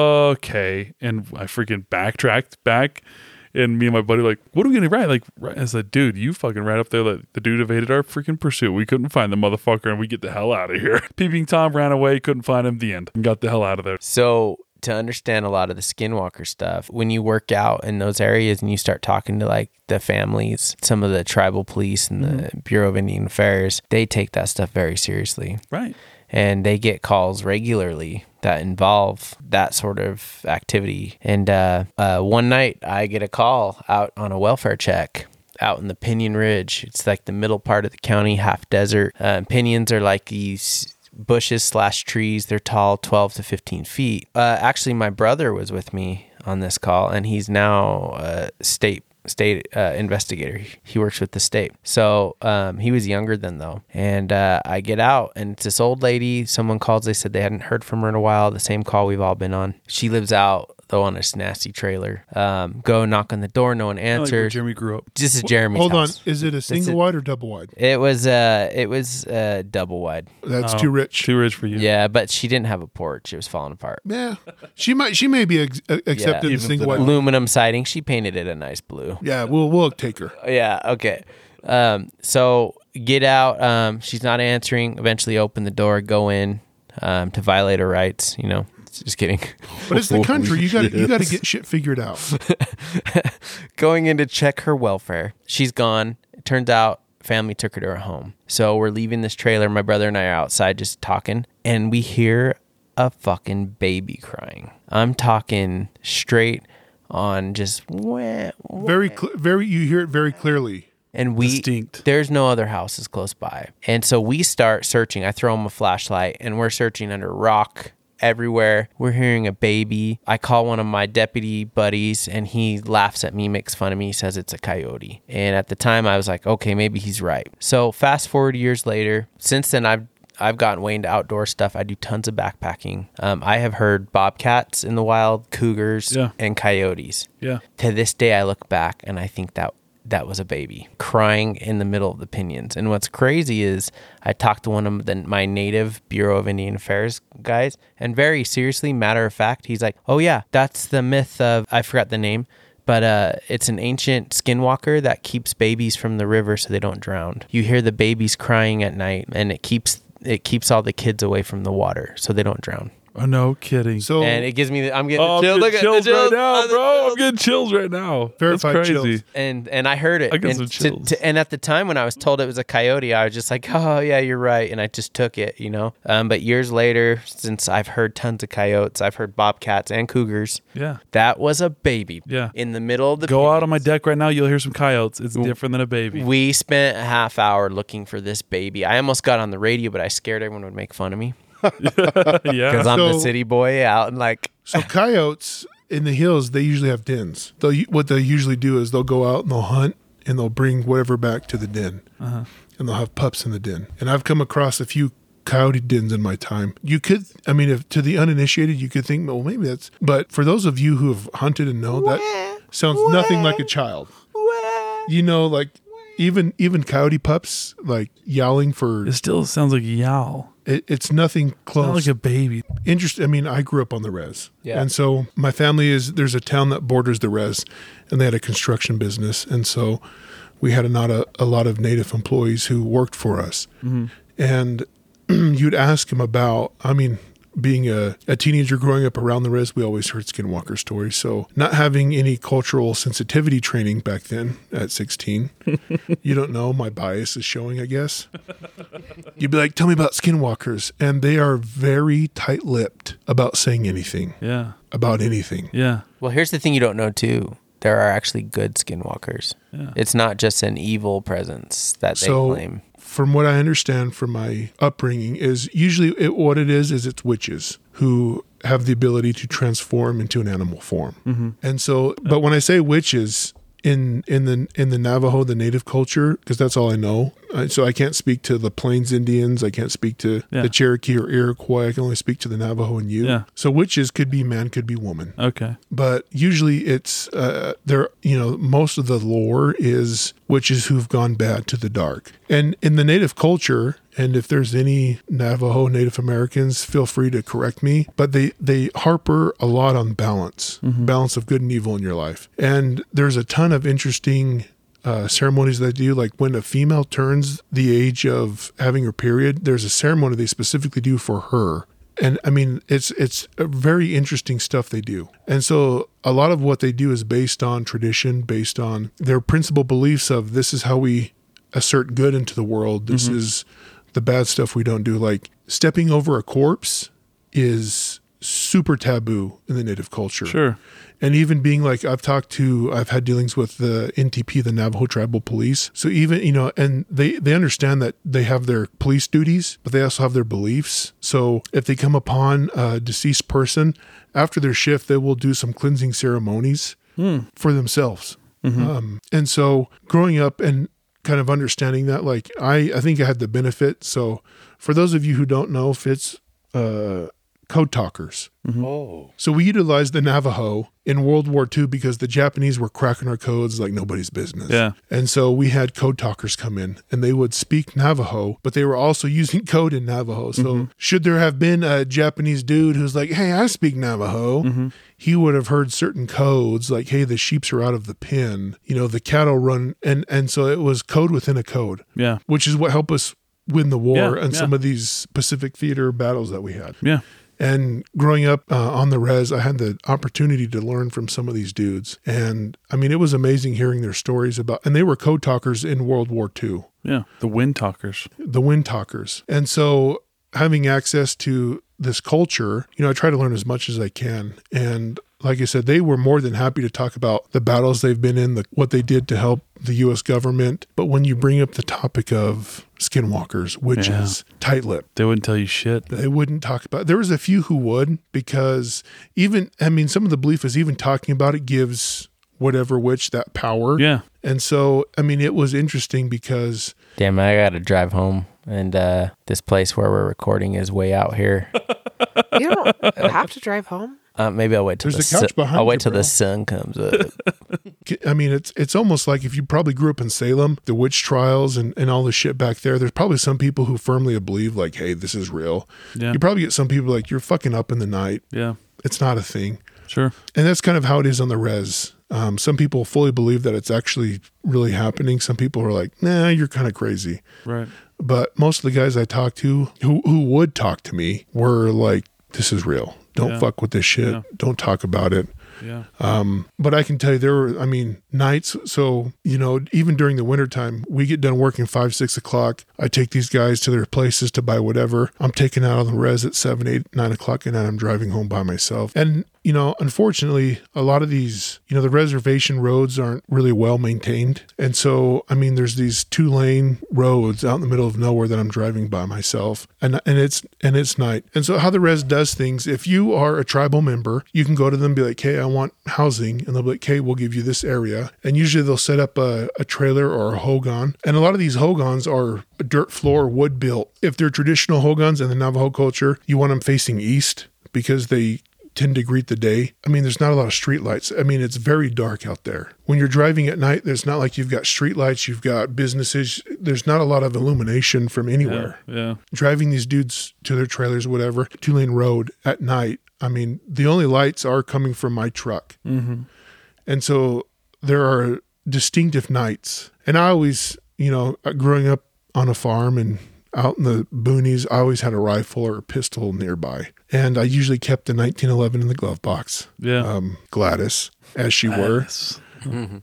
[SPEAKER 1] okay. And I freaking backtracked back. And me and my buddy, like, what are we gonna write? Like, right- I said, dude, you fucking right up there. Like, the dude evaded our freaking pursuit. We couldn't find the motherfucker, and we get the hell out of here. Peeping Tom ran away, couldn't find him. The end. And got the hell out of there.
[SPEAKER 5] So to understand a lot of the skinwalker stuff, when you work out in those areas and you start talking to like the families, some of the tribal police and the Bureau of Indian Affairs, they take that stuff very seriously.
[SPEAKER 1] Right.
[SPEAKER 5] And they get calls regularly that involve that sort of activity. And uh, uh, one night I get a call out on a welfare check out in the Pinion Ridge. It's like the middle part of the county, half desert. Uh, pinions are like these bushes slash trees. They're tall, 12 to 15 feet. Uh, actually, my brother was with me on this call, and he's now a state state uh, investigator. He works with the state. So um, he was younger then, though. And uh, I get out, and it's this old lady. Someone calls. They said they hadn't heard from her in a while. The same call we've all been on. She lives out though on this nasty trailer. Um, go knock on the door,
[SPEAKER 2] Oh,
[SPEAKER 5] no one
[SPEAKER 1] I like where
[SPEAKER 5] answers.
[SPEAKER 1] Jeremy grew up.
[SPEAKER 5] this is Jeremy's
[SPEAKER 2] Hold
[SPEAKER 5] house.
[SPEAKER 2] on. Is it a single
[SPEAKER 5] it.
[SPEAKER 2] wide or double wide?
[SPEAKER 5] It was uh it was uh double wide.
[SPEAKER 2] That's too rich.
[SPEAKER 1] Too rich for you.
[SPEAKER 5] Yeah, but she didn't have a porch. It was falling apart.
[SPEAKER 2] Yeah, she might. She may be ex- accepted
[SPEAKER 3] Even
[SPEAKER 2] the single
[SPEAKER 3] for
[SPEAKER 2] wide.
[SPEAKER 5] Aluminum siding. She painted it a nice blue.
[SPEAKER 2] Yeah, we'll we'll take her.
[SPEAKER 5] Yeah, okay. Um so get out. Um she's not answering. Eventually open the door, go in um to violate her rights, you know. Just kidding.
[SPEAKER 2] But it's the
[SPEAKER 3] Holy
[SPEAKER 2] country. You got to you got to
[SPEAKER 3] shit.
[SPEAKER 2] get shit figured out.
[SPEAKER 5] going in to check her welfare. She's gone. It turns out family took her to her home. So we're leaving this trailer. My brother and I are outside just talking, and we hear a fucking baby crying. I'm talking straight on just wah, wah.
[SPEAKER 2] Very cl- very. You hear it very clearly.
[SPEAKER 5] and we
[SPEAKER 1] Distinct.
[SPEAKER 5] there's no other houses close by. And so we start searching. I throw him a flashlight and we're searching under rock everywhere. We're hearing a baby. I call one of my deputy buddies and he laughs at me, makes fun of me, says it's a coyote. And at the time I was like, okay, maybe he's right. So fast forward years later, since then I've I've gotten way into outdoor stuff. I do tons of backpacking. Um, I have heard bobcats in the wild, cougars,
[SPEAKER 1] Yeah.
[SPEAKER 5] and coyotes
[SPEAKER 1] Yeah.
[SPEAKER 5] to this day i look back and i think that that was a baby crying in the middle of the pinions and what's crazy is i talked to one of the, my native bureau of indian affairs guys and very seriously matter of fact he's like oh yeah that's the myth of i forgot the name but uh, it's an ancient skinwalker that keeps babies from the river so they don't drown you hear the babies crying at night and it keeps it keeps all the kids away from the water so they don't drown
[SPEAKER 1] Oh, no kidding.
[SPEAKER 2] So
[SPEAKER 5] and it gives me the, i'm getting
[SPEAKER 1] oh,
[SPEAKER 5] the
[SPEAKER 1] I'm
[SPEAKER 5] chill
[SPEAKER 1] getting
[SPEAKER 5] look at the
[SPEAKER 1] chills right
[SPEAKER 5] chills.
[SPEAKER 1] now,
[SPEAKER 5] Oh, the
[SPEAKER 1] bro. I'm
[SPEAKER 5] chills
[SPEAKER 1] getting chills right now.
[SPEAKER 2] Verified
[SPEAKER 1] That's crazy.
[SPEAKER 2] chills.
[SPEAKER 5] and and I heard it.
[SPEAKER 1] I got
[SPEAKER 5] and
[SPEAKER 1] some
[SPEAKER 5] to-
[SPEAKER 1] chills.
[SPEAKER 5] to- and at the time when I was told it was a coyote, I was just like, "Oh yeah, you're right," and I just took it, you know. Um, but years later, since I've heard tons of coyotes, I've heard bobcats and cougars.
[SPEAKER 1] Yeah.
[SPEAKER 5] That was a baby.
[SPEAKER 1] Yeah.
[SPEAKER 5] In the middle of the
[SPEAKER 1] Go out on my deck right now. You'll hear some coyotes. It's different than a baby.
[SPEAKER 5] we spent a half hour looking for this baby. I almost got on the radio, but I scared everyone would make fun of me
[SPEAKER 1] yeah. Uh,
[SPEAKER 5] because I'm the
[SPEAKER 2] So-
[SPEAKER 5] city boy out and like
[SPEAKER 2] so coyotes in the hills they usually have dens. They'll u- what they usually do is they'll go out and they'll hunt and they'll bring whatever back to the den,
[SPEAKER 1] Uh-huh.
[SPEAKER 2] and they'll have pups in the den. And I've come across a few coyote dens in my time. You could, I mean, if to the uninitiated, you could think, well, maybe that's. But for those of you who have hunted and know that sounds nothing like a child. You know, like. Even even coyote pups like yowling for
[SPEAKER 1] It still sounds like a yowl.
[SPEAKER 2] it, it's nothing
[SPEAKER 1] Not
[SPEAKER 2] close.
[SPEAKER 1] like a baby.
[SPEAKER 2] interest I mean, I grew up on the res.
[SPEAKER 5] Yeah.
[SPEAKER 2] And so my family is there's a town that borders the res and they had a construction business. And so we had a not a, a lot of native employees who worked for us. And you'd ask them about I mean being a, a teenager growing up around the res, we always heard skinwalker stories. So, not having any cultural sensitivity training back then at 16, you don't know. My bias is showing, I guess you'd be like, "Tell me about skinwalkers," and they are very tight-lipped about saying anything
[SPEAKER 1] Yeah.
[SPEAKER 2] about anything.
[SPEAKER 1] Yeah.
[SPEAKER 5] Well, here's the thing you don't know too. There are actually good skinwalkers. It's not just an evil presence that they
[SPEAKER 2] so,
[SPEAKER 5] claim.
[SPEAKER 2] from what I understand from my upbringing, is usually it, what it is is it's witches who have the ability to transform into an animal form,
[SPEAKER 1] Mm-hmm.
[SPEAKER 2] and so. But when I say witches. In, in the in the Navajo, the native culture, because that's all I know. Uh, So I can't speak to the Plains Indians. I can't speak to
[SPEAKER 1] Yeah.
[SPEAKER 2] the Cherokee or Iroquois. I can only speak to the Navajo and you.
[SPEAKER 1] Yeah.
[SPEAKER 2] So witches could be man, could be woman.
[SPEAKER 1] Okay.
[SPEAKER 2] but usually it's uh, there. You know, most of the lore is witches who've gone bad to the dark, and in the native culture. And if there's any Navajo Native Americans, feel free to correct me. But they they harper a lot on balance, balance of good and evil in your life. And there's a ton of interesting uh, ceremonies they do, like when a female turns the age of having her period, there's a ceremony they specifically do for her. And I mean, it's it's a very interesting stuff they do. And so a lot of what they do is based on tradition, based on their principal beliefs of this is how we assert good into the world. This is the bad stuff we don't do. Like stepping over a corpse is super taboo in the native culture
[SPEAKER 1] Sure.
[SPEAKER 2] and even being like i've talked to i've had dealings with the ntp the navajo tribal police so even you know and they they understand that they have their police duties but they also have their beliefs so if they come upon a deceased person after their shift they will do some cleansing ceremonies for themselves um, and so growing up and kind of understanding that like i i think i had the benefit so for those of you who don't know fitz uh code talkers.
[SPEAKER 5] Mm-hmm.
[SPEAKER 3] Oh.
[SPEAKER 2] So we utilized the Navajo in World War II because the Japanese were cracking our codes like nobody's business.
[SPEAKER 1] Yeah.
[SPEAKER 2] And so we had code talkers come in and they would speak Navajo, but they were also using code in Navajo. So
[SPEAKER 1] Mm-hmm.
[SPEAKER 2] should there have been a Japanese dude who's like, hey, I speak Navajo,
[SPEAKER 1] Mm-hmm.
[SPEAKER 2] he would have heard certain codes like, hey, the sheeps are out of the pen, you know, the cattle run. And, and so it was code within a code,
[SPEAKER 1] Yeah.
[SPEAKER 2] which is what helped us win the war
[SPEAKER 1] Yeah,
[SPEAKER 2] and
[SPEAKER 1] yeah.
[SPEAKER 2] some of these Pacific theater battles that we had.
[SPEAKER 1] Yeah.
[SPEAKER 2] And growing up uh, on the res, I had the opportunity to learn from some of these dudes. And I mean, it was amazing hearing their stories about, and they were code talkers in World War II,
[SPEAKER 1] Yeah. The wind talkers.
[SPEAKER 2] the wind talkers. And so having access to this culture, you know, I try to learn as much as I can. And like I said, they were more than happy to talk about the battles they've been in, the, what they did to help the U.S. government. But when you bring up the topic of skinwalkers, witches, tight lip,
[SPEAKER 1] They wouldn't tell you shit.
[SPEAKER 2] they wouldn't talk about there was a few who would because even i mean some of the belief is even talking about it gives whatever witch that power
[SPEAKER 1] Yeah.
[SPEAKER 2] and so i mean it was interesting because
[SPEAKER 5] Damn, I gotta drive home, and uh, this place where we're recording is way out here.
[SPEAKER 4] You don't have to drive home.
[SPEAKER 5] Uh, maybe I'll wait till
[SPEAKER 2] There's
[SPEAKER 5] the
[SPEAKER 2] a couch
[SPEAKER 5] sun-
[SPEAKER 2] behind
[SPEAKER 5] I'll wait
[SPEAKER 2] you,
[SPEAKER 5] till
[SPEAKER 2] bro.
[SPEAKER 5] the sun comes up.
[SPEAKER 2] i mean it's it's almost like if you probably grew up in salem the witch trials and, and all the shit back there there's probably some people who firmly believe like hey this is real
[SPEAKER 1] Yeah.
[SPEAKER 2] you probably get some people like you're fucking up in the night
[SPEAKER 1] Yeah.
[SPEAKER 2] it's not a thing
[SPEAKER 1] Sure.
[SPEAKER 2] and that's kind of how it is on the res. Um, some people fully believe that it's actually really happening. Some people are like, "Nah, you're kind of crazy."
[SPEAKER 1] Right.
[SPEAKER 2] But most of the guys I talked to, who who would talk to me, were like, "This is real. Don't
[SPEAKER 1] Yeah.
[SPEAKER 2] fuck with this shit.
[SPEAKER 1] Yeah.
[SPEAKER 2] Don't talk about it."
[SPEAKER 1] Yeah.
[SPEAKER 2] Um, but I can tell you there were, I mean, nights. So, you know, even during the wintertime, we get done working five, six o'clock. I take these guys to their places to buy whatever. I'm taken out on the res at seven, eight, nine o'clock, and then I'm driving home by myself. And, you know, unfortunately, a lot of these, you know, the reservation roads aren't really well maintained. And so, I mean, there's these two lane roads out in the middle of nowhere that I'm driving by myself. And, and it's, and it's night. And so how the res does things, if you are a tribal member, you can go to them and be like, hey, I want housing. And they'll be like, hey, we'll give you this area. And usually they'll set up a, a trailer or a hogan. And a lot of these hogans are dirt floor, wood built. If they're traditional hogans in the Navajo culture, you want them facing east because they tend to greet the day. I mean, there's not a lot of street lights. I mean, it's very dark out there. When you're driving at night, there's not like you've got street lights, you've got businesses. There's not a lot of illumination from anywhere
[SPEAKER 1] Yeah.
[SPEAKER 2] driving these dudes to their trailers, whatever, two lane road at night. I mean, the only lights are coming from my truck.
[SPEAKER 1] Mm-hmm.
[SPEAKER 2] And so there are distinctive nights. And I always, you know, uh, growing up on a farm and out in the boonies, I always had a rifle or a pistol nearby. And I usually kept the 1911 in the glove box.
[SPEAKER 1] Yeah.
[SPEAKER 2] Um, Gladys, as she were.
[SPEAKER 1] Yes.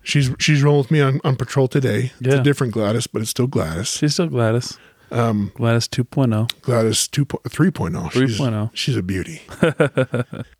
[SPEAKER 2] She's she's rolling with me on, on patrol today. It's
[SPEAKER 1] Yeah.
[SPEAKER 2] a different Gladys, but it's still Gladys.
[SPEAKER 1] She's still Gladys. Um, Gladys 2.0.
[SPEAKER 2] Gladys 2, 3.0. oh. She's-
[SPEAKER 1] 3.0.
[SPEAKER 2] She's, a beauty.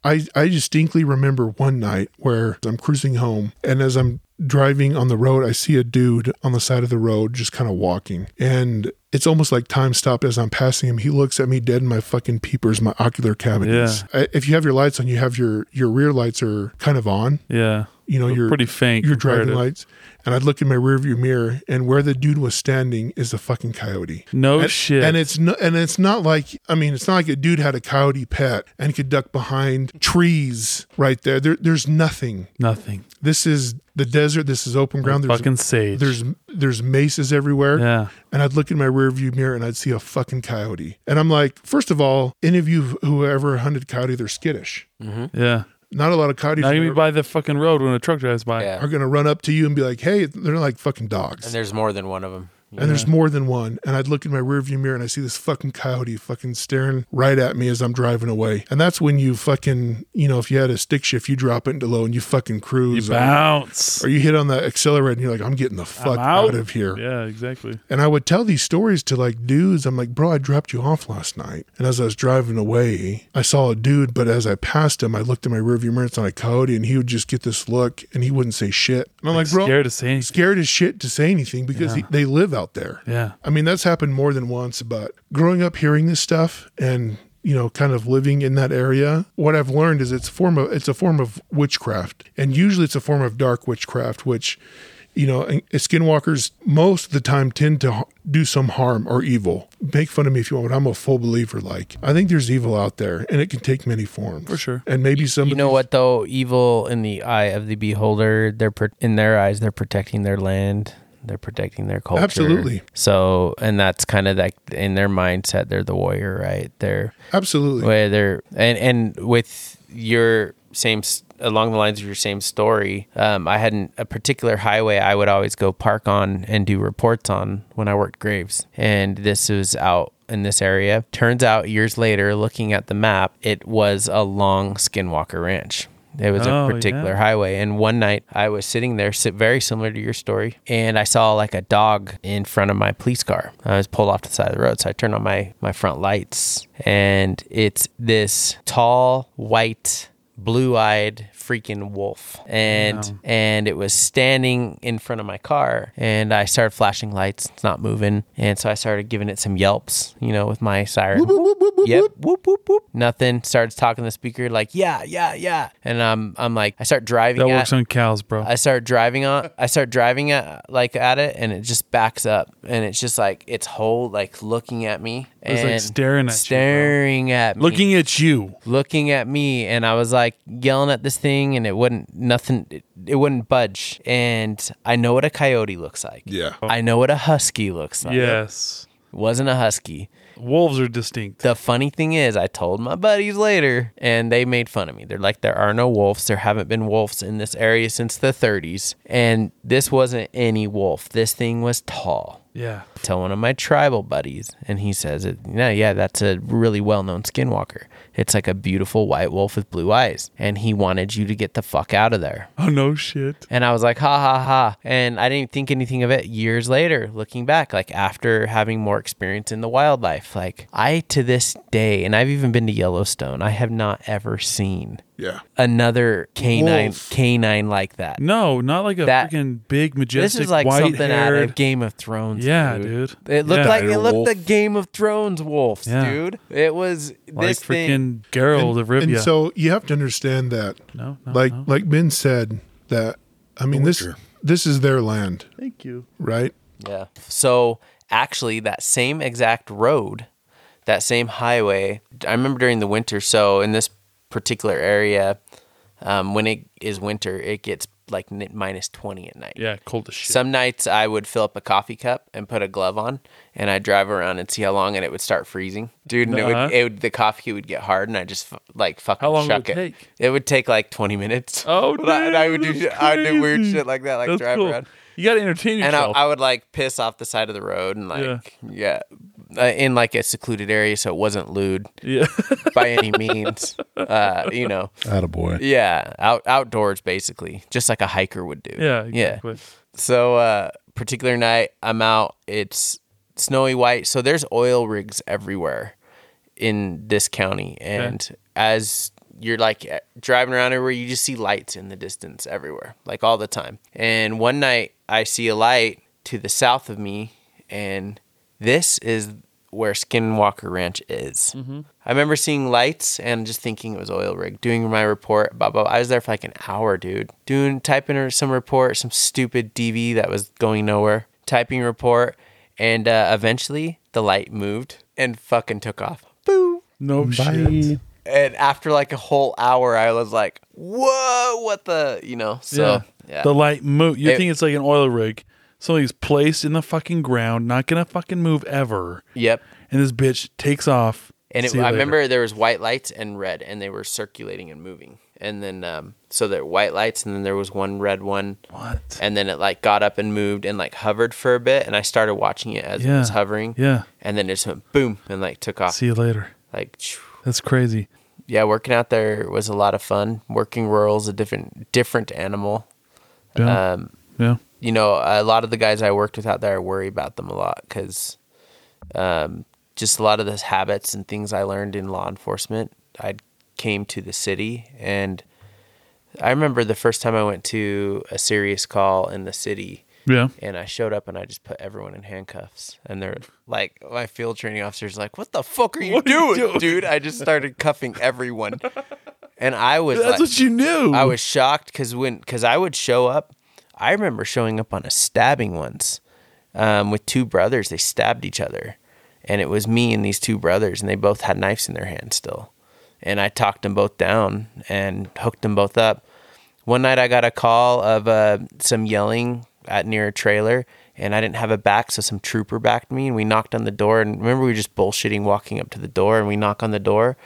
[SPEAKER 2] I, I distinctly remember one night where I'm cruising home, and as I'm driving on the road, I see a dude on the side of the road just kind of walking. And it's almost like time stopped as I'm passing him. He looks at me dead in my fucking peepers, my ocular cavities. I, if you have your lights on, you have your, your rear lights are kind of on.
[SPEAKER 1] Yeah.
[SPEAKER 2] You know,
[SPEAKER 1] They're
[SPEAKER 2] your
[SPEAKER 1] pretty faint.
[SPEAKER 2] your
[SPEAKER 1] compared
[SPEAKER 2] driving
[SPEAKER 1] to-
[SPEAKER 2] lights. And I'd look in my rearview mirror, and where the dude was standing is a fucking coyote.
[SPEAKER 1] No
[SPEAKER 2] And-
[SPEAKER 1] Oh, shit.
[SPEAKER 2] And it's no, and it's not like I mean, it's not like a dude had a coyote pet and could duck behind trees right there. there there's nothing.
[SPEAKER 1] nothing.
[SPEAKER 2] This is the desert. This is open ground. There's
[SPEAKER 1] Oh, Fucking sage.
[SPEAKER 2] there's there's maces everywhere.
[SPEAKER 1] yeah.
[SPEAKER 2] And I'd look in my rearview mirror and I'd see a fucking coyote. And I'm like, first of all, any of you who ever hunted coyote, they're skittish.
[SPEAKER 5] Hmm?
[SPEAKER 1] Yeah.
[SPEAKER 2] Not a lot of coyotes
[SPEAKER 1] Not gonna be
[SPEAKER 2] are,
[SPEAKER 1] by the fucking road when a truck drives by.
[SPEAKER 5] Yeah.
[SPEAKER 2] are going to run up to you and be like, hey, they're like fucking dogs.
[SPEAKER 5] and there's more than one of them.
[SPEAKER 2] And there's more than one. And I'd look in my rearview mirror and I see this fucking coyote fucking staring right at me as I'm driving away. And that's when you fucking, you know, if you had a stick shift, you drop it into low and you fucking
[SPEAKER 1] You
[SPEAKER 2] cruise. or,
[SPEAKER 1] bounce.
[SPEAKER 2] or you hit on the accelerator and you're like, I'm getting the fuck out.
[SPEAKER 1] out.
[SPEAKER 2] of here.
[SPEAKER 1] Yeah, exactly.
[SPEAKER 2] And I would tell these stories to like dudes. I'm like, bro, I dropped you off last night. And as I was driving away, I saw a dude, but as I passed him, I looked in my rearview mirror, it's on a coyote, and he would just get this look and he wouldn't say shit. And I'm like, bro,
[SPEAKER 1] Scared to say anything.
[SPEAKER 2] scared as shit to say anything because he, they live out there.
[SPEAKER 1] Yeah.
[SPEAKER 2] I mean, that's happened more than once, but growing up hearing this stuff and you know, kind of living in that area, what I've learned is it's a form of it's a form of witchcraft, and usually it's a form of dark witchcraft, which you know, and skinwalkers most of the time tend to h- do some harm or evil. Make fun of me if you want, but I'm a full believer. Like, I think there's evil out there, and it can take many forms. For
[SPEAKER 1] sure.
[SPEAKER 2] And maybe some.
[SPEAKER 5] You know what though? Evil in the eye of the beholder. They're pro- in their eyes. They're protecting their land. They're protecting their culture.
[SPEAKER 2] Absolutely.
[SPEAKER 5] So, and that's kind of like in their mindset. They're the warrior, right? They're
[SPEAKER 2] Absolutely.
[SPEAKER 5] where they're and and with your same s- along the lines of your same story um, i had an, a particular highway i would always go park on and do reports on when i worked graves and this was out in this area turns out years later looking at the map it was a long skinwalker ranch it was
[SPEAKER 1] Oh,
[SPEAKER 5] a
[SPEAKER 1] yeah.
[SPEAKER 5] particular highway and one night i was sitting there si- very similar to your story and i saw like a dog in front of my police car i was pulled off to the side of the road so i turned on my my front lights and it's this tall white blue-eyed freaking wolf and and it was standing in front of my car and i started flashing lights it's not moving and so i started giving it some yelps you know with my siren yep. Whoop whoop whoop. Nothing. Starts talking to the speaker like yeah yeah yeah, and I'm I'm like I start driving.
[SPEAKER 1] That
[SPEAKER 5] at,
[SPEAKER 1] works on cows, bro.
[SPEAKER 5] I start driving on. I start driving at like at it, and it just backs up, and it's just like its whole like looking at me and
[SPEAKER 1] It's, like, staring at you, bro.
[SPEAKER 5] staring at me,
[SPEAKER 1] Looking at you.
[SPEAKER 5] looking at me and I was like yelling at this thing and it wouldn't nothing it, it wouldn't budge and I know what a coyote looks like.
[SPEAKER 2] Yeah.
[SPEAKER 5] I know what a husky looks like.
[SPEAKER 1] Yes.
[SPEAKER 5] Wasn't a husky.
[SPEAKER 1] Wolves are distinct.
[SPEAKER 5] The funny thing is, I told my buddies later, and they made fun of me. They're like, there are no wolves. There haven't been wolves in this area since the 30s. And this wasn't any wolf. This thing was tall.
[SPEAKER 1] Yeah.
[SPEAKER 5] I tell one of my tribal buddies, and he says, it, "No, yeah, that's a really well-known skinwalker. It's like a beautiful white wolf with blue eyes, and he wanted you to get the fuck out of there."
[SPEAKER 1] Oh no shit.
[SPEAKER 5] And I was like, ha ha ha. And I didn't think anything of it years later, looking back, like after having more experience in the wildlife. Like, I to this day, and I've even been to Yellowstone, I have not ever seen
[SPEAKER 2] Yeah.
[SPEAKER 5] another canine
[SPEAKER 2] Wolf.
[SPEAKER 5] canine like that.
[SPEAKER 1] No, not like a
[SPEAKER 5] That-
[SPEAKER 1] freaking big majestic
[SPEAKER 5] This is like
[SPEAKER 1] white
[SPEAKER 5] something out
[SPEAKER 1] haired.
[SPEAKER 5] of Game of Thrones.
[SPEAKER 1] Yeah, dude.
[SPEAKER 5] It looked
[SPEAKER 1] Yeah.
[SPEAKER 5] like it
[SPEAKER 3] Dire
[SPEAKER 5] looked
[SPEAKER 3] wolf.
[SPEAKER 5] like Game of Thrones wolves,
[SPEAKER 1] Yeah.
[SPEAKER 5] dude. It was
[SPEAKER 1] like
[SPEAKER 5] this thing.
[SPEAKER 1] freaking Gerald of Rivia.
[SPEAKER 2] And so you have to understand that,
[SPEAKER 1] no, no,
[SPEAKER 2] like
[SPEAKER 1] no.
[SPEAKER 2] like Ben said, that I mean this
[SPEAKER 3] Witcher.
[SPEAKER 2] this is their land,
[SPEAKER 1] thank you.
[SPEAKER 2] right?
[SPEAKER 5] Yeah. So actually, that same exact road, that same highway, I remember during the winter. So in this particular area, um, when it is winter, it gets like ni- minus 20 at night.
[SPEAKER 1] Yeah, cold as shit.
[SPEAKER 5] Some nights I would fill up a coffee cup and put a glove on, and I'd drive around and see how long, and it would start freezing, dude. And it
[SPEAKER 1] Nuh-uh.
[SPEAKER 5] would, it would, the coffee would get hard, and I just f- like fucking
[SPEAKER 1] Uh-huh. How long would
[SPEAKER 5] chuck
[SPEAKER 1] it
[SPEAKER 5] it.
[SPEAKER 1] take?
[SPEAKER 5] It would take like twenty minutes.
[SPEAKER 1] Oh,
[SPEAKER 5] But I- and I would do,
[SPEAKER 1] damn,
[SPEAKER 5] shit- I would do weird
[SPEAKER 1] crazy.
[SPEAKER 5] shit like that, like
[SPEAKER 1] That's
[SPEAKER 5] drive
[SPEAKER 1] cool.
[SPEAKER 5] around
[SPEAKER 1] You got to entertain
[SPEAKER 5] and I,
[SPEAKER 1] yourself.
[SPEAKER 5] I would like piss off the side of the road and like yeah, Uh, in like a secluded area so it wasn't lewd
[SPEAKER 1] yeah.
[SPEAKER 5] by any means uh, you know
[SPEAKER 3] Attaboy.
[SPEAKER 5] yeah out outdoors basically just like a hiker would do
[SPEAKER 1] yeah.
[SPEAKER 5] yeah
[SPEAKER 1] Exactly.
[SPEAKER 5] so uh particular night i'm out it's snowy white so there's oil rigs everywhere in this county and as you're like eh, driving around everywhere you just see lights in the distance everywhere like all the time and one night i see a light to the south of me and this is where Skinwalker Ranch is. I remember seeing lights and just thinking it was oil rig. Doing my report, blah, blah, blah. I was there for like an hour, dude. Doing typing some report, some stupid DV that was going nowhere. Typing report, and uh, eventually the light moved and fucking took off. Boo.
[SPEAKER 1] No shit.
[SPEAKER 5] And after like a whole hour, I was like, "Whoa, what the?" You know. So yeah,
[SPEAKER 1] The light move. You
[SPEAKER 5] It-
[SPEAKER 1] think it's like an oil rig? Something's placed in the fucking ground, not gonna fucking move ever.
[SPEAKER 5] yep.
[SPEAKER 1] And this bitch takes off.
[SPEAKER 5] And it,
[SPEAKER 1] See you
[SPEAKER 5] I
[SPEAKER 1] later.
[SPEAKER 5] remember there was white lights and red, and they were circulating and moving. And then um, so there were white lights, and then there was one red one,
[SPEAKER 1] what?
[SPEAKER 5] and then it like got up and moved and like hovered for a bit. And I started watching it as it was
[SPEAKER 1] Yeah.
[SPEAKER 5] hovering.
[SPEAKER 1] Yeah.
[SPEAKER 5] And then it just went boom and like took off.
[SPEAKER 1] See you later.
[SPEAKER 5] Like, phew.
[SPEAKER 1] That's crazy.
[SPEAKER 5] yeah, working out there was a lot of fun. Working rural's a different different animal.
[SPEAKER 1] Yeah.
[SPEAKER 5] Um,
[SPEAKER 1] yeah.
[SPEAKER 5] you know, a lot of the guys I worked with out there, I worry about them a lot because um, just a lot of those habits and things I learned in law enforcement. I came to the city, and I remember the first time I went to a serious call in the city,
[SPEAKER 1] Yeah.
[SPEAKER 5] and I showed up and I just put everyone in handcuffs, and they're like, my field training officer's like, "What the fuck are you, doing, dude?" I just started cuffing everyone, and I was
[SPEAKER 1] That's
[SPEAKER 5] like,
[SPEAKER 1] what you knew.
[SPEAKER 5] I was shocked because when because I would show up, I remember showing up on a stabbing once um, with two brothers. They stabbed each other, and it was me and these two brothers, and they both had knives in their hands still. And I talked them both down and hooked them both up. One night I got a call of uh, some yelling at near a trailer, and I didn't have a back, so some trooper backed me, and we knocked on the door. And remember, we were just bullshitting, walking up to the door, and we knock on the door,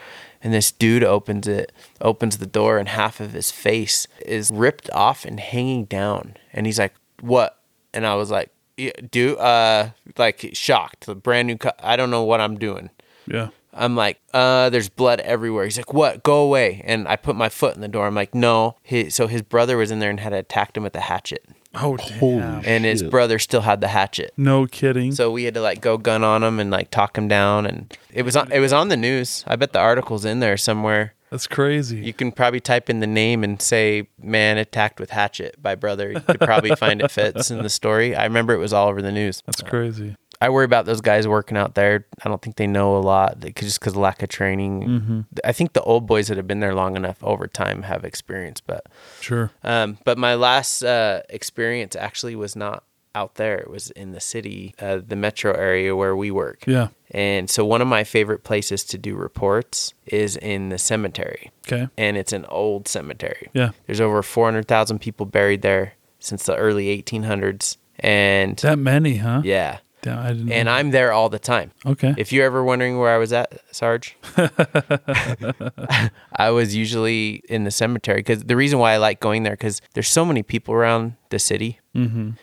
[SPEAKER 5] and this dude opens it, opens the door, and half of his face is ripped off and hanging down. And he's like, "What?" And I was like, "Yeah, "Dude, uh, like shocked, the brand new. Co- I don't know what I'm doing."
[SPEAKER 1] Yeah.
[SPEAKER 5] I'm like, uh, there's blood everywhere. He's like, what? Go away. And I put my foot in the door. I'm like, no. He, so his brother was in there and had attacked him with a hatchet.
[SPEAKER 1] Oh, damn.
[SPEAKER 5] And his
[SPEAKER 3] Shit.
[SPEAKER 5] brother still had the hatchet.
[SPEAKER 1] No kidding.
[SPEAKER 5] So we had to like go gun on him and like talk him down. And it was on, it was on the news. I bet the article's in there somewhere.
[SPEAKER 1] That's crazy.
[SPEAKER 5] You can probably type in the name and say "man attacked with hatchet by brother." You could probably find it fits in the story. I remember it was all over the news.
[SPEAKER 1] That's crazy.
[SPEAKER 5] I worry about those guys working out there. I don't think they know a lot they- 'cause- just because of lack of training.
[SPEAKER 1] Mm-hmm.
[SPEAKER 5] I think the old boys that have been there long enough over time have experience. But
[SPEAKER 1] Sure.
[SPEAKER 5] um, but my last uh, experience actually was not out there. It was in the city, uh, the metro area where we work.
[SPEAKER 1] Yeah.
[SPEAKER 5] And so one of my favorite places to do reports is in the cemetery,
[SPEAKER 1] Okay.
[SPEAKER 5] and it's an old cemetery.
[SPEAKER 1] Yeah.
[SPEAKER 5] There's over 400,000 people buried there since the early 1800s. And
[SPEAKER 1] That many, huh?
[SPEAKER 5] yeah.
[SPEAKER 1] Damn, I didn't.
[SPEAKER 5] And I'm there all the time.
[SPEAKER 1] okay.
[SPEAKER 5] If you're ever wondering where I was at, Sarge, I was usually in the cemetery because the reason why I like going there because there's so many people around the city, and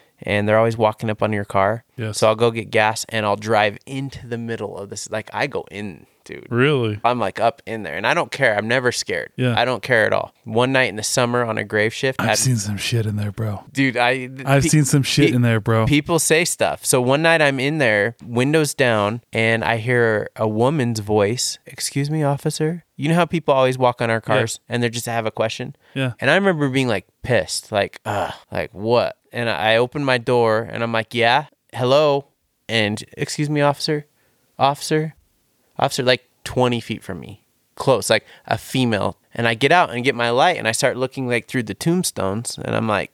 [SPEAKER 5] they're always walking up on your car.
[SPEAKER 1] Mm-hmm. Yes.
[SPEAKER 5] So I'll go get gas and I'll drive into the middle of this. Like I go in, dude.
[SPEAKER 1] really?
[SPEAKER 5] I'm like up in there, and I don't care. I'm never scared.
[SPEAKER 1] Yeah.
[SPEAKER 5] I don't care at all. One night in the summer on a grave shift,
[SPEAKER 1] I've
[SPEAKER 5] had-
[SPEAKER 1] seen some shit in there, bro.
[SPEAKER 5] dude. I
[SPEAKER 1] I've
[SPEAKER 5] pe-
[SPEAKER 1] seen some shit
[SPEAKER 5] pe-
[SPEAKER 1] in there, bro.
[SPEAKER 5] People say stuff. So one night I'm in there, windows down, and I hear a woman's voice. Excuse me, officer. You know how people always walk on our cars and they're just have a question.
[SPEAKER 1] Yeah.
[SPEAKER 5] And I remember being like pissed, like, uh, like what? And I I open my door and I'm like, yeah, hello, and excuse me, officer, officer, officer, like 20 feet from me, close, like a female. And I get out and get my light and I start looking like through the tombstones and I'm like,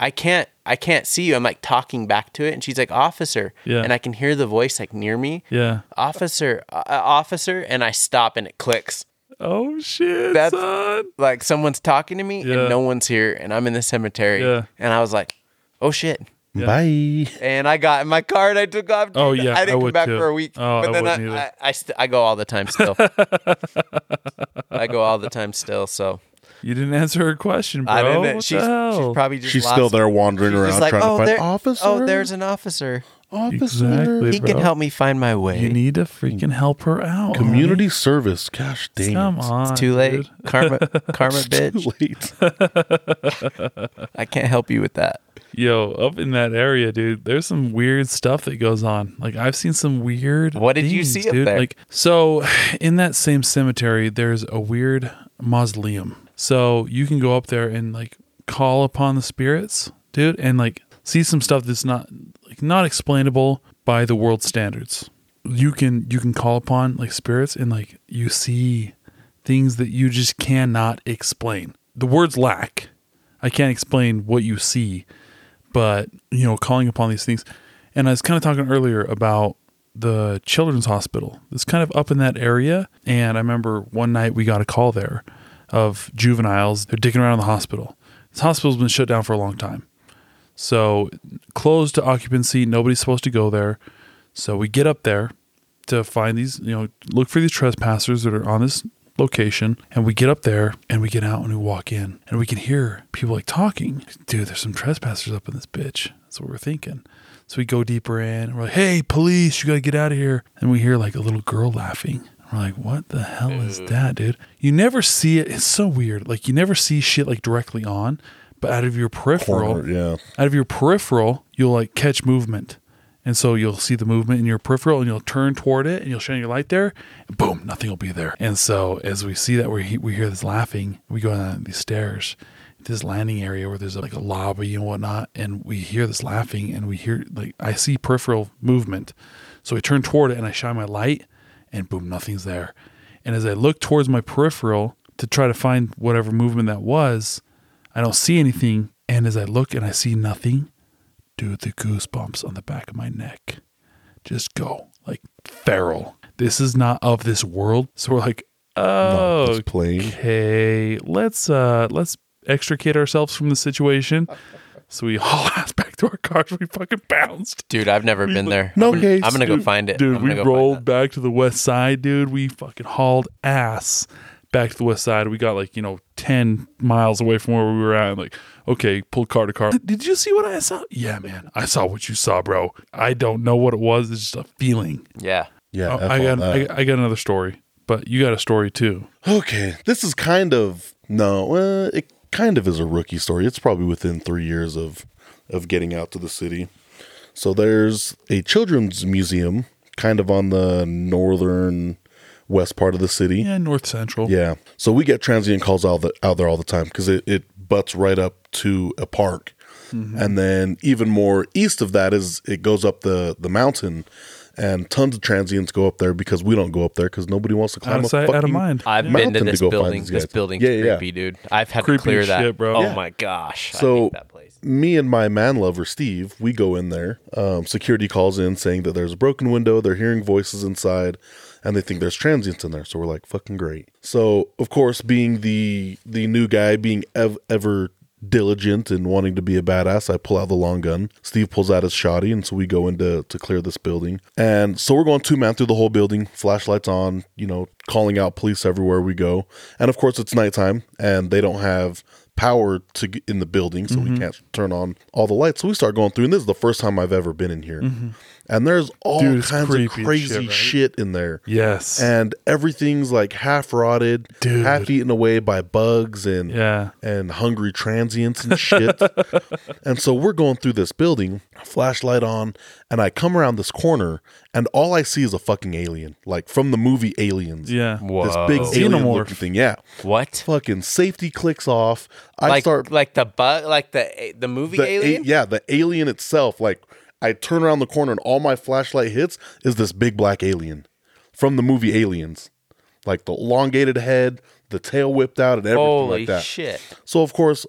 [SPEAKER 5] I can't, I can't see you. I'm like talking back to it. And she's like, officer.
[SPEAKER 1] Yeah.
[SPEAKER 5] And I can hear the voice like near me.
[SPEAKER 1] yeah.
[SPEAKER 5] Officer, uh, officer. And I stop and it clicks.
[SPEAKER 1] Oh shit,
[SPEAKER 5] That's-
[SPEAKER 1] son.
[SPEAKER 5] Like someone's talking to me
[SPEAKER 1] Yeah.
[SPEAKER 5] and no one's here and I'm in the cemetery.
[SPEAKER 1] Yeah.
[SPEAKER 5] And I was like, oh shit.
[SPEAKER 3] Bye.
[SPEAKER 5] And I got in my car and I took off.
[SPEAKER 1] Oh, yeah,
[SPEAKER 5] I
[SPEAKER 1] I
[SPEAKER 5] didn't come
[SPEAKER 1] would
[SPEAKER 5] back
[SPEAKER 1] too.
[SPEAKER 5] for a week.
[SPEAKER 1] Oh,
[SPEAKER 5] but
[SPEAKER 1] I
[SPEAKER 5] then I,
[SPEAKER 1] wouldn't
[SPEAKER 5] I,
[SPEAKER 1] either.
[SPEAKER 5] I, st- I go all the time still. I go all the time still. So
[SPEAKER 1] You didn't answer her question, bro.
[SPEAKER 5] I didn't.
[SPEAKER 1] What
[SPEAKER 5] she's,
[SPEAKER 1] the
[SPEAKER 5] she's
[SPEAKER 1] hell?
[SPEAKER 5] probably just
[SPEAKER 3] She's
[SPEAKER 5] lost-
[SPEAKER 3] still there wandering
[SPEAKER 5] she's
[SPEAKER 3] around
[SPEAKER 5] just like,
[SPEAKER 3] trying
[SPEAKER 5] oh,
[SPEAKER 3] to
[SPEAKER 5] there-
[SPEAKER 3] find officer.
[SPEAKER 5] Oh, there's an officer.
[SPEAKER 3] officer.
[SPEAKER 1] exactly,
[SPEAKER 5] He
[SPEAKER 1] bro.
[SPEAKER 5] can help me find my way.
[SPEAKER 1] You need to freaking help her out.
[SPEAKER 3] Community service. Gosh
[SPEAKER 1] homie.
[SPEAKER 3] dang
[SPEAKER 1] Come
[SPEAKER 3] it.
[SPEAKER 1] on.
[SPEAKER 5] Too late,
[SPEAKER 1] dude.
[SPEAKER 5] karma, karma, bitch.
[SPEAKER 3] Late.
[SPEAKER 5] I can't help you with that.
[SPEAKER 1] Yo, up in that area, dude, there's some weird stuff that goes on. Like I've seen some weird
[SPEAKER 5] What did you
[SPEAKER 1] things,
[SPEAKER 5] see up
[SPEAKER 1] dude.
[SPEAKER 5] there?
[SPEAKER 1] Like so in that same cemetery, there's a weird mausoleum. So you can go up there and like call upon the spirits, dude, and like see some stuff that's not like not explainable by the world standards. You can you can call upon like spirits and like you see things that you just cannot explain. The words lack. I can't explain what you see but you know calling upon these things and i was kind of talking earlier about the children's hospital it's kind of up in that area and i remember one night we got a call there of juveniles they're dicking around in the hospital this hospital's been shut down for a long time so closed to occupancy nobody's supposed to go there so we get up there to find these you know look for these trespassers that are on this location and we get up there and we get out and we walk in and we can hear people like talking dude there's some trespassers up in this bitch that's what we're thinking so we go deeper in and we're like hey police you gotta get out of here and we hear like a little girl laughing we're like what the hell is that dude you never see it it's so weird like you never see shit like directly on but out of your peripheral
[SPEAKER 3] Corner, yeah.
[SPEAKER 1] out of your peripheral, you'll like catch movement. And so you'll see the movement in your peripheral and you'll turn toward it and you'll shine your light there. And boom, nothing will be there. And so as we see that, we, we hear this laughing. We go down these stairs, this landing area where there's like a lobby and whatnot. And we hear this laughing and we hear, like, I see peripheral movement. So I turn toward it and I shine my light and boom, nothing's there. And as I look towards my peripheral to try to find whatever movement that was, I don't see anything And as I look and I see nothing, dude, the goosebumps on the back of my neck just go like feral. This is not of this world. So we're like,
[SPEAKER 3] Not this
[SPEAKER 1] oh,
[SPEAKER 3] plane.
[SPEAKER 1] okay, let's uh let's extricate ourselves from the situation. So we haul ass back to our cars. We fucking bounced.
[SPEAKER 5] Dude, I've never been there.
[SPEAKER 3] No
[SPEAKER 5] I'm,
[SPEAKER 3] case,
[SPEAKER 5] I'm gonna go
[SPEAKER 3] dude.
[SPEAKER 5] find it.
[SPEAKER 1] Dude,
[SPEAKER 5] I'm
[SPEAKER 1] we
[SPEAKER 5] gonna go find
[SPEAKER 1] rolled
[SPEAKER 5] that.
[SPEAKER 1] back to the west side, dude. We fucking hauled ass back to the west side. We got like, you know, 10 miles away from where we were at. And like, okay, pull car to car. Did you see what I saw? Yeah, man. I saw what you saw, bro. I don't know what it was. It's just a feeling.
[SPEAKER 5] Yeah.
[SPEAKER 3] Yeah,
[SPEAKER 1] Oh,
[SPEAKER 3] F
[SPEAKER 1] I,
[SPEAKER 3] all
[SPEAKER 1] got,
[SPEAKER 3] that.
[SPEAKER 1] I, I got another story, but you got a story too.
[SPEAKER 3] Okay, this is kind of no, uh, it kind of is a rookie story. It's probably within three years of of getting out to the city. So there's a children's museum, kind of on the northern west part of the city.
[SPEAKER 1] Yeah, North Central.
[SPEAKER 3] Yeah. So we get transient calls out, the, out there all the time because it, it butts right up to a park.
[SPEAKER 1] Mm-hmm.
[SPEAKER 3] And then even more east of that is it goes up the, the mountain and tons of transients go up there because we don't go up there because nobody wants to climb
[SPEAKER 1] Out of
[SPEAKER 3] a
[SPEAKER 1] sight, out of
[SPEAKER 3] fucking
[SPEAKER 1] mind.
[SPEAKER 5] I've been to
[SPEAKER 3] mountain
[SPEAKER 5] this
[SPEAKER 3] go find
[SPEAKER 5] building.
[SPEAKER 3] these
[SPEAKER 5] This
[SPEAKER 3] guys.
[SPEAKER 5] building's
[SPEAKER 3] Yeah, yeah,
[SPEAKER 5] creepy, dude. I've had
[SPEAKER 1] Creepy
[SPEAKER 5] to clear
[SPEAKER 1] as
[SPEAKER 5] that.
[SPEAKER 1] shit, bro.
[SPEAKER 5] Oh
[SPEAKER 1] Yeah.
[SPEAKER 5] my gosh. I
[SPEAKER 3] So
[SPEAKER 5] hate that place.
[SPEAKER 3] me and my man lover Steve, we go in there. Um, security calls in saying that there's a broken window. They're hearing voices inside, and they think there's transients in there. So we're like, "Fucking great!" So of course, being the the new guy, being ev- ever diligent and wanting to be a badass, I pull out the long gun. Steve pulls out his shoddy, and so we go into to clear this building. And so we're going two man through the whole building, flashlights on, you know, calling out police everywhere we go. And of course, it's nighttime, and they don't have power to get in the building so
[SPEAKER 1] Mm-hmm.
[SPEAKER 3] we can't turn on all the lights so we start going through and this is the first time i've ever been in here and there's all
[SPEAKER 1] Mm-hmm. Dude, it's
[SPEAKER 3] kinds
[SPEAKER 1] creepy
[SPEAKER 3] of
[SPEAKER 1] as shit,
[SPEAKER 3] crazy
[SPEAKER 1] right?
[SPEAKER 3] shit in there
[SPEAKER 1] Yes.
[SPEAKER 3] and everything's like half rotted
[SPEAKER 1] Dude.
[SPEAKER 3] half eaten away by bugs and
[SPEAKER 1] yeah.
[SPEAKER 3] and hungry transients and shit. and so we're going through this building, flashlight on, and I come around this corner, and all I see is a fucking alien, like from the movie Aliens.
[SPEAKER 1] Yeah.
[SPEAKER 3] This big
[SPEAKER 1] Whoa.
[SPEAKER 3] alien
[SPEAKER 1] Xenomorph.
[SPEAKER 3] looking thing. Yeah.
[SPEAKER 5] What?
[SPEAKER 3] Fucking safety clicks off. I
[SPEAKER 5] like
[SPEAKER 3] start
[SPEAKER 5] like the bug like the the movie
[SPEAKER 3] the
[SPEAKER 5] alien?
[SPEAKER 3] a- yeah, the alien itself. Like I turn around the corner and all my flashlight hits is this big black alien from the movie Aliens. Like the elongated head, the tail whipped out, and everything
[SPEAKER 5] Holy
[SPEAKER 3] like that.
[SPEAKER 5] shit.
[SPEAKER 3] So of course,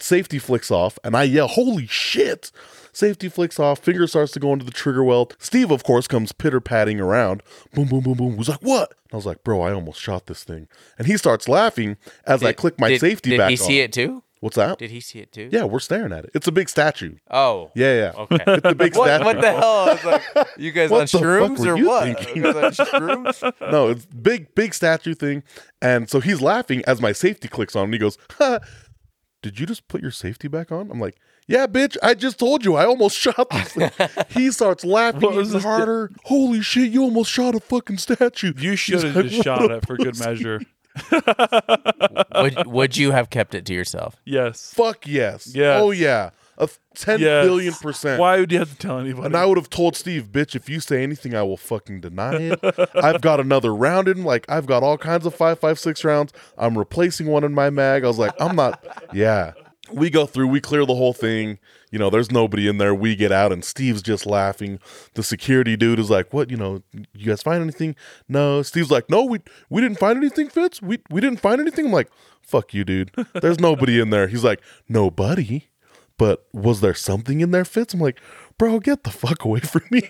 [SPEAKER 3] safety flicks off, and I yell, "Holy shit!" Safety flicks off. Finger starts to go into the trigger well. Steve, of course, comes pitter patting around. Boom, boom, boom, boom. Was like, "What?" And I was like, "Bro, I almost shot this thing." And he starts laughing as I
[SPEAKER 5] Did-
[SPEAKER 3] click my
[SPEAKER 5] did-
[SPEAKER 3] safety
[SPEAKER 5] Did
[SPEAKER 3] back.
[SPEAKER 5] he see
[SPEAKER 3] on.
[SPEAKER 5] it too?
[SPEAKER 3] What's that?
[SPEAKER 5] Did he see it too?
[SPEAKER 3] yeah, we're staring at it. It's a big statue.
[SPEAKER 5] Oh.
[SPEAKER 3] Yeah, yeah.
[SPEAKER 5] Okay.
[SPEAKER 3] It's a big
[SPEAKER 5] What,
[SPEAKER 3] statue.
[SPEAKER 5] what the hell? I was like, you guys
[SPEAKER 3] What
[SPEAKER 5] on
[SPEAKER 3] the fuck
[SPEAKER 5] shrooms
[SPEAKER 3] were
[SPEAKER 5] or
[SPEAKER 3] you
[SPEAKER 5] what?
[SPEAKER 3] thinking?
[SPEAKER 5] You guys on shrooms?
[SPEAKER 3] no, it's big, big statue thing. And so he's laughing as my safety clicks on and he goes, ha, Did you just put your safety back on? I'm like, Yeah, bitch, I just told you I almost shot this thing. he starts laughing
[SPEAKER 1] What was
[SPEAKER 3] even
[SPEAKER 1] this-
[SPEAKER 3] harder. Holy shit, you almost shot a fucking statue.
[SPEAKER 1] You should have just shot it for good measure.
[SPEAKER 5] Would, would you have kept it to yourself?
[SPEAKER 1] Yes.
[SPEAKER 3] Fuck yes.
[SPEAKER 1] Yes.
[SPEAKER 3] Oh, yeah. A ten billion
[SPEAKER 1] Yes.
[SPEAKER 3] percent.
[SPEAKER 1] Why would you have to tell anybody?
[SPEAKER 3] And I would have told Steve, bitch, if you say anything, I will fucking deny it. I've got another round in. Like, I've got all kinds of five, five, six rounds. I'm replacing one in my mag. I was like, I'm not. Yeah. We go through, we clear the whole thing. You know, there's nobody in there. We get out, and Steve's just laughing. The security dude is like, "What? You know, you guys find anything?" No. Steve's like, "No, we we didn't find anything, Fitz. We we didn't find anything." I'm like, "Fuck you, dude. There's nobody in there." He's like, "Nobody." but was there something in there, Fitz? I'm like, bro, get the fuck away from me.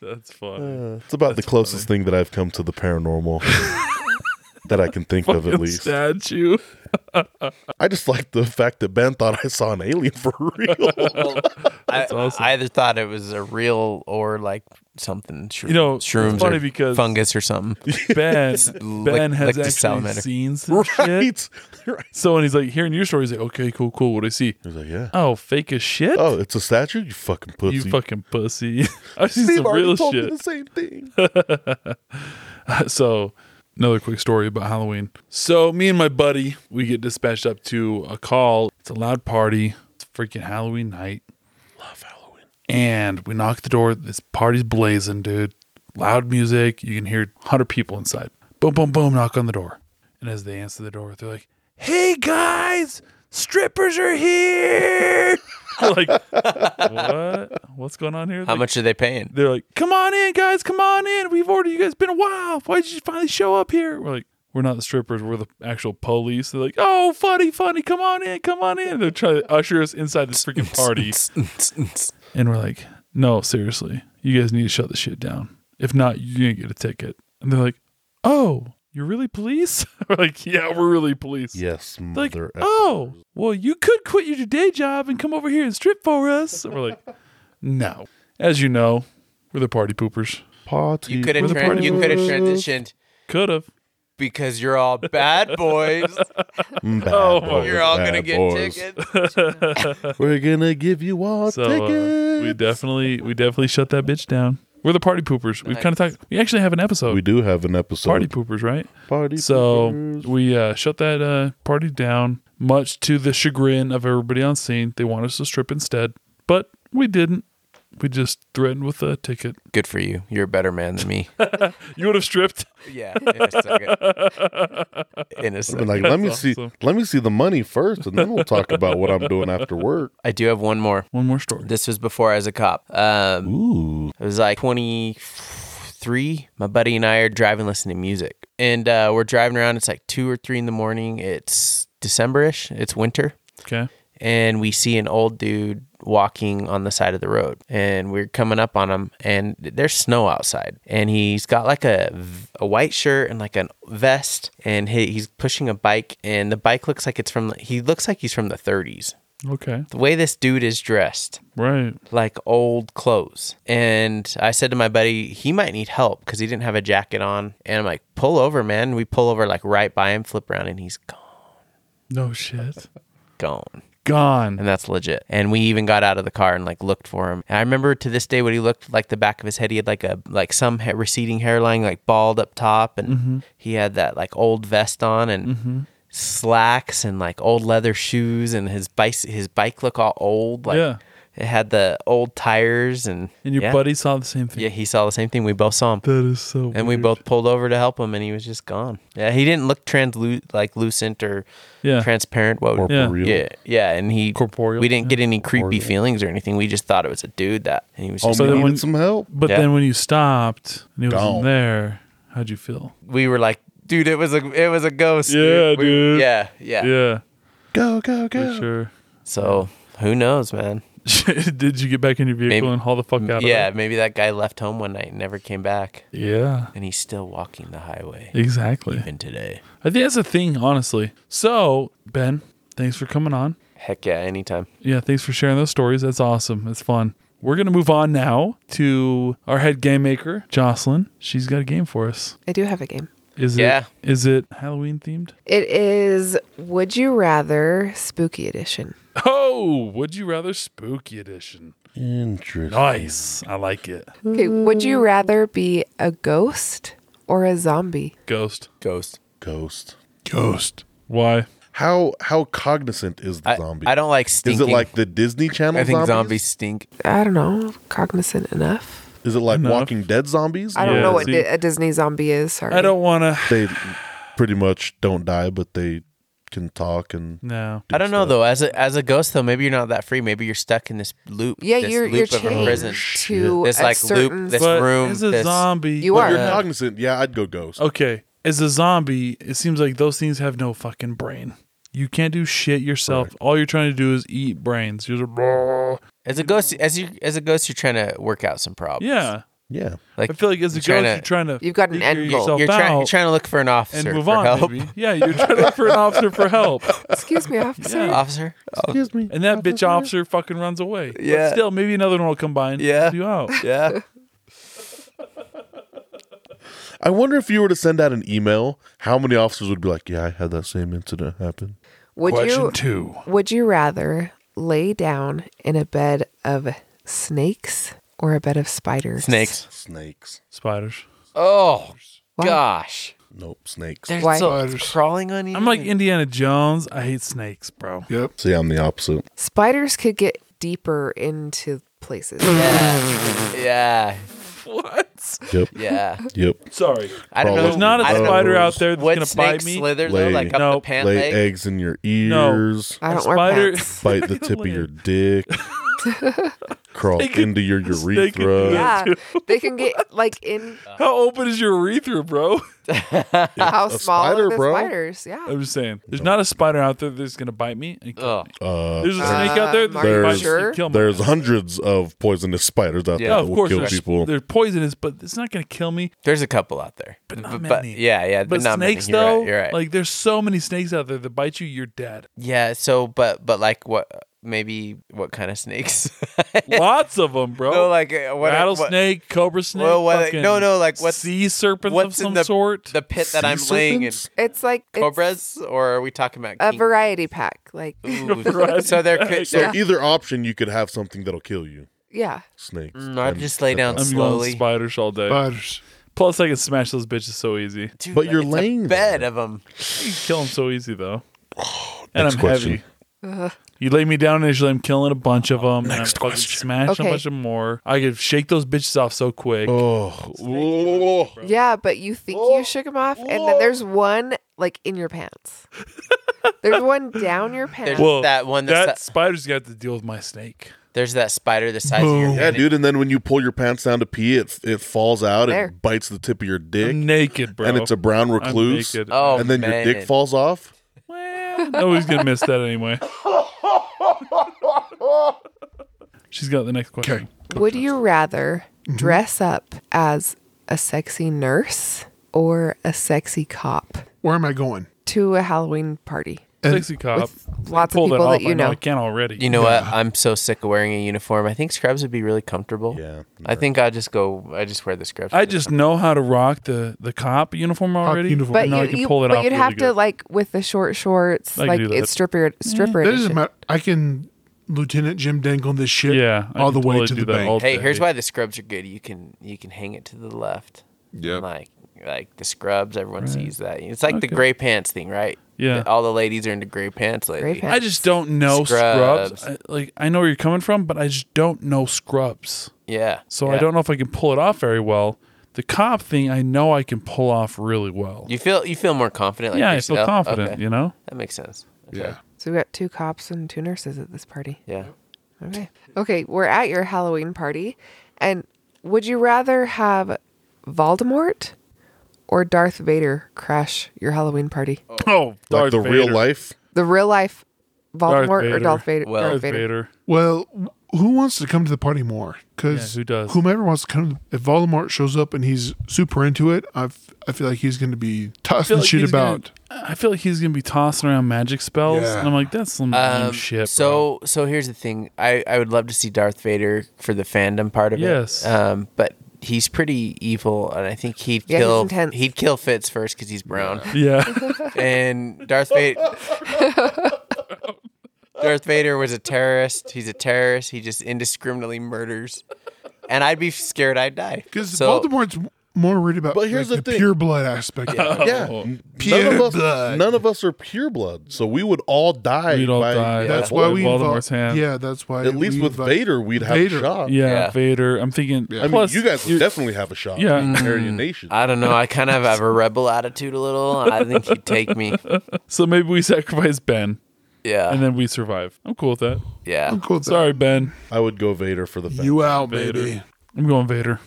[SPEAKER 1] That's funny.
[SPEAKER 3] it's about the closest thing that I've come to the paranormal that I can think of, at least.
[SPEAKER 1] Statue.
[SPEAKER 3] I just like the fact that Ben thought I saw an alien for real.
[SPEAKER 5] I, I either thought it was a real or like something. Shroom,
[SPEAKER 1] You know, it's
[SPEAKER 5] shrooms
[SPEAKER 1] funny
[SPEAKER 5] or
[SPEAKER 1] because-
[SPEAKER 5] fungus or something.
[SPEAKER 1] Ben, Ben
[SPEAKER 5] lick
[SPEAKER 1] has
[SPEAKER 5] the
[SPEAKER 1] actually
[SPEAKER 5] salamander.
[SPEAKER 1] seen some shit.
[SPEAKER 3] right. right.
[SPEAKER 1] So when he's like hearing your story, he's like, okay, cool, cool. What do I see?
[SPEAKER 3] He's like, yeah.
[SPEAKER 1] Oh, fake as shit.
[SPEAKER 3] Oh, it's a statue? You fucking pussy.
[SPEAKER 1] you fucking pussy. I've seen
[SPEAKER 3] Steve
[SPEAKER 1] some
[SPEAKER 3] already
[SPEAKER 1] real
[SPEAKER 3] told me
[SPEAKER 1] shit.
[SPEAKER 3] the same thing.
[SPEAKER 1] So another quick story about Halloween. So me and my buddy, we get dispatched up to a call. It's a loud party. It's freaking Halloween night. Love Halloween. And we knock the door. This party's blazing, dude. Loud music. You can hear 100 people inside. Boom, boom, boom. Knock on the door. And as they answer the door, they're like, "Hey guys, strippers are here." like, what? What's going on here?
[SPEAKER 5] How
[SPEAKER 1] Like,
[SPEAKER 5] much are they paying?
[SPEAKER 1] they're like, "Come on in, guys! Come on in! We've ordered you guys. Been a while. Why did you finally show up here?" We're like, We're not the strippers. We're the actual police. They're like, oh, funny, funny, come on in, come on in. They're trying to usher us inside this freaking party. And we're like, no, seriously, you guys need to shut this shit down. If not, you're going to get a ticket. And they're like, oh, you're really police? we're like, yeah, we're really police.
[SPEAKER 3] Yes,
[SPEAKER 1] They're like,
[SPEAKER 3] mother. f-
[SPEAKER 1] oh, well, you could quit your day job and come over here and strip for us. And we're like, no. As you know, we're the party poopers.
[SPEAKER 3] party.
[SPEAKER 5] You could have
[SPEAKER 1] We're the
[SPEAKER 5] tran-
[SPEAKER 1] party
[SPEAKER 5] you could have
[SPEAKER 1] poopers.
[SPEAKER 5] transitioned
[SPEAKER 1] Could have.
[SPEAKER 5] because you're all bad boys.
[SPEAKER 3] Mm, bad
[SPEAKER 1] Oh,
[SPEAKER 3] boys,
[SPEAKER 5] you're all
[SPEAKER 3] bad
[SPEAKER 5] gonna get
[SPEAKER 3] boys.
[SPEAKER 5] tickets.
[SPEAKER 3] We're gonna give you all
[SPEAKER 1] So uh,
[SPEAKER 3] tickets.
[SPEAKER 1] we definitely, we definitely shut that bitch down. We're the party poopers. We've kind of talked. We actually have an episode.
[SPEAKER 3] We do have an episode.
[SPEAKER 1] party poopers, right?
[SPEAKER 3] Party
[SPEAKER 1] So
[SPEAKER 3] poopers.
[SPEAKER 1] we uh, shut that uh, party down, much to the chagrin of everybody on scene. They want us to strip instead, but we didn't. We just threatened with a ticket.
[SPEAKER 5] Good for you. You're a better man than me.
[SPEAKER 1] You would have stripped.
[SPEAKER 5] Yeah. In a second. In a
[SPEAKER 3] I've been
[SPEAKER 5] second.
[SPEAKER 3] like, let me see,
[SPEAKER 1] awesome.
[SPEAKER 3] let me see the money first, and then we'll talk about what I'm doing after work.
[SPEAKER 5] I do have one more.
[SPEAKER 1] One more story.
[SPEAKER 5] This was before I was a cop. Um,
[SPEAKER 3] Ooh,
[SPEAKER 5] It was like 23. My buddy and I are driving, listening to music. And uh, we're driving around. It's like two or three in the morning. It's December ish. It's winter.
[SPEAKER 1] Okay.
[SPEAKER 5] And we see an old dude walking on the side of the road. And we're coming up on him. And there's snow outside. And he's got like a, v- a white shirt and like a vest. And he, he's pushing a bike. And the bike looks like it's from, he looks like he's from the 30s.
[SPEAKER 1] Okay.
[SPEAKER 5] The way this dude is dressed
[SPEAKER 1] Right.
[SPEAKER 5] like old clothes. And I said to my buddy, he might need help because he didn't have a jacket on. And I'm like, pull over, man. We pull over like right by him, flip around, and he's gone,
[SPEAKER 1] No shit.
[SPEAKER 5] gone.
[SPEAKER 1] Gone.
[SPEAKER 5] And that's legit. And we even got out of the car and like looked for him. And I remember to this day what he looked like the back of his head. He had like a like some ha- receding hairline, like bald up top, and
[SPEAKER 1] Mm-hmm.
[SPEAKER 5] he had that like old vest on and. Slacks and like old leather shoes, and his bike his bike looked all old. Like
[SPEAKER 1] Yeah.
[SPEAKER 5] it had the old tires, and
[SPEAKER 1] And your
[SPEAKER 5] yeah.
[SPEAKER 1] buddy saw the same thing.
[SPEAKER 5] Yeah, he saw the same thing. We both saw him.
[SPEAKER 1] That is so.
[SPEAKER 5] And we
[SPEAKER 1] weird.
[SPEAKER 5] both pulled over to help him, and he was just gone. Yeah, he didn't look translucent, like lucent or
[SPEAKER 1] Yeah.
[SPEAKER 5] transparent. What would,
[SPEAKER 1] Yeah.
[SPEAKER 3] real.
[SPEAKER 5] yeah, yeah, and he
[SPEAKER 1] Corporeal,
[SPEAKER 5] We didn't
[SPEAKER 1] yeah.
[SPEAKER 5] get any creepy feelings or anything. We just thought it was a dude that, and he was
[SPEAKER 3] Oh,
[SPEAKER 5] just.
[SPEAKER 1] So
[SPEAKER 3] we
[SPEAKER 1] then
[SPEAKER 3] needed
[SPEAKER 1] when-
[SPEAKER 3] some help.
[SPEAKER 1] But
[SPEAKER 5] Yeah.
[SPEAKER 1] then when you stopped and he wasn't
[SPEAKER 3] Gone.
[SPEAKER 1] there, how'd you feel?
[SPEAKER 5] we were like, dude, it was a it was a ghost.
[SPEAKER 1] Yeah,
[SPEAKER 5] We-
[SPEAKER 1] dude.
[SPEAKER 5] Yeah, yeah,
[SPEAKER 1] Yeah,
[SPEAKER 3] Go, go, go.
[SPEAKER 1] for sure.
[SPEAKER 5] So who knows, man?
[SPEAKER 1] Did you get back in your vehicle
[SPEAKER 5] Maybe-
[SPEAKER 1] and haul the fuck out?
[SPEAKER 5] Yeah,
[SPEAKER 1] Of
[SPEAKER 5] maybe that guy left home one night and never came back,
[SPEAKER 1] it? Yeah.
[SPEAKER 5] and he's still walking the highway
[SPEAKER 1] Exactly.
[SPEAKER 5] even today.
[SPEAKER 1] I think that's the thing, honestly. So Ben, thanks for coming on.
[SPEAKER 5] Heck yeah, anytime.
[SPEAKER 1] Yeah, thanks for sharing those stories. That's awesome. That's fun. We're gonna move on now to our head game maker, Jocelyn. She's got a game for us.
[SPEAKER 4] I do have a game.
[SPEAKER 1] Is
[SPEAKER 5] Yeah.
[SPEAKER 1] it is it Halloween themed?
[SPEAKER 4] It is Would You Rather Spooky Edition.
[SPEAKER 1] Oh, would you rather spooky edition?
[SPEAKER 3] Interesting.
[SPEAKER 1] Nice. I like it.
[SPEAKER 4] Okay, would you rather be a ghost or a zombie?
[SPEAKER 1] Ghost.
[SPEAKER 5] Ghost.
[SPEAKER 3] Ghost.
[SPEAKER 2] Ghost.
[SPEAKER 1] Why?
[SPEAKER 3] How how cognizant is the
[SPEAKER 5] I,
[SPEAKER 3] zombie?
[SPEAKER 5] I don't like
[SPEAKER 3] Is
[SPEAKER 5] stinking.
[SPEAKER 3] it like the Disney Channel?
[SPEAKER 5] I think zombies,
[SPEAKER 3] zombies?
[SPEAKER 5] stink.
[SPEAKER 4] I don't know, cognizant enough.
[SPEAKER 3] Is it like
[SPEAKER 1] Enough.
[SPEAKER 3] Walking Dead zombies?
[SPEAKER 4] I don't
[SPEAKER 1] Yeah,
[SPEAKER 4] know what
[SPEAKER 1] see-
[SPEAKER 4] di- a Disney zombie is. Sorry.
[SPEAKER 1] I don't wanna
[SPEAKER 3] They pretty much don't die, but they can talk and
[SPEAKER 1] No.
[SPEAKER 5] I don't know though. As a as a ghost though, maybe you're not that free. Maybe you're stuck in this loop.
[SPEAKER 4] Yeah,
[SPEAKER 5] this
[SPEAKER 4] you're
[SPEAKER 5] loop
[SPEAKER 4] you're
[SPEAKER 5] of a
[SPEAKER 4] chained
[SPEAKER 5] prison.
[SPEAKER 4] to
[SPEAKER 5] This,
[SPEAKER 4] a
[SPEAKER 5] like, loop
[SPEAKER 4] certain
[SPEAKER 5] that's-
[SPEAKER 1] but
[SPEAKER 5] room,
[SPEAKER 1] as a
[SPEAKER 5] this-
[SPEAKER 1] zombie
[SPEAKER 4] You
[SPEAKER 3] But
[SPEAKER 4] are.
[SPEAKER 3] you're
[SPEAKER 4] Yeah.
[SPEAKER 3] cognizant. Yeah, I'd go ghost.
[SPEAKER 1] Okay. As a zombie, it seems like those things have no fucking brain. You can't do shit yourself. All you're trying to do is eat brains. You're just,
[SPEAKER 5] As a ghost, as you as a ghost, you're trying to work out some problems.
[SPEAKER 1] yeah.
[SPEAKER 3] Yeah.
[SPEAKER 5] like
[SPEAKER 1] I feel like as a ghost,
[SPEAKER 5] trying
[SPEAKER 1] you're
[SPEAKER 5] to-
[SPEAKER 1] trying to
[SPEAKER 4] You've got an
[SPEAKER 1] figure
[SPEAKER 4] end goal.
[SPEAKER 1] yourself
[SPEAKER 5] you're, trying you're
[SPEAKER 1] out
[SPEAKER 5] trying to look for an officer
[SPEAKER 1] and move
[SPEAKER 5] for
[SPEAKER 1] on.
[SPEAKER 5] help.
[SPEAKER 1] Maybe. Yeah, you're trying to look for an officer for help,
[SPEAKER 4] Excuse me, officer.
[SPEAKER 1] Yeah.
[SPEAKER 5] Officer. Oh,
[SPEAKER 3] Excuse me.
[SPEAKER 1] and that bitch officer fucking runs away. But
[SPEAKER 5] Yeah.
[SPEAKER 1] still, maybe another one will come by and
[SPEAKER 5] Yeah.
[SPEAKER 1] help you out.
[SPEAKER 5] yeah.
[SPEAKER 3] I wonder if you were to send out an email, how many officers would be like, "Yeah, I had that same incident happen."
[SPEAKER 4] Would
[SPEAKER 1] Question
[SPEAKER 4] you
[SPEAKER 1] two.
[SPEAKER 4] would you rather lay down in a bed of snakes or a bed of spiders?
[SPEAKER 5] Snakes.
[SPEAKER 3] Snakes.
[SPEAKER 1] Spiders.
[SPEAKER 5] Oh
[SPEAKER 4] Why?
[SPEAKER 5] gosh.
[SPEAKER 3] Nope. Snakes.
[SPEAKER 5] They're
[SPEAKER 4] Why?
[SPEAKER 5] so
[SPEAKER 2] Spiders.
[SPEAKER 5] crawling on you.
[SPEAKER 1] I'm like Indiana Jones. I hate snakes, bro.
[SPEAKER 2] Yep.
[SPEAKER 3] See, I'm the opposite.
[SPEAKER 4] Spiders could get deeper into places.
[SPEAKER 5] yeah.
[SPEAKER 1] What?
[SPEAKER 3] Yep.
[SPEAKER 5] Yeah.
[SPEAKER 3] Yep.
[SPEAKER 1] Sorry.
[SPEAKER 5] I don't know.
[SPEAKER 1] There's not a
[SPEAKER 5] I don't
[SPEAKER 1] spider
[SPEAKER 5] know
[SPEAKER 1] out there that's
[SPEAKER 5] What
[SPEAKER 1] gonna
[SPEAKER 5] snake
[SPEAKER 1] bite me.
[SPEAKER 5] slither though?
[SPEAKER 3] Lay-
[SPEAKER 5] Like up the
[SPEAKER 1] Nope.
[SPEAKER 5] pant
[SPEAKER 3] Lay
[SPEAKER 5] leg?
[SPEAKER 3] eggs in your ears.
[SPEAKER 4] I don't wear
[SPEAKER 1] spider-
[SPEAKER 4] pants.
[SPEAKER 3] Bite the tip of your dick. crawl
[SPEAKER 1] They can-
[SPEAKER 3] into your
[SPEAKER 1] they can do
[SPEAKER 3] urethra.
[SPEAKER 1] that.
[SPEAKER 4] Yeah, they can get like in
[SPEAKER 1] How open is your urethra, bro?
[SPEAKER 4] how small
[SPEAKER 3] spider,
[SPEAKER 4] are the
[SPEAKER 3] bro.
[SPEAKER 4] spiders. Yeah,
[SPEAKER 1] I'm just saying. There's not a spider out there that's gonna bite me. and kill
[SPEAKER 5] Ugh.
[SPEAKER 1] me.
[SPEAKER 3] Uh,
[SPEAKER 1] There's a snake
[SPEAKER 4] Uh,
[SPEAKER 1] out there that's
[SPEAKER 4] are
[SPEAKER 1] gonna
[SPEAKER 3] you
[SPEAKER 1] bite me
[SPEAKER 4] sure?
[SPEAKER 1] and kill me.
[SPEAKER 3] There's hundreds of poisonous spiders
[SPEAKER 5] Yeah.
[SPEAKER 3] out there
[SPEAKER 1] Yeah,
[SPEAKER 3] that
[SPEAKER 1] of
[SPEAKER 3] will
[SPEAKER 1] course,
[SPEAKER 3] kill
[SPEAKER 1] there's-
[SPEAKER 3] people.
[SPEAKER 1] they're poisonous, but it's not gonna kill me.
[SPEAKER 5] There's a couple out there, but
[SPEAKER 1] not many.
[SPEAKER 5] yeah, yeah,
[SPEAKER 1] But,
[SPEAKER 5] but, not many.
[SPEAKER 1] snakes,
[SPEAKER 5] You're
[SPEAKER 1] though,
[SPEAKER 5] right, you're right.
[SPEAKER 1] like there's so many snakes out there that bite you, you're dead.
[SPEAKER 5] yeah. So, but but like what? Maybe what kind of snakes?
[SPEAKER 1] Lots of them, bro.
[SPEAKER 5] no, like uh, what? what-
[SPEAKER 1] rattlesnake, cobra snake.
[SPEAKER 5] Well, what-
[SPEAKER 1] fucking
[SPEAKER 5] no, no, like, what's-
[SPEAKER 1] sea serpents of
[SPEAKER 5] what's in
[SPEAKER 1] some
[SPEAKER 5] the-
[SPEAKER 1] sort?
[SPEAKER 5] the pit that
[SPEAKER 3] Sea
[SPEAKER 5] I'm laying in
[SPEAKER 3] serpents?
[SPEAKER 4] it's like it's
[SPEAKER 5] cobras, or are we talking about
[SPEAKER 4] a
[SPEAKER 5] king-
[SPEAKER 4] variety pack. Like
[SPEAKER 5] Ooh. so there could.
[SPEAKER 3] So
[SPEAKER 5] There,
[SPEAKER 3] either option, you could have something that'll kill you.
[SPEAKER 4] yeah,
[SPEAKER 3] Snakes.
[SPEAKER 5] Mm, I'd
[SPEAKER 3] and
[SPEAKER 5] just lay down
[SPEAKER 1] I'm
[SPEAKER 3] crocodiles.
[SPEAKER 1] going
[SPEAKER 5] slowly.
[SPEAKER 1] spiders all day.
[SPEAKER 2] Spiders.
[SPEAKER 1] Plus, I can smash those bitches so easy.
[SPEAKER 5] Dude,
[SPEAKER 3] But you're
[SPEAKER 5] it's a
[SPEAKER 3] laying
[SPEAKER 5] bed of them.
[SPEAKER 1] You can kill them so easy though. and
[SPEAKER 3] next
[SPEAKER 1] I'm
[SPEAKER 3] question.
[SPEAKER 1] heavy. You lay me down initially. I'm killing a bunch of them. and I'm
[SPEAKER 3] Next
[SPEAKER 1] fucking
[SPEAKER 3] question.
[SPEAKER 1] Smash a
[SPEAKER 4] Okay.
[SPEAKER 1] bunch of more. I could shake those bitches off so quick.
[SPEAKER 3] Oh,
[SPEAKER 4] yeah, but you think you shook them off, and then there's one like in your pants. there's one down your pants.
[SPEAKER 5] There's that one that's-
[SPEAKER 1] that spider's got to deal with my snake.
[SPEAKER 5] There's that spider the size of your
[SPEAKER 3] yeah,
[SPEAKER 5] hand.
[SPEAKER 3] dude. And then when you pull your pants down to pee, it it falls out
[SPEAKER 4] There.
[SPEAKER 3] and bites the tip of your dick,
[SPEAKER 1] I'm naked, bro.
[SPEAKER 3] and it's a brown recluse.
[SPEAKER 1] naked.
[SPEAKER 5] Oh,
[SPEAKER 3] and then
[SPEAKER 5] man.
[SPEAKER 3] your dick falls off.
[SPEAKER 1] Well, nobody's gonna miss that anyway. She's got the next question.
[SPEAKER 2] Okay.
[SPEAKER 4] Would you rather
[SPEAKER 2] Mm-hmm.
[SPEAKER 4] dress up as a sexy nurse or a sexy cop
[SPEAKER 2] Where am I going?
[SPEAKER 4] to a Halloween party?
[SPEAKER 1] Sexy cop.
[SPEAKER 4] With lots of
[SPEAKER 1] Pull
[SPEAKER 4] people
[SPEAKER 1] Uh, off.
[SPEAKER 4] that
[SPEAKER 1] I
[SPEAKER 4] you know.
[SPEAKER 1] I can already.
[SPEAKER 5] You know what? I'm so sick of wearing a uniform. I think scrubs would be really comfortable.
[SPEAKER 3] Yeah.
[SPEAKER 5] I think I'll just go. I just wear the scrubs.
[SPEAKER 1] I just know how to rock the the cop uniform already.
[SPEAKER 2] uniform.
[SPEAKER 4] But
[SPEAKER 1] No, I
[SPEAKER 4] you,
[SPEAKER 1] can
[SPEAKER 4] you-
[SPEAKER 1] pull it
[SPEAKER 4] but
[SPEAKER 1] off
[SPEAKER 4] you'd
[SPEAKER 1] really
[SPEAKER 4] have to
[SPEAKER 1] good.
[SPEAKER 4] like with the short shorts,
[SPEAKER 1] I can
[SPEAKER 4] like
[SPEAKER 1] do that.
[SPEAKER 4] it's stripper stripper.
[SPEAKER 2] That doesn't
[SPEAKER 4] edition.
[SPEAKER 2] matter. I can Lieutenant Jim Dangle this shit
[SPEAKER 1] Yeah, I
[SPEAKER 2] all the
[SPEAKER 1] can
[SPEAKER 2] way
[SPEAKER 1] totally
[SPEAKER 2] to
[SPEAKER 1] do
[SPEAKER 2] the
[SPEAKER 1] that
[SPEAKER 2] bank.
[SPEAKER 1] all-
[SPEAKER 5] hey, here's
[SPEAKER 1] Okay.
[SPEAKER 5] why the scrubs are good. You can you can hang it to the left.
[SPEAKER 3] Yeah.
[SPEAKER 5] Like like the scrubs, everyone sees that. It's like the gray pants thing, right?
[SPEAKER 1] Yeah.
[SPEAKER 5] All the ladies are into gray pants lately.
[SPEAKER 4] Gray pants.
[SPEAKER 1] I just don't know scrubs.
[SPEAKER 5] Scrubs.
[SPEAKER 1] I- like I know where you're coming from, but I just don't know scrubs.
[SPEAKER 5] Yeah.
[SPEAKER 1] So I
[SPEAKER 5] yeah.
[SPEAKER 1] don't know if I can pull it off very well. The cop thing, I know I can pull off really well.
[SPEAKER 5] You feel you feel more confident. Like
[SPEAKER 1] yeah, I
[SPEAKER 5] yourself?
[SPEAKER 1] feel confident.
[SPEAKER 5] Okay.
[SPEAKER 1] You know,
[SPEAKER 5] That makes sense. Okay.
[SPEAKER 2] Yeah.
[SPEAKER 4] So we got two cops and two nurses at this party.
[SPEAKER 5] Yeah.
[SPEAKER 4] Okay. Okay, we're at your Halloween party. And would you rather have Voldemort or Darth Vader crash your Halloween party?
[SPEAKER 1] oh,
[SPEAKER 3] Like
[SPEAKER 1] Darth
[SPEAKER 3] the
[SPEAKER 1] Vader.
[SPEAKER 3] real life.
[SPEAKER 4] The real life
[SPEAKER 1] Darth
[SPEAKER 4] Voldemort
[SPEAKER 1] Vader.
[SPEAKER 4] or Darth Vader?
[SPEAKER 5] Well-
[SPEAKER 1] Darth
[SPEAKER 4] Darth
[SPEAKER 1] Vader.
[SPEAKER 2] Well, wh- who wants to come to the party more? Because
[SPEAKER 1] Yeah, who does?
[SPEAKER 2] Whomever wants to come. If Voldemort shows up and he's super into it, I f- I feel like he's going to be tough
[SPEAKER 1] feel
[SPEAKER 2] and
[SPEAKER 1] like
[SPEAKER 2] shit
[SPEAKER 1] he's
[SPEAKER 2] about.
[SPEAKER 1] gonna- I feel like he's gonna be tossing around magic spells,
[SPEAKER 2] Yeah.
[SPEAKER 1] and I'm like, that's some lame
[SPEAKER 5] Um,
[SPEAKER 1] shit. bro.
[SPEAKER 5] So so here's the thing. I I would love to see Darth Vader for the fandom part of
[SPEAKER 1] Yes.
[SPEAKER 5] it. Um, but he's pretty evil, and I think he'd
[SPEAKER 4] Yeah, he's
[SPEAKER 5] kill
[SPEAKER 4] intense.
[SPEAKER 5] he'd kill Fitz first because he's brown,
[SPEAKER 1] yeah,
[SPEAKER 5] and Darth Vader. Darth Vader was a terrorist. He's a terrorist. He just indiscriminately murders, and I'd be scared I'd die.
[SPEAKER 2] Because
[SPEAKER 5] So-
[SPEAKER 2] Voldemort's more worried about
[SPEAKER 3] But here's
[SPEAKER 2] like,
[SPEAKER 3] the
[SPEAKER 2] the,
[SPEAKER 3] thing.
[SPEAKER 2] pure blood aspect. of it.
[SPEAKER 3] Yeah,
[SPEAKER 2] Pure
[SPEAKER 1] Oh.
[SPEAKER 3] none of us,
[SPEAKER 2] blood.
[SPEAKER 3] none of us are pure blood, so we would all die.
[SPEAKER 1] We'd all
[SPEAKER 3] by-
[SPEAKER 1] die.
[SPEAKER 2] That's
[SPEAKER 1] Yeah.
[SPEAKER 2] why we
[SPEAKER 1] Voldemort's
[SPEAKER 2] invo-
[SPEAKER 1] hand.
[SPEAKER 2] Yeah, that's why.
[SPEAKER 3] At least
[SPEAKER 2] we
[SPEAKER 3] with
[SPEAKER 2] invo-
[SPEAKER 3] Vader, we'd have
[SPEAKER 2] Vader.
[SPEAKER 3] a shot.
[SPEAKER 1] yeah,
[SPEAKER 5] Yeah.
[SPEAKER 1] Vader. I'm thinking.
[SPEAKER 3] I mean,
[SPEAKER 1] plus,
[SPEAKER 3] you guys would
[SPEAKER 1] you're-
[SPEAKER 3] definitely have a shot.
[SPEAKER 1] Yeah. Mm-hmm.
[SPEAKER 3] in Aryan Nation.
[SPEAKER 5] Mm. I don't know. I kind of have a rebel attitude a little. I think he'd take me.
[SPEAKER 1] So maybe we sacrifice Ben,
[SPEAKER 5] Yeah.
[SPEAKER 1] and then we survive. I'm cool with that.
[SPEAKER 5] yeah.
[SPEAKER 2] Cool with that.
[SPEAKER 1] Sorry, Ben.
[SPEAKER 3] I would go Vader for the fact.
[SPEAKER 2] You out,
[SPEAKER 1] Vader.
[SPEAKER 2] baby.
[SPEAKER 1] I'm going Vader.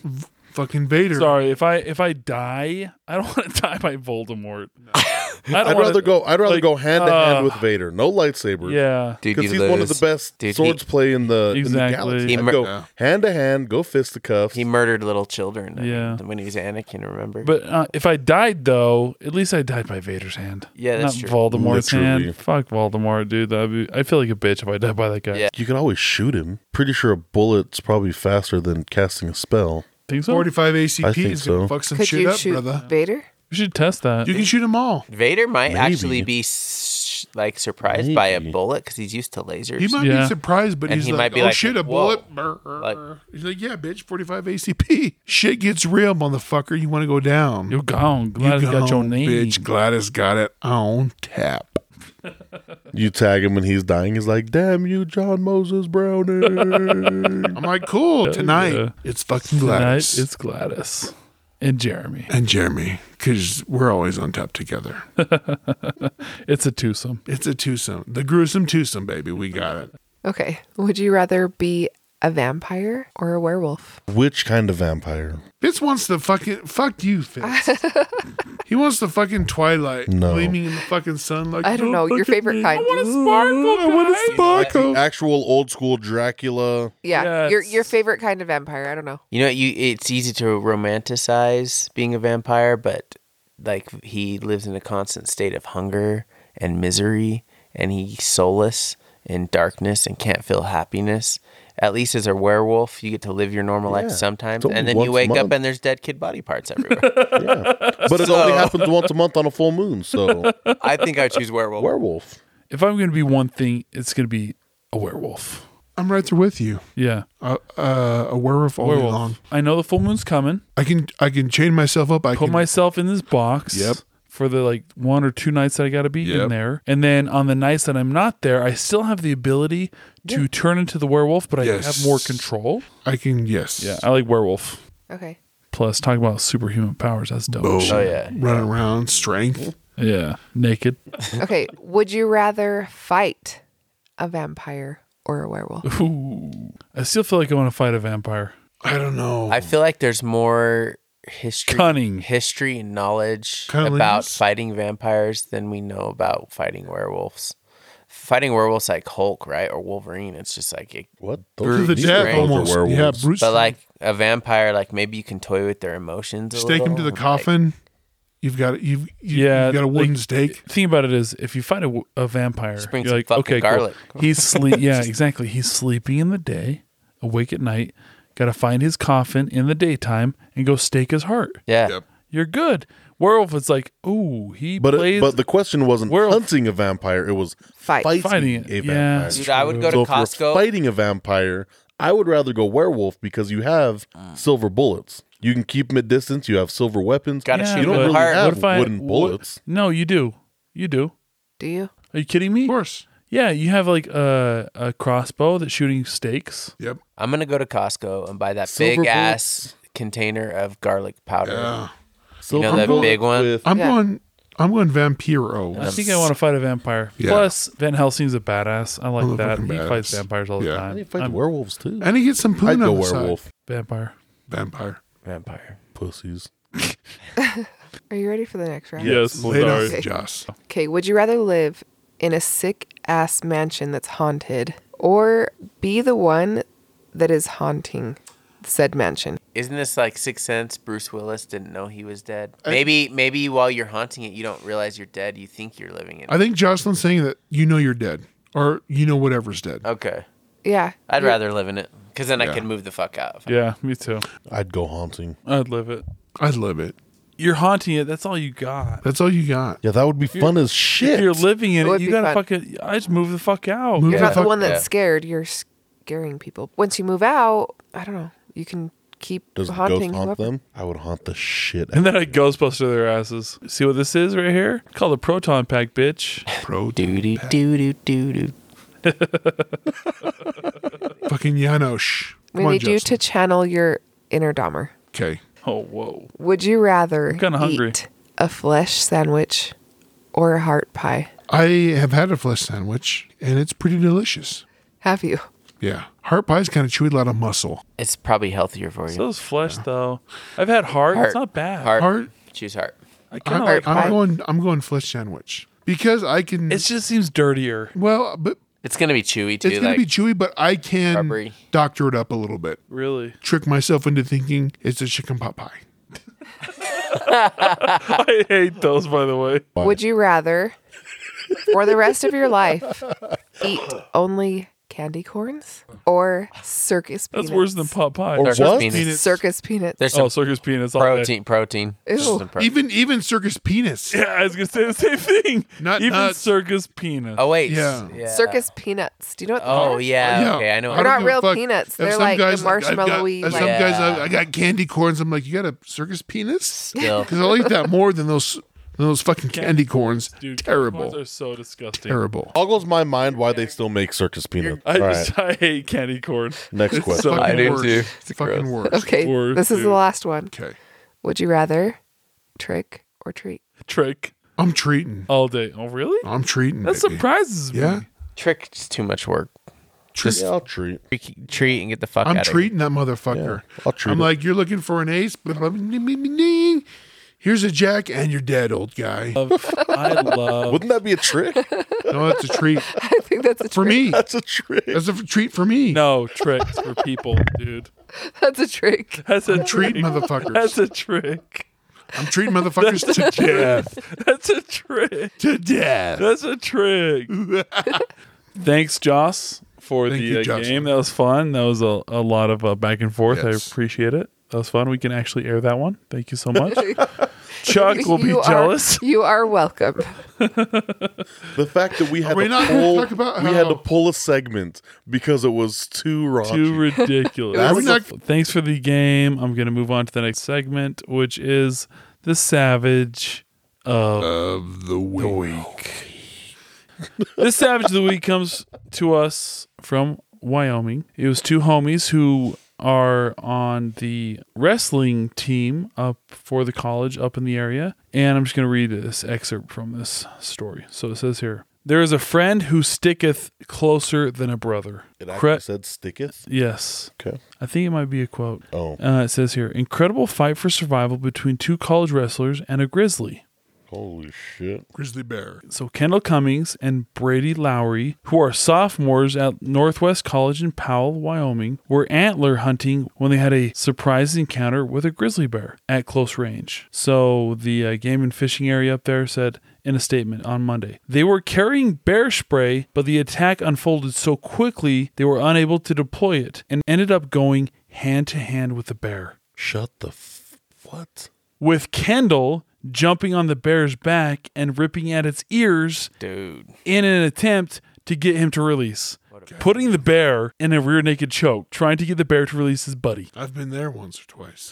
[SPEAKER 2] Fucking Vader.
[SPEAKER 1] Sorry, if I if I die, I don't want to die by Voldemort. I
[SPEAKER 3] I'd rather go. I'd rather
[SPEAKER 1] like,
[SPEAKER 3] go hand to
[SPEAKER 1] uh,
[SPEAKER 3] hand with Vader. No lightsaber.
[SPEAKER 1] Yeah,
[SPEAKER 5] Dude,
[SPEAKER 3] Because
[SPEAKER 5] you
[SPEAKER 3] he's one of the
[SPEAKER 5] lose.
[SPEAKER 3] best
[SPEAKER 5] Dude, he-
[SPEAKER 3] swords play in the,
[SPEAKER 1] Exactly.
[SPEAKER 3] in the
[SPEAKER 1] He
[SPEAKER 3] galaxy. I'd
[SPEAKER 5] mur-
[SPEAKER 3] go hand to hand, go fist to cuffs.
[SPEAKER 5] He murdered little children. I mean,
[SPEAKER 1] Yeah.
[SPEAKER 5] when he was Anakin, remember?
[SPEAKER 1] but uh, if I died though, at least I died by Vader's hand.
[SPEAKER 5] Yeah, that's
[SPEAKER 1] not
[SPEAKER 5] true.
[SPEAKER 1] Voldemort's
[SPEAKER 3] Literally.
[SPEAKER 1] hand. Fuck Voldemort, dude. That'd be, I feel like a bitch if I died by that guy.
[SPEAKER 5] Yeah.
[SPEAKER 3] you can always shoot him. Pretty sure a bullet's probably faster than casting a spell.
[SPEAKER 1] think so.
[SPEAKER 2] 45
[SPEAKER 3] I
[SPEAKER 2] ACP
[SPEAKER 3] think
[SPEAKER 2] is going
[SPEAKER 3] so.
[SPEAKER 2] to fuck some
[SPEAKER 4] Could
[SPEAKER 2] shit
[SPEAKER 4] you
[SPEAKER 2] up,
[SPEAKER 4] shoot
[SPEAKER 2] brother.
[SPEAKER 4] Vader?
[SPEAKER 1] We should test that.
[SPEAKER 2] You can shoot them all.
[SPEAKER 5] Vader might
[SPEAKER 3] Maybe.
[SPEAKER 5] actually be s- like surprised by a
[SPEAKER 3] Maybe.
[SPEAKER 5] bullet because he's used to lasers.
[SPEAKER 2] He might
[SPEAKER 1] Yeah.
[SPEAKER 2] be surprised, but
[SPEAKER 5] And
[SPEAKER 2] he's
[SPEAKER 5] he
[SPEAKER 2] like,
[SPEAKER 5] might be
[SPEAKER 2] "Oh
[SPEAKER 5] like,
[SPEAKER 2] shit, a
[SPEAKER 5] "Whoa."
[SPEAKER 2] bullet!" Brr, brr,
[SPEAKER 5] Like-
[SPEAKER 2] brr. he's like, "Yeah, bitch, 45 ACP. Shit gets real, motherfucker. You want to go down?
[SPEAKER 1] You're gone. Glad you got your
[SPEAKER 2] gone,
[SPEAKER 1] name.
[SPEAKER 2] bitch. Gladys got it on tap.
[SPEAKER 3] You tag him when he's dying. He's like, "Damn you, John Moses Browning."
[SPEAKER 2] I'm like, cool. Tonight
[SPEAKER 1] yeah.
[SPEAKER 2] it's fucking
[SPEAKER 1] Tonight
[SPEAKER 2] Gladys
[SPEAKER 1] it's Gladys and Jeremy.
[SPEAKER 2] and Jeremy because we're always on top together.
[SPEAKER 1] It's a twosome.
[SPEAKER 2] it's a twosome, the gruesome twosome, baby. We got it.
[SPEAKER 4] Okay. Would you rather be a vampire or a werewolf?
[SPEAKER 3] Which kind of vampire?
[SPEAKER 2] Fitz wants the fucking fuck you, Fitz. he wants the fucking twilight,
[SPEAKER 3] No.
[SPEAKER 2] gleaming in the fucking sun. Like
[SPEAKER 4] I don't know, your
[SPEAKER 2] look at
[SPEAKER 4] favorite
[SPEAKER 2] me.
[SPEAKER 4] kind.
[SPEAKER 2] I want to sparkle. I want to
[SPEAKER 3] Like the
[SPEAKER 2] sparkle.
[SPEAKER 3] actual old school Dracula.
[SPEAKER 4] Yeah,
[SPEAKER 1] Yeah,
[SPEAKER 4] your
[SPEAKER 1] it's-
[SPEAKER 4] your favorite kind of vampire. I don't know.
[SPEAKER 5] You know, you it's easy to romanticize being a vampire, but like he lives in a constant state of hunger and misery, and he's soulless in darkness and can't feel happiness. At least as a werewolf, you get to live your normal life
[SPEAKER 3] Yeah.
[SPEAKER 5] sometimes,
[SPEAKER 3] It's only
[SPEAKER 5] and then
[SPEAKER 3] once
[SPEAKER 5] you
[SPEAKER 3] a
[SPEAKER 5] wake up
[SPEAKER 3] month.
[SPEAKER 5] and there's dead kid body parts everywhere.
[SPEAKER 3] Yeah. But it only
[SPEAKER 5] So-
[SPEAKER 3] happens once a month on a full moon. So,
[SPEAKER 5] I think I choose werewolf.
[SPEAKER 3] werewolf.
[SPEAKER 1] If I'm going to be one thing, it's going to be a werewolf.
[SPEAKER 2] I'm right there with you.
[SPEAKER 1] Yeah,
[SPEAKER 2] Uh, uh, a werewolf all day
[SPEAKER 1] werewolf.
[SPEAKER 2] long.
[SPEAKER 1] I know the full moon's coming.
[SPEAKER 2] I can I can chain myself up. I
[SPEAKER 1] Put
[SPEAKER 2] can
[SPEAKER 1] myself in this box.
[SPEAKER 3] Yep.
[SPEAKER 1] For the like one or two nights that I got to be in
[SPEAKER 2] Yep.
[SPEAKER 1] there, and then on the nights that I'm not there, I still have the ability to turn into the werewolf, but I
[SPEAKER 2] Yes.
[SPEAKER 1] have more control.
[SPEAKER 2] I can yes.
[SPEAKER 1] Yeah, I like werewolf.
[SPEAKER 4] Okay.
[SPEAKER 1] Plus, talk about superhuman powers. That's dope.
[SPEAKER 2] Boom.
[SPEAKER 5] Oh yeah.
[SPEAKER 2] Run around, strength.
[SPEAKER 1] Yeah, naked.
[SPEAKER 4] Okay. Would you rather fight a vampire or a werewolf?
[SPEAKER 1] Ooh. I still feel like I want to fight a vampire.
[SPEAKER 2] I don't know.
[SPEAKER 5] I feel like there's more history,
[SPEAKER 1] Cunning.
[SPEAKER 5] history and knowledge
[SPEAKER 2] Cunning.
[SPEAKER 5] about fighting vampires than we know about fighting werewolves. Fighting werewolves like Hulk, right, or Wolverine. It's just like, it,
[SPEAKER 3] What?
[SPEAKER 2] to the
[SPEAKER 3] these
[SPEAKER 2] death
[SPEAKER 3] werewolves are
[SPEAKER 2] almost. Yeah,
[SPEAKER 3] werewolves.
[SPEAKER 2] Bruce.
[SPEAKER 5] but like a vampire, like maybe you can toy with their emotions. A
[SPEAKER 2] stake him to
[SPEAKER 5] little,
[SPEAKER 2] the
[SPEAKER 5] like-
[SPEAKER 2] coffin. You've got you've you,
[SPEAKER 1] Yeah,
[SPEAKER 2] you've got a wooden
[SPEAKER 1] like,
[SPEAKER 2] stake.
[SPEAKER 1] Thing about it is, if you find a, w- a vampire,
[SPEAKER 5] Just bring
[SPEAKER 1] you're
[SPEAKER 5] some
[SPEAKER 1] like,
[SPEAKER 5] fucking
[SPEAKER 1] okay,
[SPEAKER 5] garlic.
[SPEAKER 1] cool. He's sleep. Yeah, exactly. He's sleeping in the day, awake at night. Got to find his coffin in the daytime and go stake his heart.
[SPEAKER 5] yeah,
[SPEAKER 1] You're good. Werewolf is like, ooh, he
[SPEAKER 3] But,
[SPEAKER 1] plays.
[SPEAKER 3] it, but the question wasn't
[SPEAKER 1] Werewolf.
[SPEAKER 3] hunting a vampire, it was
[SPEAKER 4] Fight.
[SPEAKER 3] fighting,
[SPEAKER 1] Fighting it,
[SPEAKER 3] a
[SPEAKER 1] yeah.
[SPEAKER 3] vampire.
[SPEAKER 5] dude, I would go
[SPEAKER 3] so
[SPEAKER 5] to
[SPEAKER 3] if you're
[SPEAKER 5] Costco.
[SPEAKER 3] fighting a vampire, I would rather go werewolf because you have
[SPEAKER 5] Mm.
[SPEAKER 3] silver bullets. You can keep them at distance. You have silver weapons.
[SPEAKER 5] Gotta
[SPEAKER 1] Yeah,
[SPEAKER 5] shoot
[SPEAKER 3] you don't
[SPEAKER 1] but-
[SPEAKER 3] really
[SPEAKER 5] What
[SPEAKER 3] have
[SPEAKER 1] if I-
[SPEAKER 3] wooden
[SPEAKER 1] what-
[SPEAKER 3] bullets.
[SPEAKER 1] no, you do. You do.
[SPEAKER 4] Do you?
[SPEAKER 1] Are you kidding me?
[SPEAKER 2] Of course.
[SPEAKER 1] Yeah, you have like a, a crossbow that's shooting stakes.
[SPEAKER 2] Yep.
[SPEAKER 5] I'm gonna go to Costco and buy that
[SPEAKER 3] Silver
[SPEAKER 5] big ass container of garlic powder.
[SPEAKER 2] Yeah.
[SPEAKER 3] Silver
[SPEAKER 5] know that
[SPEAKER 3] bullets
[SPEAKER 5] big one?
[SPEAKER 3] with-
[SPEAKER 2] I'm
[SPEAKER 4] Yeah.
[SPEAKER 2] going. I'm going vampiro.
[SPEAKER 1] I think I want to fight a vampire.
[SPEAKER 2] Yeah.
[SPEAKER 1] Plus, Van Helsing's a badass. I like
[SPEAKER 2] I'm a
[SPEAKER 1] that. He
[SPEAKER 2] fucking badass.
[SPEAKER 1] fights vampires all the
[SPEAKER 2] Yeah.
[SPEAKER 3] I
[SPEAKER 1] time.
[SPEAKER 3] need to fight
[SPEAKER 1] I'm
[SPEAKER 3] the werewolves too.
[SPEAKER 2] and he gets some poon
[SPEAKER 3] I'd go
[SPEAKER 2] on the side.
[SPEAKER 3] werewolf.
[SPEAKER 1] vampire.
[SPEAKER 2] Vampire.
[SPEAKER 5] Vampire.
[SPEAKER 3] Pussies.
[SPEAKER 4] Are you ready for the next round?
[SPEAKER 1] Yes.
[SPEAKER 2] Lay it off,
[SPEAKER 4] Sorry.
[SPEAKER 2] Joss.
[SPEAKER 4] Okay. Would you rather live in a sick ass mansion that's haunted, or be the one that is haunting said mansion?
[SPEAKER 5] Isn't this like Sixth Sense? Bruce Willis didn't know he was dead. Maybe, maybe while you're haunting it, you don't realize you're dead. You think you're living in.
[SPEAKER 2] I
[SPEAKER 5] it.
[SPEAKER 2] think Jocelyn's saying that you know you're dead, or you know whatever's dead.
[SPEAKER 5] Okay,
[SPEAKER 4] Yeah.
[SPEAKER 5] I'd
[SPEAKER 4] You're-
[SPEAKER 5] rather live in it because then I
[SPEAKER 2] Yeah.
[SPEAKER 5] can move the fuck out.
[SPEAKER 1] Yeah, me too.
[SPEAKER 3] I'd go haunting.
[SPEAKER 1] I'd live it.
[SPEAKER 2] I love it.
[SPEAKER 1] You're haunting it. That's all you got.
[SPEAKER 2] That's all you got.
[SPEAKER 3] Yeah, that would be fun as
[SPEAKER 1] If
[SPEAKER 3] shit.
[SPEAKER 1] you're living in
[SPEAKER 4] It
[SPEAKER 1] it,
[SPEAKER 4] would
[SPEAKER 1] you
[SPEAKER 4] be
[SPEAKER 1] gotta
[SPEAKER 4] fun.
[SPEAKER 1] fucking. I just move the fuck out.
[SPEAKER 2] Move
[SPEAKER 4] You're
[SPEAKER 2] the
[SPEAKER 4] not the
[SPEAKER 2] fuck-
[SPEAKER 4] one that's
[SPEAKER 5] Yeah.
[SPEAKER 4] scared. You're scaring people. Once you move out, I don't know. You can keep
[SPEAKER 3] Does the ghost
[SPEAKER 4] haunting
[SPEAKER 3] haunt
[SPEAKER 4] whoever.
[SPEAKER 3] them? I would haunt the shit. out
[SPEAKER 1] And then I ghostbuster their asses. See what this is right here? Call the proton pack, bitch.
[SPEAKER 2] Pro
[SPEAKER 5] Do do do do do do.
[SPEAKER 2] fucking Janosch.
[SPEAKER 4] We
[SPEAKER 2] Come on,
[SPEAKER 4] need you to
[SPEAKER 2] Jocelyn.
[SPEAKER 4] channel your inner Dahmer.
[SPEAKER 2] Okay.
[SPEAKER 1] Oh whoa.
[SPEAKER 4] Would you rather eat
[SPEAKER 1] kinda hungry.
[SPEAKER 4] a flesh sandwich or a heart pie?
[SPEAKER 2] I have had a flesh sandwich, and it's pretty delicious.
[SPEAKER 4] Have you?
[SPEAKER 2] Yeah. Heart pie's kind of chewy, a lot of muscle.
[SPEAKER 5] It's probably healthier for you.
[SPEAKER 1] So is flesh though. I've had heart.
[SPEAKER 5] Heart.
[SPEAKER 1] It's not bad.
[SPEAKER 5] heart.
[SPEAKER 2] Heart.
[SPEAKER 5] Choose heart.
[SPEAKER 1] I kind
[SPEAKER 2] I'm,
[SPEAKER 1] of like.
[SPEAKER 2] I'm
[SPEAKER 4] pie.
[SPEAKER 2] going. I'm going flesh sandwich because I can.
[SPEAKER 1] It just seems dirtier.
[SPEAKER 2] well, but
[SPEAKER 5] It's gonna be chewy too.
[SPEAKER 2] it's gonna
[SPEAKER 5] like
[SPEAKER 2] be chewy, but I can
[SPEAKER 5] rubbery.
[SPEAKER 2] doctor it up a little bit.
[SPEAKER 1] Really.
[SPEAKER 2] Trick myself into thinking it's a chicken pot pie.
[SPEAKER 1] I hate those. By the way.
[SPEAKER 4] Would you rather for the rest of your life eat only candy corns or circus
[SPEAKER 1] That's
[SPEAKER 4] peanuts?
[SPEAKER 1] worse than pot pie.
[SPEAKER 3] Or
[SPEAKER 5] Circus
[SPEAKER 3] what?
[SPEAKER 5] peanuts.
[SPEAKER 2] Peanuts.
[SPEAKER 4] circus peanuts.
[SPEAKER 5] There's some
[SPEAKER 1] Oh, circus peanuts. all day.
[SPEAKER 5] protein. Protein. There's
[SPEAKER 4] Ew.
[SPEAKER 5] some pro-
[SPEAKER 2] Even even circus penis.
[SPEAKER 1] Yeah, I was gonna say the same thing.
[SPEAKER 2] Not
[SPEAKER 1] even
[SPEAKER 2] nuts.
[SPEAKER 1] circus penis.
[SPEAKER 5] Oh wait.
[SPEAKER 2] Yeah.
[SPEAKER 4] Circus peanuts. Do you know what
[SPEAKER 5] Oh
[SPEAKER 4] they are?
[SPEAKER 5] yeah. Okay, I know.
[SPEAKER 2] I
[SPEAKER 4] They're
[SPEAKER 2] don't
[SPEAKER 4] not
[SPEAKER 2] give a
[SPEAKER 4] real
[SPEAKER 2] fuck.
[SPEAKER 4] peanuts.
[SPEAKER 2] If
[SPEAKER 4] They're
[SPEAKER 2] some
[SPEAKER 4] like the
[SPEAKER 2] guys like, I've got-
[SPEAKER 4] marshmallowy,
[SPEAKER 2] if Some
[SPEAKER 5] like-
[SPEAKER 2] guys,
[SPEAKER 5] Yeah.
[SPEAKER 2] I, I got candy corns. I'm like, you got a circus penis?
[SPEAKER 5] Still.
[SPEAKER 2] Because I'll eat that more than those than those fucking candy corns.
[SPEAKER 1] Dude,
[SPEAKER 2] terrible,
[SPEAKER 1] corns are so disgusting.
[SPEAKER 2] terrible.
[SPEAKER 5] Oh,
[SPEAKER 3] Boggles my mind why they still make circus peanuts.
[SPEAKER 1] I
[SPEAKER 3] All right,
[SPEAKER 1] just I hate candy corn.
[SPEAKER 3] next question.
[SPEAKER 1] so- I
[SPEAKER 2] fucking
[SPEAKER 5] do
[SPEAKER 2] worse.
[SPEAKER 5] too.
[SPEAKER 2] It's fucking worse.
[SPEAKER 4] Okay,
[SPEAKER 1] Or
[SPEAKER 4] this is
[SPEAKER 1] two.
[SPEAKER 4] the last one.
[SPEAKER 2] Okay,
[SPEAKER 4] Would you rather trick or treat?
[SPEAKER 1] Trick
[SPEAKER 2] I'm treating.
[SPEAKER 1] all day. Oh really?
[SPEAKER 2] I'm treating.
[SPEAKER 1] That
[SPEAKER 2] baby.
[SPEAKER 1] surprises me.
[SPEAKER 2] Yeah,
[SPEAKER 5] Trick's too much work. Just
[SPEAKER 3] Yeah, I'll treat.
[SPEAKER 5] freak- treat and get the fuck
[SPEAKER 2] I'm
[SPEAKER 5] out
[SPEAKER 2] treating that motherfucker.
[SPEAKER 3] Yeah, I'll treat
[SPEAKER 2] I'm
[SPEAKER 3] it.
[SPEAKER 2] like, you're looking for an ace. Blah, blah, blah, blah, blah, blah. Here's a jack, and you're dead, old guy.
[SPEAKER 1] I love
[SPEAKER 3] Wouldn't that be a trick?
[SPEAKER 2] No, that's a treat
[SPEAKER 4] I think that's a
[SPEAKER 2] for
[SPEAKER 4] trick.
[SPEAKER 2] me.
[SPEAKER 3] That's a trick.
[SPEAKER 2] That's a f- treat for me.
[SPEAKER 1] no tricks for people, dude.
[SPEAKER 4] That's a trick.
[SPEAKER 1] That's a trick.
[SPEAKER 2] treat motherfuckers.
[SPEAKER 1] That's a trick.
[SPEAKER 2] I'm treating motherfuckers to death.
[SPEAKER 1] That's a trick.
[SPEAKER 2] To death.
[SPEAKER 1] That's a trick. Thanks, Joss, for
[SPEAKER 2] Thank
[SPEAKER 1] the
[SPEAKER 2] you,
[SPEAKER 1] uh,
[SPEAKER 2] Jocelyn.
[SPEAKER 1] game. That was fun. That was a, a lot of uh, back and forth.
[SPEAKER 2] Yes.
[SPEAKER 1] I appreciate it. That was fun. We can actually air that one. Thank you so much. Chuck will be
[SPEAKER 4] You are-
[SPEAKER 1] jealous.
[SPEAKER 4] You are welcome.
[SPEAKER 3] The fact that we had
[SPEAKER 2] we
[SPEAKER 3] to
[SPEAKER 2] not gonna
[SPEAKER 3] pull,
[SPEAKER 2] talk about
[SPEAKER 3] we had
[SPEAKER 2] how-
[SPEAKER 3] to pull a segment because it was too raunchy.
[SPEAKER 1] Too ridiculous.
[SPEAKER 2] That's not-
[SPEAKER 1] Thanks for the game. I'm going to move on to the next segment, which is the Savage of
[SPEAKER 2] of the week.
[SPEAKER 1] this savage of the week comes to us from Wyoming. It was two homies who are on the wrestling team up for the college up in the area. And I'm just going to read this excerpt from this story. So it says here There is a friend who sticketh closer than a brother.
[SPEAKER 3] It
[SPEAKER 1] Cre-
[SPEAKER 3] actually said sticketh.
[SPEAKER 1] yes.
[SPEAKER 3] Okay.
[SPEAKER 1] I think it might be a quote.
[SPEAKER 3] Oh,
[SPEAKER 1] Uh, it says here Incredible fight for survival between two college wrestlers and a grizzly.
[SPEAKER 3] holy shit.
[SPEAKER 2] Grizzly bear.
[SPEAKER 1] So Kendall Cummings and Brady Lowry, who are sophomores at Northwest College in Powell, Wyoming, were antler hunting when they had a surprise encounter with a grizzly bear at close range. So the uh, game and fishing area up there said in a statement on Monday. They were carrying bear spray, but the attack unfolded so quickly they were unable to deploy it and ended up going hand to hand with the bear
[SPEAKER 3] Shut the f- what?
[SPEAKER 1] with Kendall jumping on the bear's back and ripping at its ears
[SPEAKER 5] of it. Dude.
[SPEAKER 1] in an attempt to get him to release. Putting the bear in a rear naked choke, trying to get the bear to release his buddy.
[SPEAKER 2] I've been there once or twice.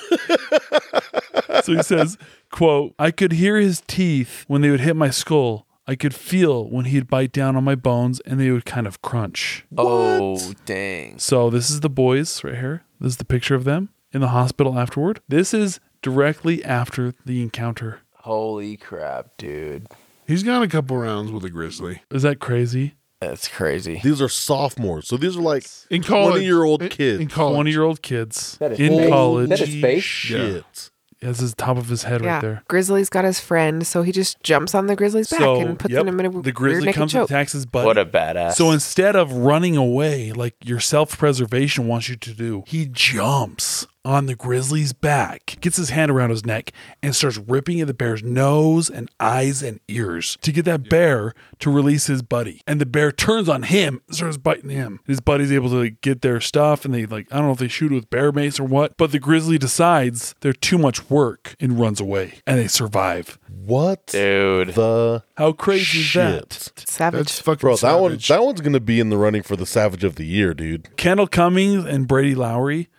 [SPEAKER 1] So he says, quote, I could hear his teeth when they would hit my skull. I could feel when he'd bite down on my bones and they would kind of crunch.
[SPEAKER 5] Oh, dang.
[SPEAKER 1] So this is the boys right here. This is the picture of them in the hospital afterward. This is directly after the encounter.
[SPEAKER 5] Holy crap, dude.
[SPEAKER 2] He's gone a couple rounds with a grizzly.
[SPEAKER 1] Is that crazy?
[SPEAKER 5] That's crazy.
[SPEAKER 3] These are sophomores, so these are like
[SPEAKER 2] In college.
[SPEAKER 3] 20-year-old
[SPEAKER 2] In-
[SPEAKER 3] kids.
[SPEAKER 2] In college.
[SPEAKER 1] 20 year old kids
[SPEAKER 5] That is
[SPEAKER 1] in
[SPEAKER 5] crazy.
[SPEAKER 1] college.
[SPEAKER 5] That is fake?
[SPEAKER 3] Shit.
[SPEAKER 1] That's his top of his head
[SPEAKER 4] yeah.
[SPEAKER 1] right there.
[SPEAKER 4] Grizzly's got his friend, so he just jumps on the grizzly's back and puts
[SPEAKER 1] yep,
[SPEAKER 4] him in a
[SPEAKER 1] the grizzly
[SPEAKER 4] naked
[SPEAKER 1] comes and
[SPEAKER 4] choke.
[SPEAKER 1] attacks his buddy.
[SPEAKER 5] What a badass.
[SPEAKER 1] so instead of running away like your self-preservation wants you to do, he jumps on the grizzly's back, gets his hand around his neck, and starts ripping at the bear's nose and eyes and ears to get that bear to release his buddy. And the bear turns on him, and starts biting him. His buddy's able to like, get their stuff, and they like I don't know if they shoot with bear mace or what, but the grizzly decides they're too much work and runs away, and they survive.
[SPEAKER 3] What
[SPEAKER 5] dude.
[SPEAKER 3] the
[SPEAKER 1] How crazy is that?
[SPEAKER 3] shit?
[SPEAKER 4] Savage.
[SPEAKER 2] That's fucking
[SPEAKER 3] Bro, that one
[SPEAKER 2] savage.
[SPEAKER 3] that one's gonna be in the running for the Savage of the Year, dude.
[SPEAKER 1] Kendall Cummings and Brady Lowry,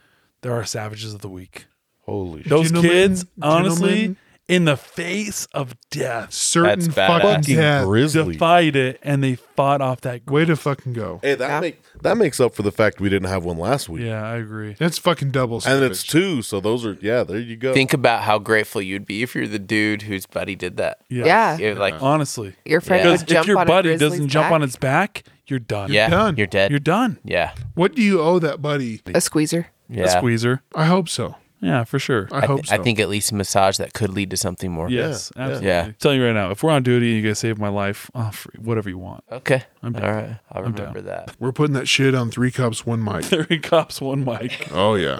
[SPEAKER 1] there are savages of the week.
[SPEAKER 3] Holy shit.
[SPEAKER 1] Those
[SPEAKER 2] Gentlemen,
[SPEAKER 1] kids, honestly,
[SPEAKER 2] gentlemen.
[SPEAKER 1] in the face of death,
[SPEAKER 2] Certain
[SPEAKER 5] That's badass.
[SPEAKER 2] fucking death.
[SPEAKER 3] Grizzly.
[SPEAKER 1] defied it and they fought off that.
[SPEAKER 2] Way to fucking go.
[SPEAKER 3] Hey, that
[SPEAKER 4] Yeah.
[SPEAKER 3] make that makes up for the fact we didn't have one last week.
[SPEAKER 1] Yeah, I agree.
[SPEAKER 2] That's fucking double.
[SPEAKER 3] And
[SPEAKER 2] savage.
[SPEAKER 3] it's two, so those are yeah, there you go.
[SPEAKER 5] Think about how grateful you'd be if you're the dude whose buddy did that.
[SPEAKER 4] yeah.
[SPEAKER 5] You're like,
[SPEAKER 1] Honestly.
[SPEAKER 4] Your friend
[SPEAKER 5] Yeah.
[SPEAKER 4] would
[SPEAKER 1] Because
[SPEAKER 4] jump
[SPEAKER 1] if your
[SPEAKER 4] on a
[SPEAKER 1] buddy
[SPEAKER 4] grizzly's
[SPEAKER 1] doesn't jump
[SPEAKER 4] back.
[SPEAKER 1] on its back, you're done.
[SPEAKER 5] yeah,
[SPEAKER 2] done.
[SPEAKER 5] you're dead.
[SPEAKER 1] You're done.
[SPEAKER 5] yeah.
[SPEAKER 2] What do you owe that buddy?
[SPEAKER 4] a squeezer.
[SPEAKER 1] A
[SPEAKER 5] Yeah.
[SPEAKER 1] squeezer.
[SPEAKER 2] I hope so.
[SPEAKER 1] Yeah, for sure.
[SPEAKER 2] I,
[SPEAKER 5] I,
[SPEAKER 2] hope
[SPEAKER 5] th-
[SPEAKER 2] so.
[SPEAKER 5] I think at least a massage that could lead to something more.
[SPEAKER 1] yes,
[SPEAKER 3] yeah.
[SPEAKER 1] absolutely.
[SPEAKER 5] Yeah.
[SPEAKER 1] Tell you right now, if we're on duty and you guys save my life, I'll free, whatever you want.
[SPEAKER 5] Okay.
[SPEAKER 1] I'm down.
[SPEAKER 5] All right. I'll remember that.
[SPEAKER 2] We're putting that shit on three cups, one mic.
[SPEAKER 1] Three cops, one mic.
[SPEAKER 2] Oh yeah.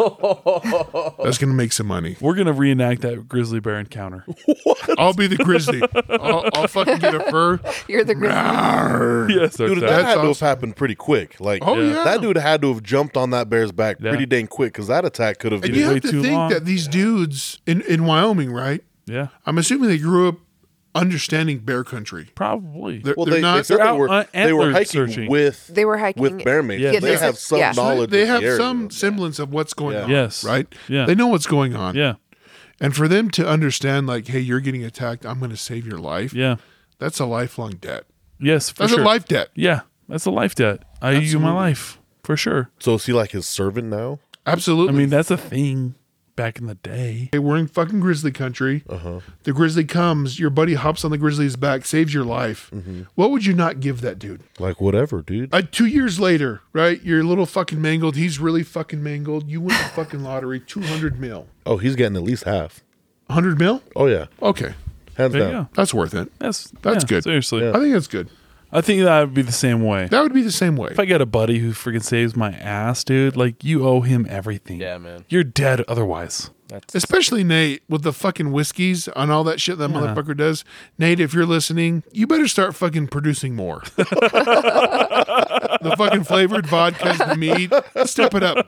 [SPEAKER 2] That's gonna make some money.
[SPEAKER 1] We're gonna reenact that grizzly bear encounter.
[SPEAKER 2] I'll be the grizzly. I'll, I'll fucking get a fur.
[SPEAKER 4] You're the grizzly.
[SPEAKER 1] yes,
[SPEAKER 3] Dude,
[SPEAKER 2] That's
[SPEAKER 3] that had to have
[SPEAKER 2] awesome.
[SPEAKER 3] happened pretty quick. Like,
[SPEAKER 2] Oh, Yeah. yeah.
[SPEAKER 3] that dude had to have jumped on that bear's back
[SPEAKER 1] Yeah.
[SPEAKER 3] pretty dang quick because that attack could have
[SPEAKER 2] And
[SPEAKER 1] Did
[SPEAKER 3] been.
[SPEAKER 1] it
[SPEAKER 2] you
[SPEAKER 1] way
[SPEAKER 2] have to
[SPEAKER 1] too
[SPEAKER 2] think
[SPEAKER 1] long?
[SPEAKER 2] that these dudes in, in Wyoming, right?
[SPEAKER 1] yeah,
[SPEAKER 2] I'm assuming they grew up understanding bear country.
[SPEAKER 1] probably.
[SPEAKER 2] They're,
[SPEAKER 3] well,
[SPEAKER 2] they're
[SPEAKER 3] they, they
[SPEAKER 2] not.
[SPEAKER 3] said
[SPEAKER 1] They're
[SPEAKER 3] they were
[SPEAKER 1] out, uh,
[SPEAKER 3] they were
[SPEAKER 1] antler
[SPEAKER 3] hiking
[SPEAKER 1] searching.
[SPEAKER 3] with
[SPEAKER 4] They were hiking-
[SPEAKER 3] with bear mates.
[SPEAKER 1] Yeah,
[SPEAKER 3] Yeah,
[SPEAKER 1] Yeah,
[SPEAKER 3] they,
[SPEAKER 1] they
[SPEAKER 4] said-
[SPEAKER 3] have some
[SPEAKER 4] yeah.
[SPEAKER 3] knowledge.
[SPEAKER 2] they
[SPEAKER 3] of the
[SPEAKER 2] have
[SPEAKER 3] area.
[SPEAKER 2] some semblance of what's going on.
[SPEAKER 1] Yes.
[SPEAKER 2] Right?
[SPEAKER 1] Yeah.
[SPEAKER 2] They know what's going on.
[SPEAKER 1] yeah,
[SPEAKER 2] And for them to understand, like, hey, you're getting attacked. I'm going to save your life.
[SPEAKER 1] yeah.
[SPEAKER 2] That's a lifelong debt.
[SPEAKER 1] Yes, for
[SPEAKER 2] That's
[SPEAKER 1] sure.
[SPEAKER 2] a life debt.
[SPEAKER 1] Yeah, that's a life debt. I owe you my life for sure.
[SPEAKER 3] So is he like his servant now?
[SPEAKER 2] Absolutely.
[SPEAKER 1] I mean, that's a thing. back in the day.
[SPEAKER 2] Hey, we're in fucking grizzly country. The grizzly comes. Your buddy hops on the grizzly's back, saves your life. What would you not give that dude?
[SPEAKER 3] Like whatever, dude.
[SPEAKER 2] Uh, two years later, right? You're a little fucking mangled. He's really fucking mangled. You win the fucking lottery, two hundred mil.
[SPEAKER 3] Oh, he's getting at least half.
[SPEAKER 2] Hundred mil?
[SPEAKER 3] Oh yeah,
[SPEAKER 2] Okay,
[SPEAKER 3] hands
[SPEAKER 1] There you
[SPEAKER 3] down.
[SPEAKER 1] go.
[SPEAKER 2] that's worth it.
[SPEAKER 1] That's
[SPEAKER 2] That's
[SPEAKER 1] yeah,
[SPEAKER 2] good.
[SPEAKER 1] Seriously,
[SPEAKER 2] I think that's good.
[SPEAKER 1] I think that would be the same way.
[SPEAKER 2] That would be the same way.
[SPEAKER 1] If I get a buddy who freaking saves my ass, dude, like you owe him everything.
[SPEAKER 5] Yeah, man.
[SPEAKER 1] You're dead otherwise.
[SPEAKER 2] Especially Nate with the fucking whiskeys and all that shit that motherfucker does. Nate, if you're listening, you better start fucking producing more. the fucking flavored vodkas, the meat, step it up.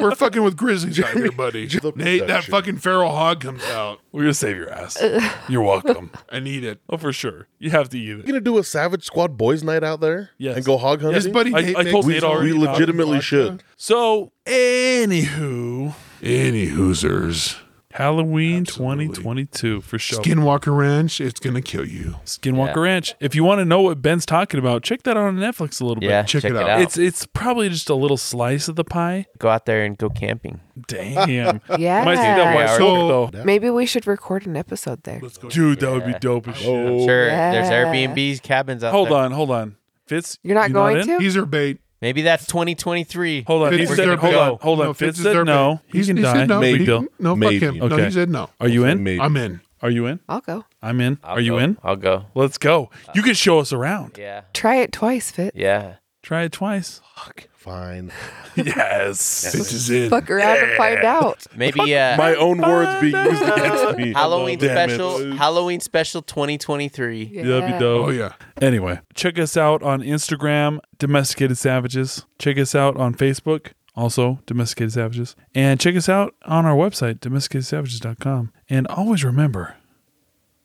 [SPEAKER 2] We're fucking with grizzlies out here, buddy.
[SPEAKER 3] the
[SPEAKER 2] Nate, that
[SPEAKER 3] production.
[SPEAKER 2] fucking feral hog comes out.
[SPEAKER 1] We're gonna save your ass.
[SPEAKER 2] Uh.
[SPEAKER 1] You're welcome.
[SPEAKER 2] I need it.
[SPEAKER 1] oh, for sure. You have to eat
[SPEAKER 3] You
[SPEAKER 1] it.
[SPEAKER 3] gonna do a Savage Squad boys' night out there?
[SPEAKER 1] Yes.
[SPEAKER 3] And go hog hunting.
[SPEAKER 2] His buddy
[SPEAKER 1] I-
[SPEAKER 2] Nate
[SPEAKER 1] I
[SPEAKER 2] makes-
[SPEAKER 1] told
[SPEAKER 3] we,
[SPEAKER 1] Nate already
[SPEAKER 3] we
[SPEAKER 1] about it.
[SPEAKER 3] legitimately should.
[SPEAKER 1] So, anywho,
[SPEAKER 2] any hoosers.
[SPEAKER 1] Halloween 2022 for sure.
[SPEAKER 2] Skinwalker Ranch, it's gonna kill you.
[SPEAKER 1] Skinwalker
[SPEAKER 5] Yeah.
[SPEAKER 1] Ranch. If you want to know what Ben's talking about, check that out on Netflix a little
[SPEAKER 5] Yeah,
[SPEAKER 1] bit.
[SPEAKER 2] check it out.
[SPEAKER 1] It's it's probably just a little slice of the pie.
[SPEAKER 5] go out there and go camping.
[SPEAKER 1] Damn.
[SPEAKER 4] Yeah.
[SPEAKER 1] Might see that white
[SPEAKER 5] Yeah,
[SPEAKER 1] silver though.
[SPEAKER 4] Maybe we should record an episode there.
[SPEAKER 1] Dude, that would be dope as shit.
[SPEAKER 3] Oh,
[SPEAKER 5] Sure, there's
[SPEAKER 4] Yeah.
[SPEAKER 5] Airbnb's cabins out
[SPEAKER 1] Hold
[SPEAKER 5] there.
[SPEAKER 1] on, hold on. Fitz,
[SPEAKER 4] You're not
[SPEAKER 1] you
[SPEAKER 4] going
[SPEAKER 1] in?
[SPEAKER 4] to?
[SPEAKER 2] He's our bait.
[SPEAKER 5] Maybe that's 2023.
[SPEAKER 1] Hold on.
[SPEAKER 2] Fitz
[SPEAKER 1] He
[SPEAKER 2] is
[SPEAKER 1] said,
[SPEAKER 2] their
[SPEAKER 1] hold
[SPEAKER 2] bait.
[SPEAKER 1] on, hold on.
[SPEAKER 2] No,
[SPEAKER 1] Fitz,
[SPEAKER 2] is
[SPEAKER 1] said
[SPEAKER 2] their
[SPEAKER 1] no.
[SPEAKER 2] bait.
[SPEAKER 1] He can
[SPEAKER 2] he
[SPEAKER 1] die.
[SPEAKER 2] Said no.
[SPEAKER 1] Big
[SPEAKER 2] He-
[SPEAKER 1] deal.
[SPEAKER 2] No,
[SPEAKER 3] Maybe.
[SPEAKER 2] fuck him. No,
[SPEAKER 1] Okay.
[SPEAKER 2] he said no.
[SPEAKER 1] Are you in?
[SPEAKER 3] Maybe.
[SPEAKER 2] I'm in.
[SPEAKER 1] Are you in?
[SPEAKER 4] I'll go.
[SPEAKER 1] I'm in.
[SPEAKER 5] I'll
[SPEAKER 1] Are you
[SPEAKER 5] go.
[SPEAKER 1] in?
[SPEAKER 5] I'll go.
[SPEAKER 1] Let's go. You can show us around.
[SPEAKER 5] Yeah.
[SPEAKER 4] Try it twice, Fit.
[SPEAKER 5] Yeah.
[SPEAKER 1] Try it twice.
[SPEAKER 3] Fine.
[SPEAKER 1] yes.
[SPEAKER 2] This is in.
[SPEAKER 4] Fuck around and find out.
[SPEAKER 5] Maybe uh,
[SPEAKER 3] My own words being used against me.
[SPEAKER 5] Halloween
[SPEAKER 3] Damn it.
[SPEAKER 5] special. Halloween special 2023.
[SPEAKER 4] Yeah.
[SPEAKER 1] That'd be dope.
[SPEAKER 2] Oh yeah.
[SPEAKER 1] Anyway, check us out on Instagram, Domesticated Savages. Check us out on Facebook, also Domesticated Savages. And check us out on our website, domesticatedsavages.com. And always remember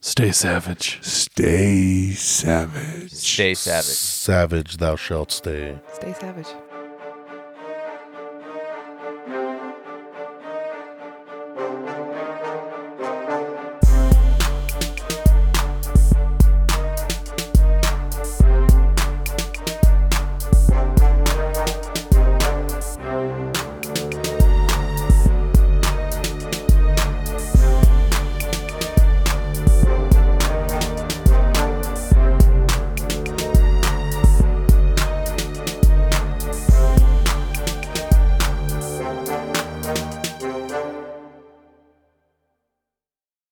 [SPEAKER 1] stay savage.
[SPEAKER 2] Stay savage.
[SPEAKER 5] Stay savage.
[SPEAKER 3] Savage, thou shalt stay.
[SPEAKER 4] Stay savage.